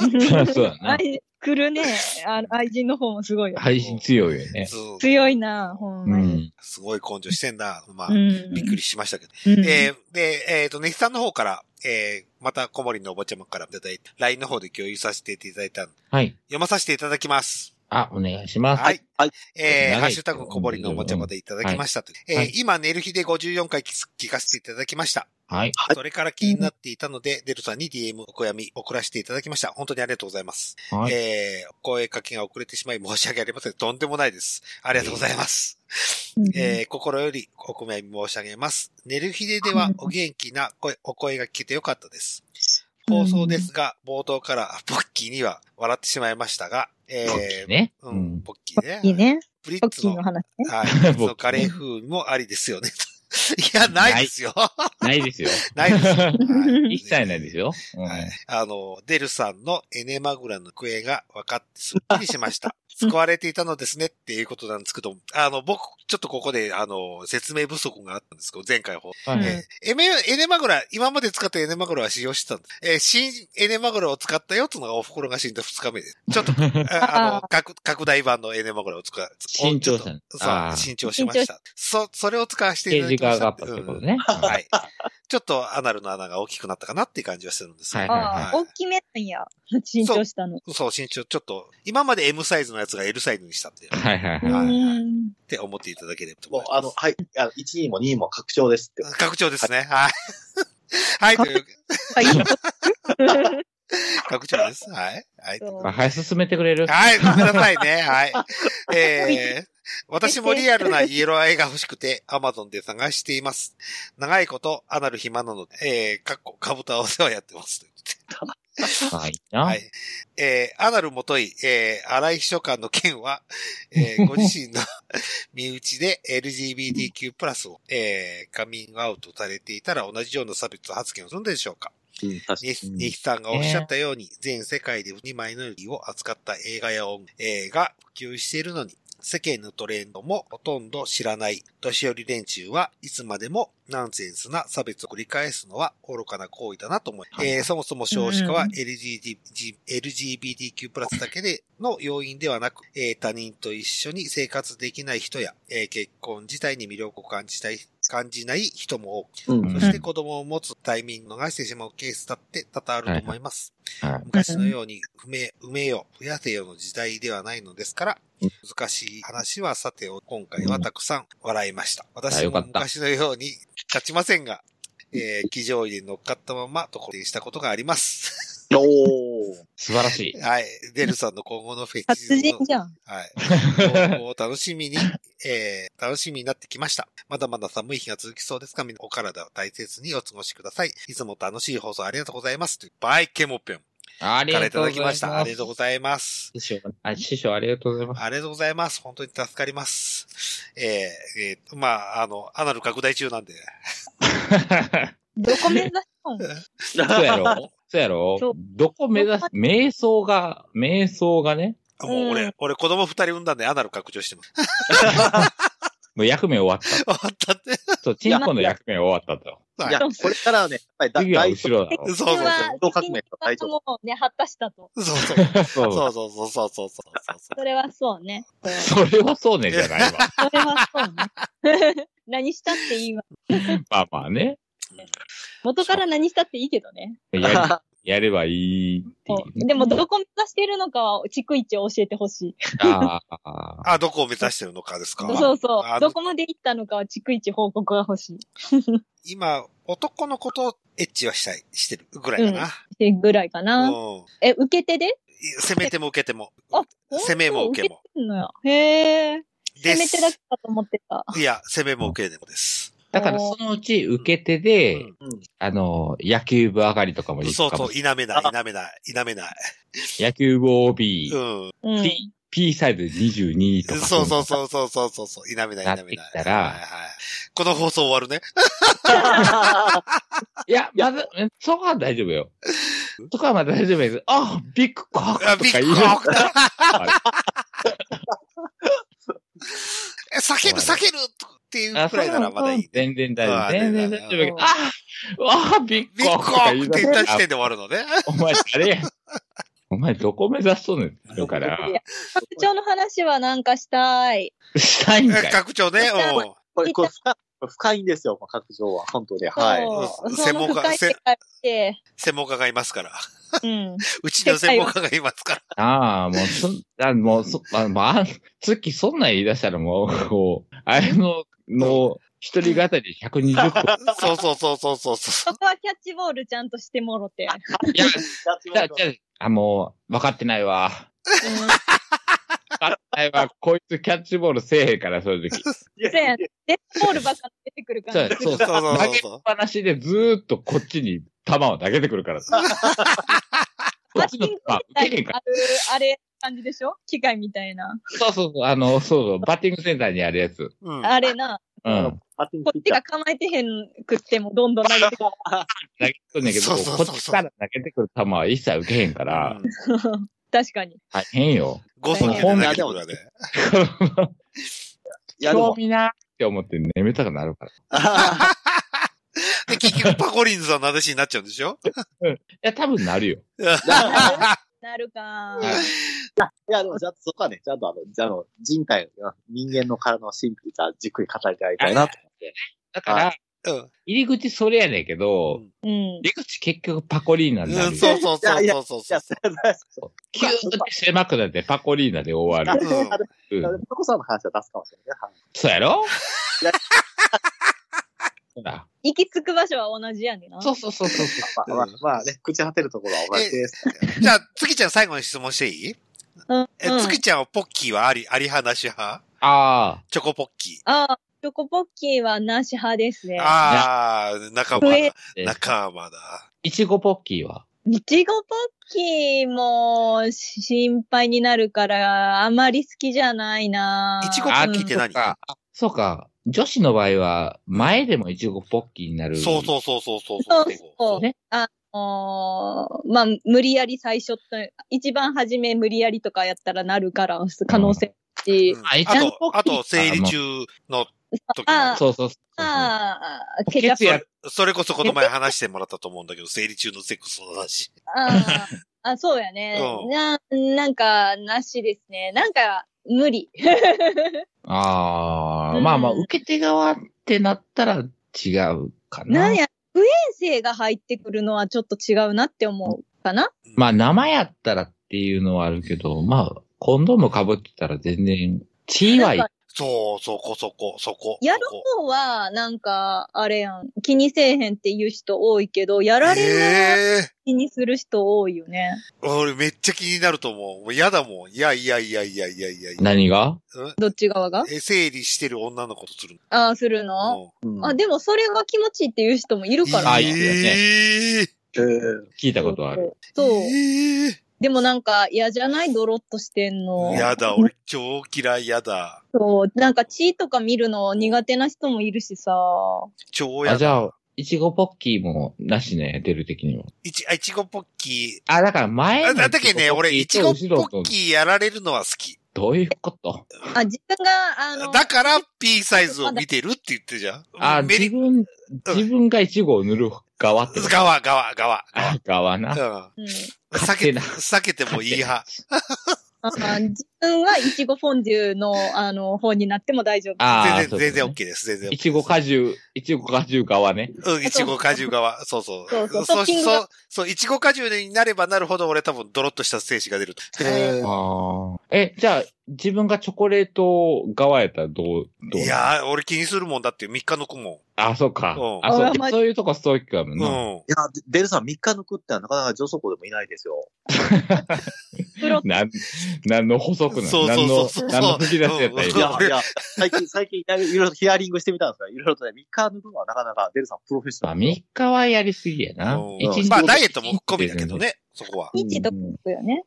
S2: そりゃ そうだな
S4: 愛来るね。あ愛人の方もすごいよ。
S2: 配信強いよね。
S1: そう
S4: 強いな、ほん
S2: う
S4: まに。
S2: ん。
S1: すごい根性してんな。まあ
S4: う、ん
S1: びっくりしましたけど。
S4: うん
S1: えーで、えっ、と、ネヒさんの方から、えーまた小森のおばちゃまからいただいて、LINE の方で共有させていただいた、
S2: はい。
S1: 読まさせていただきます。
S2: あ、お願いします。
S1: はい。
S3: はい。
S1: え
S2: 長
S1: ー、
S2: い
S1: ハッシュタグ小堀のおもちゃまでいただきましたと。
S2: んは
S1: え
S2: い
S1: ー今寝る日で54回聞かせていただきました。
S2: はい。
S3: はい
S1: それから気になっていたので、デルさんに DM お悔やみ送らせていただきました。本当にありがとうございます。
S2: はい。
S1: えー、お声かけが遅れてしまい申し訳ありません。とんでもないです。ありがとうございます。えー心よりお米み申し上げます。寝る日でではお元気な声、お声が聞けてよかったです。放送ですが、冒頭からポッキーには笑ってしまいましたが、えー
S2: ね。
S1: う、
S2: うんん。
S1: ポッキーね。
S4: いいね。
S1: プリ
S4: ポ
S1: ッ
S4: ッ
S1: ツ
S4: キー
S1: の
S4: の、話ね。
S1: はい、 プリッツのカレー風味もありですよね。 いや、ないですよ。
S2: ないですよ。
S1: ないですよ。はい
S2: 一切ないですよ。うん
S1: はい。あの、デルさんのエネマグラの行方が分かってすっきりしま した。救われていたのですねっていうことなんですけど、あの、僕、ちょっとここで、あの、説明不足があったんですけど、前回ほ、
S2: はい
S1: えーエメエネマグラ、今まで使ったエネマグラは使用してたんです。えー新エネマグラを使ったよっていうのがお袋が死んだ2日目です。 ちょっと、ああの、拡拡大版のエネマグラを使う。
S2: 新調した
S1: ちょっと
S2: あ
S1: そう、
S2: ー
S1: 新調しました。そ、それを使わせてい
S2: 刑
S1: ただ
S2: 事
S1: きま
S2: 側
S1: した。
S2: があったってことね。
S1: うんはい。ちょっとアナルの穴が大きくなったかなっていう感じはするんですけど
S2: はいはい
S4: ああ、大きめなんや。新調したの。
S1: そう、身長ちょっと、今まで M サイズのやつが L サイズにしたって、っ
S2: はいはい
S4: うん
S2: はい。
S4: うん
S1: て思っていただければと
S3: もう
S1: 思い、
S3: あ
S1: ま
S3: の、はい。あの1位も2位も拡張ですって。
S1: す。拡張ですね。はい。はい、 という、
S4: はい
S1: 拡張です。はい。はい。
S4: そう
S2: あ早く進めてくれる
S1: はい、ごめんなさいね。はい。えー、私もリアルなイエローアイが欲しくて、アマゾンで探しています。長いこと、アナル暇なので、えー、かっこ、かぶたお世話やってます。
S2: はいな。
S1: はい。えー、アナルもとい、えー、荒井秘書官の件は、えー、ご自身の 身内で LGBTQ プラスを、えー、カミングアウトされていたら同じような差別発言をするんでしょうか
S3: うん、確
S1: ネヒネヒさんがおっしゃったように、全世界で2マイノリティを扱った映画や音楽、えーが普及しているのに、世間のトレンドもほとんど知らない年寄り連中はいつまでもナンセンスな差別を繰り返すのは愚かな行為だなと思い、
S2: はい
S1: えーそもそも少子化は
S4: うん
S1: LGBT LGBTQ プラスだけでの要因ではなく、えー他人と一緒に生活できない人や、えー結婚自体に魅力を感じたい感じない人も多く
S3: うん
S2: う
S1: そ
S2: ん
S1: して子供を持つタイミングを逃してしまうケースだって多々あると思います。
S2: はい
S1: 昔のように、埋め、埋めよ、増やせよの時代ではないのですから
S3: うん、
S1: 難しい話はさてお、今回はたくさん笑いました。私
S2: よ
S1: も
S2: かった
S1: 昔のように勝ちませんが、えー、騎乗位に乗っかったまま特定したことがあります。
S3: おー。
S2: 素晴らしい。
S1: はい。デルさんの今後のフェチズ
S4: 達
S1: ムの
S4: 人じゃん。
S1: はい。投稿を楽しみに、えー、楽しみになってきました。まだまだ寒い日が続きそうですが、みんなお体を大切にお過ごしください。いつも楽しい放送ありがとうございます。というバイケモペン。
S2: あり
S1: から
S2: が
S1: い
S2: と
S1: た
S2: うご
S1: だ
S2: ざ
S1: き
S2: いま。
S1: ますした。ありがとうございます。
S2: 師匠、あ、師匠ありがとうございます。
S1: ありがとうございます。本当に助かります。えー、えーまあ、あの、アナル拡大中なんで。
S4: どこ目指したん
S2: そう やろそうやろ
S4: そう
S2: どこ目指す瞑想が、瞑想がね、
S1: もう俺、
S4: うん
S1: 俺子供二人産んだんでアナル拡張してます。
S2: もう役目終わった。
S1: 終わったって。
S2: そう、チンコの役目終わったと。
S1: はい
S3: いや、これからはね、やっぱり
S2: 次
S3: だ
S2: は
S3: 大
S2: 後ろだろ。
S1: そうそう
S4: これ
S1: そう。
S4: は、
S3: 同革命と大
S4: 責
S3: 丈夫
S4: 任はもうね、果たしたと。
S1: そうそう。
S2: そ
S1: そ
S2: う
S1: うそうそうそうそうそう。
S4: それはそう ね。
S2: それはそうねじゃない わ。
S4: それはそうね。 何したっていいわ。
S2: まあまあね。
S4: 元から何したっていいけどね。
S2: やりやればいいってい
S4: そう
S2: うね。
S4: でも、どこ目指してるのかは、逐一教えてほしい。
S2: ああ。
S1: あ、どこを目指してるのかですか
S4: そうそ
S1: あ
S4: う。どこまで行ったのかは、逐一報告が欲しい。
S1: 今、男の子とエッチはしたい、してるぐらいか
S4: ってぐらいか
S1: な。
S4: な。
S1: うん。
S4: え、受け手で
S1: 攻めても受けても。
S4: あ
S1: 攻めも受けも。
S4: てんのよ。へえ。
S1: で
S4: 攻め
S1: す
S4: 手。だけかと思ってた。
S1: いや、攻めも受けでもです。
S2: だからそのうち受け手で、
S1: うん
S3: うん。
S2: あの、野球部上がりとかもいい
S1: そう
S2: か
S1: そ
S2: も
S1: う、
S2: し
S1: 否めない、
S3: あ
S1: 否めない、否めない。
S2: れない。野球部 OB
S1: う、ん。
S4: うん。
S2: T P サイドで22とか。
S1: そうそうそうそうそうそうそう。否めない、否めない。
S2: なってきたら
S1: はいはい。この放送終わ るね。
S2: いや、まだ、そこは大丈夫よ。そこはまだ大丈夫やけど、あ、ビッグコックと
S1: あ
S2: か
S1: ビッ
S2: 言
S1: グ
S2: う
S1: コークだ
S2: あ
S1: え避ける、避けるっていうくらいならまだいい。
S2: 全然大
S1: ああ
S2: 丈夫。全然大丈夫やけど
S4: うん
S2: あ、あ、ビッ
S1: ビ
S2: グ
S1: ッ
S2: コ
S1: グ
S2: ック
S1: コ
S2: とか言
S1: ー
S2: う
S1: クって言った時
S2: あ
S1: 点で終わるのね。
S2: お前誰や。お前どこ目指しとんねん。だから、
S4: 拡張の話はなんかしたい。
S2: したい んかい。
S1: 拡張ね。う
S3: これ、これ深これ深いんですよ、拡張は。本当に。はい。
S4: そう。
S1: 専門家
S4: その深い世界って、
S1: ん。専門家がいますから。
S4: うん。
S1: うちの専門家がいますから。
S2: ああ、もう、そ、あもう、そ、あ、まあ、月そんなん言い出したらもう、こう、あれの、の、一人語り120個。
S1: そうそうそうそうそうそ
S4: そこはキャッチボールちゃんとしてもろて。
S2: いや、じゃあ、じゃあ、あ、もう、分かってないわ。分かってないわ。こいつキャッチボールせえへんから、正直。
S3: い
S4: せ
S3: や
S4: や
S3: いや
S4: デッドボールばっか出てくるか
S2: そ
S4: ら
S2: う。そう
S1: う。そうそう
S2: 投
S1: そう
S2: げっ
S1: そう。
S2: ぱなしでずーっとこっちに球を投げてくるか ら。こ
S4: バ
S2: っ
S4: ッ
S2: ち
S4: ティ
S2: の球
S4: ング
S2: 打
S4: セ
S2: てへん
S4: ン
S2: か
S4: ター
S2: ら。
S4: ある、あれ感じでしょ機械みたいな。
S2: そうそうそう、あの、そうそう、バッティングセンターにあるやつ。
S1: うん。
S4: あれな。
S2: う
S3: あ
S2: ん
S3: の。バッティン
S4: こ
S3: グ
S4: っ
S3: ピッチャ
S4: ち
S3: ー
S4: が構えてへんくっても、どんどん投げてく
S2: 投
S4: る。
S2: げてくるんだけど、
S1: そうそうそうそう
S2: こっちから投げてくる球は一切受けへんから、
S4: 確かに。
S2: 大変よ。
S1: 5層で投げてくる からね。
S3: いや、で
S2: 興
S3: も、
S2: 味ないって思って眠たくなるから。い
S1: で、結局パコリンズさんの話になっちゃうんでしょ
S2: や、多分なるよ。
S4: なるか。
S3: いや、でも、ちゃんとそこはね、ちゃんとあの、じゃああの、人体、人間の体の神秘にじゃあじっくり語りたいたいなと。
S2: だから、
S1: うん。
S2: 入り口それやねんけど、
S4: うん。
S2: 入り口結局パコリーナにな
S1: そう
S2: るよ。
S1: そうそうそうそう
S3: いや、そうそうそう
S2: キューって狭くなってパコリーナで終わ
S3: あ
S2: る。
S1: うん
S3: あでも
S2: う
S3: いやで
S2: ん
S3: も、そこさんの話は出すかもしれないねはい。
S2: そうや ろ
S3: いや
S2: そうだ
S4: 行き着く場所は同じやねんな。
S2: そうそうそうそうそう。
S3: まあ、まあまあね、朽ち果てるところは同じです。
S1: じゃあ、月ちゃん最後に質問していい
S4: うん。
S1: え、月ちゃんはポッキーはあり、あり派なし派
S2: ああ、
S1: チョコポッキ
S4: ああ、チョコポッキーはなし派ですね
S1: ー。。ああ、仲間だ。
S2: え
S1: 仲間だ。
S2: いちごポッキーは。
S4: いちごポッキーも心配になるから、あまり好きじゃないな。
S1: いちごポ
S2: あ
S1: ッキーって何
S2: そうか。あそうか。女子の場合は、前でもいちごポッキーになる。
S1: そうそうそうそうそう
S4: そ
S1: そうう。
S4: そう。
S2: ね
S4: あのーまあ、無理やり最初って、一番初め無理やりとかやったらなるから、可能性あるし、
S1: うん
S2: あいち
S1: あ
S2: ゃん
S1: と、
S2: ポッ
S1: あ
S2: キー
S1: と、生理中の時
S4: あ
S1: の。
S2: そうそうそうそう。
S4: まあ、
S2: ケ
S4: 結
S2: ツや
S4: 果、
S2: る。
S1: それこそこの前話してもらったと思うんだけど、生理中のセックスの話。
S4: あーあ、そうやね
S1: う。ん
S4: な、なんか、なしですね。なんか、無理。
S2: あ
S4: う
S2: あ、
S4: ん
S2: まあまあ、受け手側ってなったら違うかな。
S4: なんや、不衛生が入ってくるのはちょっと違うなって思うかな。
S2: まあ、生やったらっていうのはあるけど、まあ、コンドーム被ってたら全然、血はいい
S4: なんか
S1: そう、そこそこ、そこ。
S4: やる
S1: そこ
S4: 方は、なんか、あれやん。気にせえへんっていう人多いけど、やられる方は
S1: ええ
S4: 気にする人多いよね。
S1: 俺めっちゃ気になると思う。もう嫌だもん。いやいやいやいやいやいやいや。
S2: 何が
S4: どっち側が
S1: え、整理してる女の子とする
S4: ああ、するの、
S1: の。
S3: うん
S4: あ、でもそれが気持ちいいっていう人もいるから。
S2: あ
S1: え
S2: いいよ
S1: え
S3: えー
S2: 聞いたことある。
S4: そう。
S1: え
S4: でもなんか嫌じゃないドロッとしてんの
S1: え。やだ、俺超嫌い、やだ。
S4: そう。なんか血とか見るの苦手な人もいるしさ。
S1: 超や
S2: あ、じゃ
S1: だ。
S2: あ、いちごポッキーもなしね、出る的には。
S1: いち、あ、いちごポッキ
S2: あ、だから前の
S1: ー。だだけね、俺、いちごポ
S2: 後ろ
S1: ッ
S2: と
S1: キーやられるのは好き。
S2: どういうこと
S4: あ、自分が、あの、
S1: だから P サイズを見てるって言ってるじゃん。
S2: あ、
S1: メ
S2: 自
S1: リ、
S2: 分、自分がイチゴを塗る側ってこと。
S1: 側、側、側。
S2: あ側な。
S1: うん。
S4: うん、
S1: 避
S2: 勝
S1: け、
S2: 手な
S1: 避けてもいい 派。
S4: あー自分はいちごフォンデュの、あの、方になっても大丈夫。
S2: ああ、
S1: 全然、全然
S2: そう
S1: OK です。全然
S2: いちご果汁、いちご果汁側ね。
S1: うん、いちご果汁側。そうそう。
S4: そうそうト
S1: そ
S4: ッ
S1: う、
S4: ピング
S1: そう、そう、いちご果汁になればなるほど俺多分ドロッとした精子が出ると。
S3: えー
S2: ああ。え、じゃあ、自分がチョコレート側やったらどう、どう
S1: いやー、俺気にするもんだって3日抜くも
S2: あ、そうか
S1: うん。
S2: あ、そう
S4: あまあ
S2: そういうとこストイックやもん
S1: ん。う
S2: な。
S1: ん。
S3: いや、でデルさん3日抜くってのはなかなか女子校でもいないですよ。
S4: プロ
S2: なん、なんの補足な
S1: そ
S2: の
S1: う
S2: な
S1: そ
S2: ん
S1: うそ
S2: の
S1: うそう、
S2: なんの吹き出しやったらいい
S3: い
S1: うん
S2: の
S3: や、いや、最近、 最近いろいろヒアリングしてみたんですが、いろいろとね、3日抜くのはなかなかデルさんプロフェッショ
S2: まあ、
S3: ナル。
S2: 3日はやりすぎやな。
S1: うん
S2: 一日
S1: まあ、ダイエットも込みだけどね、そこは。
S4: 位置とかだよね。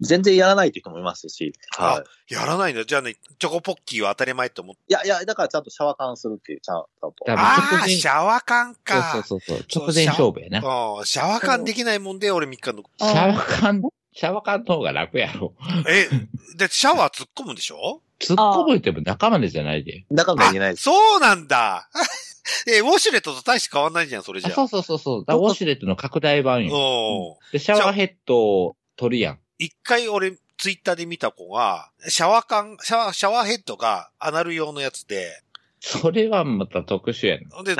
S3: 全然やらないという人もいますし、
S1: あ
S3: はい。
S1: やらないのじゃあね、チョコポッキーは当たり前と思って。
S3: いやいや、だからちゃんとシャワー缶するっていう、ちゃんと。
S2: だから
S1: ああ、
S2: 直前
S1: シャワ缶か。
S2: そうそうそうそう。直前勝負やな。シ
S1: うんシャワ缶できないもんで、俺3日の。
S4: そう
S2: ャワカン、シャワカンの方が楽やろ。
S1: え、で、シャワー突っ込むんでしょ
S2: 突っ込むっても中までじゃないで。
S3: 中身は言えないです。
S1: そうなんだ。 え、ウォシュレットと大して変わんないじゃん、それじゃ
S2: あ、そうそうそうそう。だからウォシュレットの拡大版よ。
S1: お
S2: で、シャワーヘッドを取るやん。
S1: 一回俺、ツイッターで見た子が、シャワー缶、シャワー、シャワーヘッドがアナル用のやつで、
S2: それはまた特殊やな。
S1: ほん で、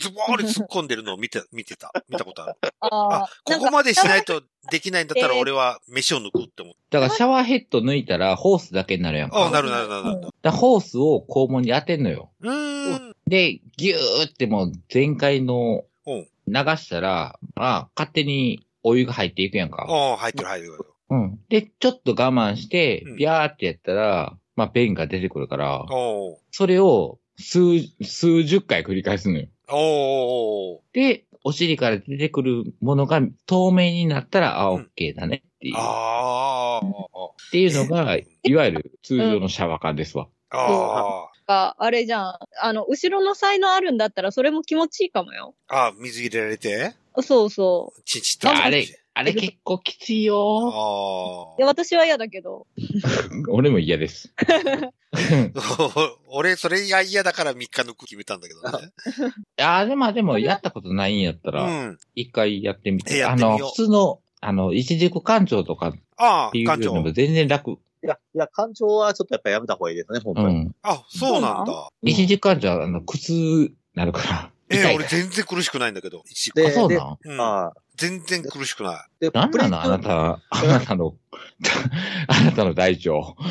S1: ズボーンに突っ込んでるのを見て、見てた。見たことある。
S4: あ
S1: あ
S4: あ、、
S1: ここまでしないとできないんだったら俺は飯を抜くって思って。
S2: だからシャワーヘッド抜いたらホースだけになるやんか。
S1: あなるなるなるなる。
S2: だからホースを肛門に当てんのよ。
S1: うーん。
S2: で、ギューってもう全開の
S1: うん
S2: 流したら、まあ、勝手にお湯が入っていくやんか。
S1: おー入ってる入ってる。
S2: うん。で、ちょっと我慢して
S1: うん、
S2: ビャーってやったら、まあ、便が出てくるから、
S1: おー
S2: それを数、数十回繰り返すのよ。
S1: おー。
S2: で、お尻から出てくるものが透明になったら、あ、
S1: う
S2: オ
S1: ん
S2: ッケーだねっていう、っ
S1: あー
S2: ていうの が、
S1: うん
S2: いわゆる通常のシャワー感ですわ。
S1: あー。あ
S4: か、あれじゃん。あの、後ろの才能あるんだったら、それも気持ちいいかもよ。
S1: あ。あ水入れられて、
S4: そうそ
S1: チンチ
S2: い
S1: ン
S2: やあれ、あれ結構きついよ。
S1: あ
S4: う。で、私は嫌だけど。
S2: 俺も 嫌です。
S1: あ。 俺、それが嫌だから3日抜く決めたんだけどね。
S2: ああ、でも、でも、やったことないんやった
S1: う
S2: ら、
S1: ん。
S2: 一回やってみ
S1: え
S2: て。
S1: や
S2: あ
S1: ってみよ
S2: の、
S1: う
S2: 普通の、あの、一軸館長とかっ
S1: ああ
S2: てい、うよ
S1: 館
S2: り
S1: 長
S2: も。全然楽。
S3: いや、いや、感情はちょっとやっぱやめた方がいいですね、本
S2: う
S3: 当に。
S2: ん。
S1: あ、そうなんだ。
S2: 一軸館長は、あの、苦痛なるから。
S1: え
S2: 痛
S1: え、
S2: い
S1: 俺全然苦しくないんだけど。一
S2: あ、
S3: で
S2: そうなん
S1: うん
S3: ああ。
S1: 全然苦しくない。
S3: で、
S2: なんなのあな
S3: た
S2: た、あなたの、あなたの大腸。
S3: あこ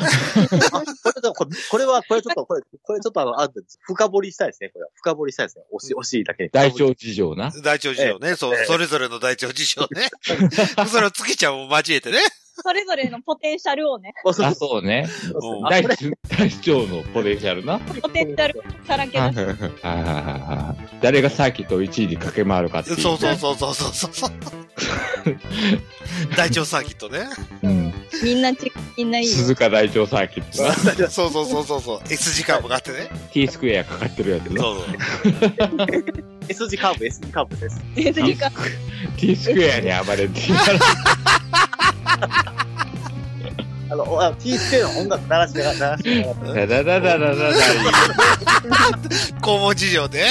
S3: れだこれ、これは、これちょっと、これ、これちょっとあの、あるんです深掘りしたいですね、これは。深掘りしたいですね。惜しい、惜しいだけに。
S2: 大腸事情な。
S1: 大腸事情ね。そう、それぞれの大腸事情 ね。それを月ちゃんも交えてね。
S4: それぞれのポテンシャル をね、
S3: あそう
S2: あ、そうね。
S1: う
S3: あ
S1: ん
S2: 大
S3: これ
S2: 腸、大腸のポテンシャルな。
S4: ポテンシャルをさらけ
S2: はい
S4: 出
S2: はいはいはい誰がサーキットを1位に駆け回るかっていう。
S1: そうそうそうそうそう そう。大腸サーキットね。
S2: うん。
S4: す。みんな違う、みんないいよ。
S2: 鈴鹿大腸サーキットな。
S1: そうそうそうそうそう。S 字カーブがあってね。
S2: T スクエアかかってるやつな。
S1: そうそう。
S3: S 字カーブ、S 字カーブです。
S4: 全然違う
S2: T スクエアに暴れて。
S3: あの、あ TSK の音楽鳴らして、鳴らしてもら って。
S2: ダダダダダダダ
S1: 肛門事情で。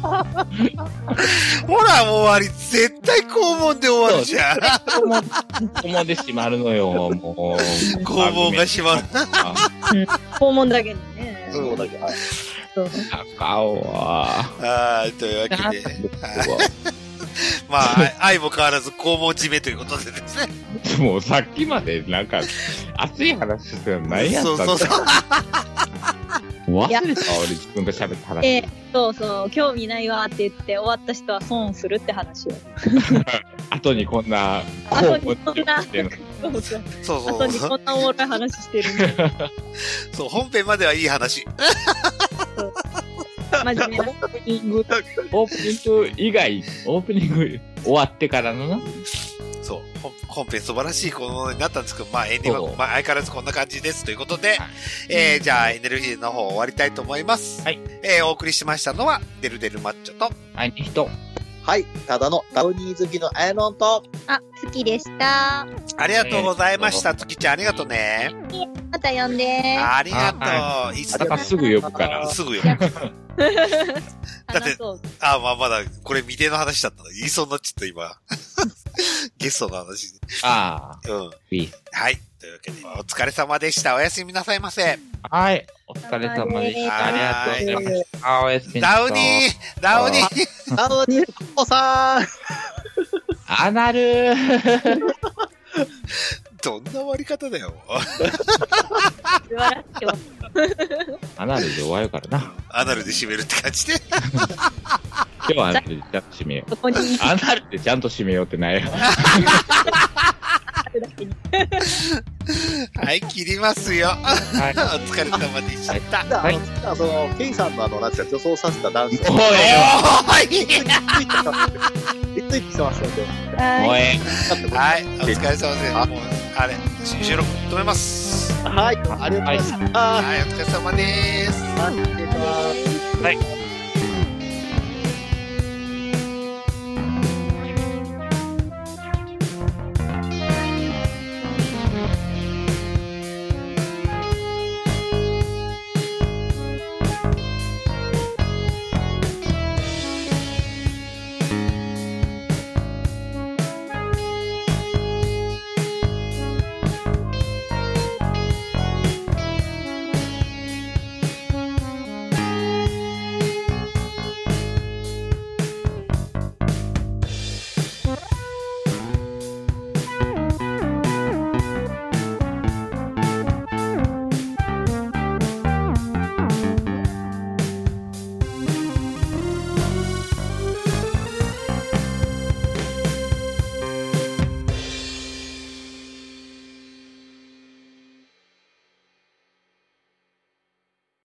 S1: ほら、もう終わり。絶対肛門で終わるじゃん。
S2: ここも、ここもで閉まるのよ、もう。
S1: 肛門が閉まる。
S2: あ。
S4: 訪問だけにね。
S3: そうだけど、はい。
S2: 高尾は。
S1: はい、というわけ で。まあ、愛も変わらず肛門締めということでですね。
S2: もうさっきまでなんか熱い話してたの何やった
S1: そ
S2: ん
S1: う
S2: だ
S1: そうそう。
S2: 忘れた俺自分が喋った話。
S4: で、そうそう、興味ないわって言って、終わった人は損するって話を。
S2: 後にこんな、
S4: あとに
S2: こうこ
S4: こん
S2: うや
S4: な、
S2: っ
S4: そ
S2: てん
S4: うそう
S1: そう
S4: あ
S1: そ
S4: と
S1: う
S4: に
S1: そう。
S4: こんなおもろい話してるね。
S1: そう、本編まではいい話。
S4: 真面目な。
S2: オープニング、オープニング以外、オープニング終わってからのな。
S1: そう、本本編素晴らしいものになったんですけど、まあエンディング
S2: そ
S1: は、
S2: う
S1: まあ、相変わらずこんな感じですということで、
S2: はい
S1: えー、じゃあエネルギーの方終わりたいと思います。
S2: はい。
S1: えー、お送りしましたのは、デルデルマッチョと、
S2: あいに人。
S3: はい。ただのダウニー好きのエノンと、
S4: あ、好きでした。
S1: ありがとうございました。月ちゃんありがとうね。
S4: また呼んで。
S1: ありがとう。いつ
S2: あ
S1: で
S2: た
S1: も
S2: かすぐ呼ぶから。
S1: すぐよ。
S4: 話そう。
S1: あ、まあまだ、これ未定の話だったの。言いそうになっちゃった、今。 ゲストの話。
S2: ああ、
S1: うん。
S2: いい。
S1: はい。というわけで、お疲れ様でした。おやすみなさいませ。
S2: はい。お疲れ様でした。ありがとうございました。おやすみなさい
S1: ダウニーダウニー
S3: ダウニーおさん
S2: アナルー。
S1: どんな終わり方だよ。
S4: 素晴らしいわ。
S2: アナルで終わるからな。
S1: アナルで締めるって感じで。
S2: 今日はアナルでちゃんと締めよう。
S4: そこに
S2: アナルでちゃんと締めようってないよ。
S4: あるだけに。
S1: はい、切りますよ。
S2: はい
S1: お疲れ様でした。
S3: じゃあ、
S2: は
S3: あ
S2: い
S3: の、次はその、ケイさんのあの、なんですか、女装させた男性。
S2: もうえ
S1: お
S3: リツイートしてましたよね。
S2: えわもう
S4: は
S2: え
S4: い。
S2: え
S1: いはい、お疲れ様です。もう、あれ、収録止めます。
S3: はい、ありがとうございました。
S1: はい、お疲れ様です。
S3: はい失礼します
S2: はい。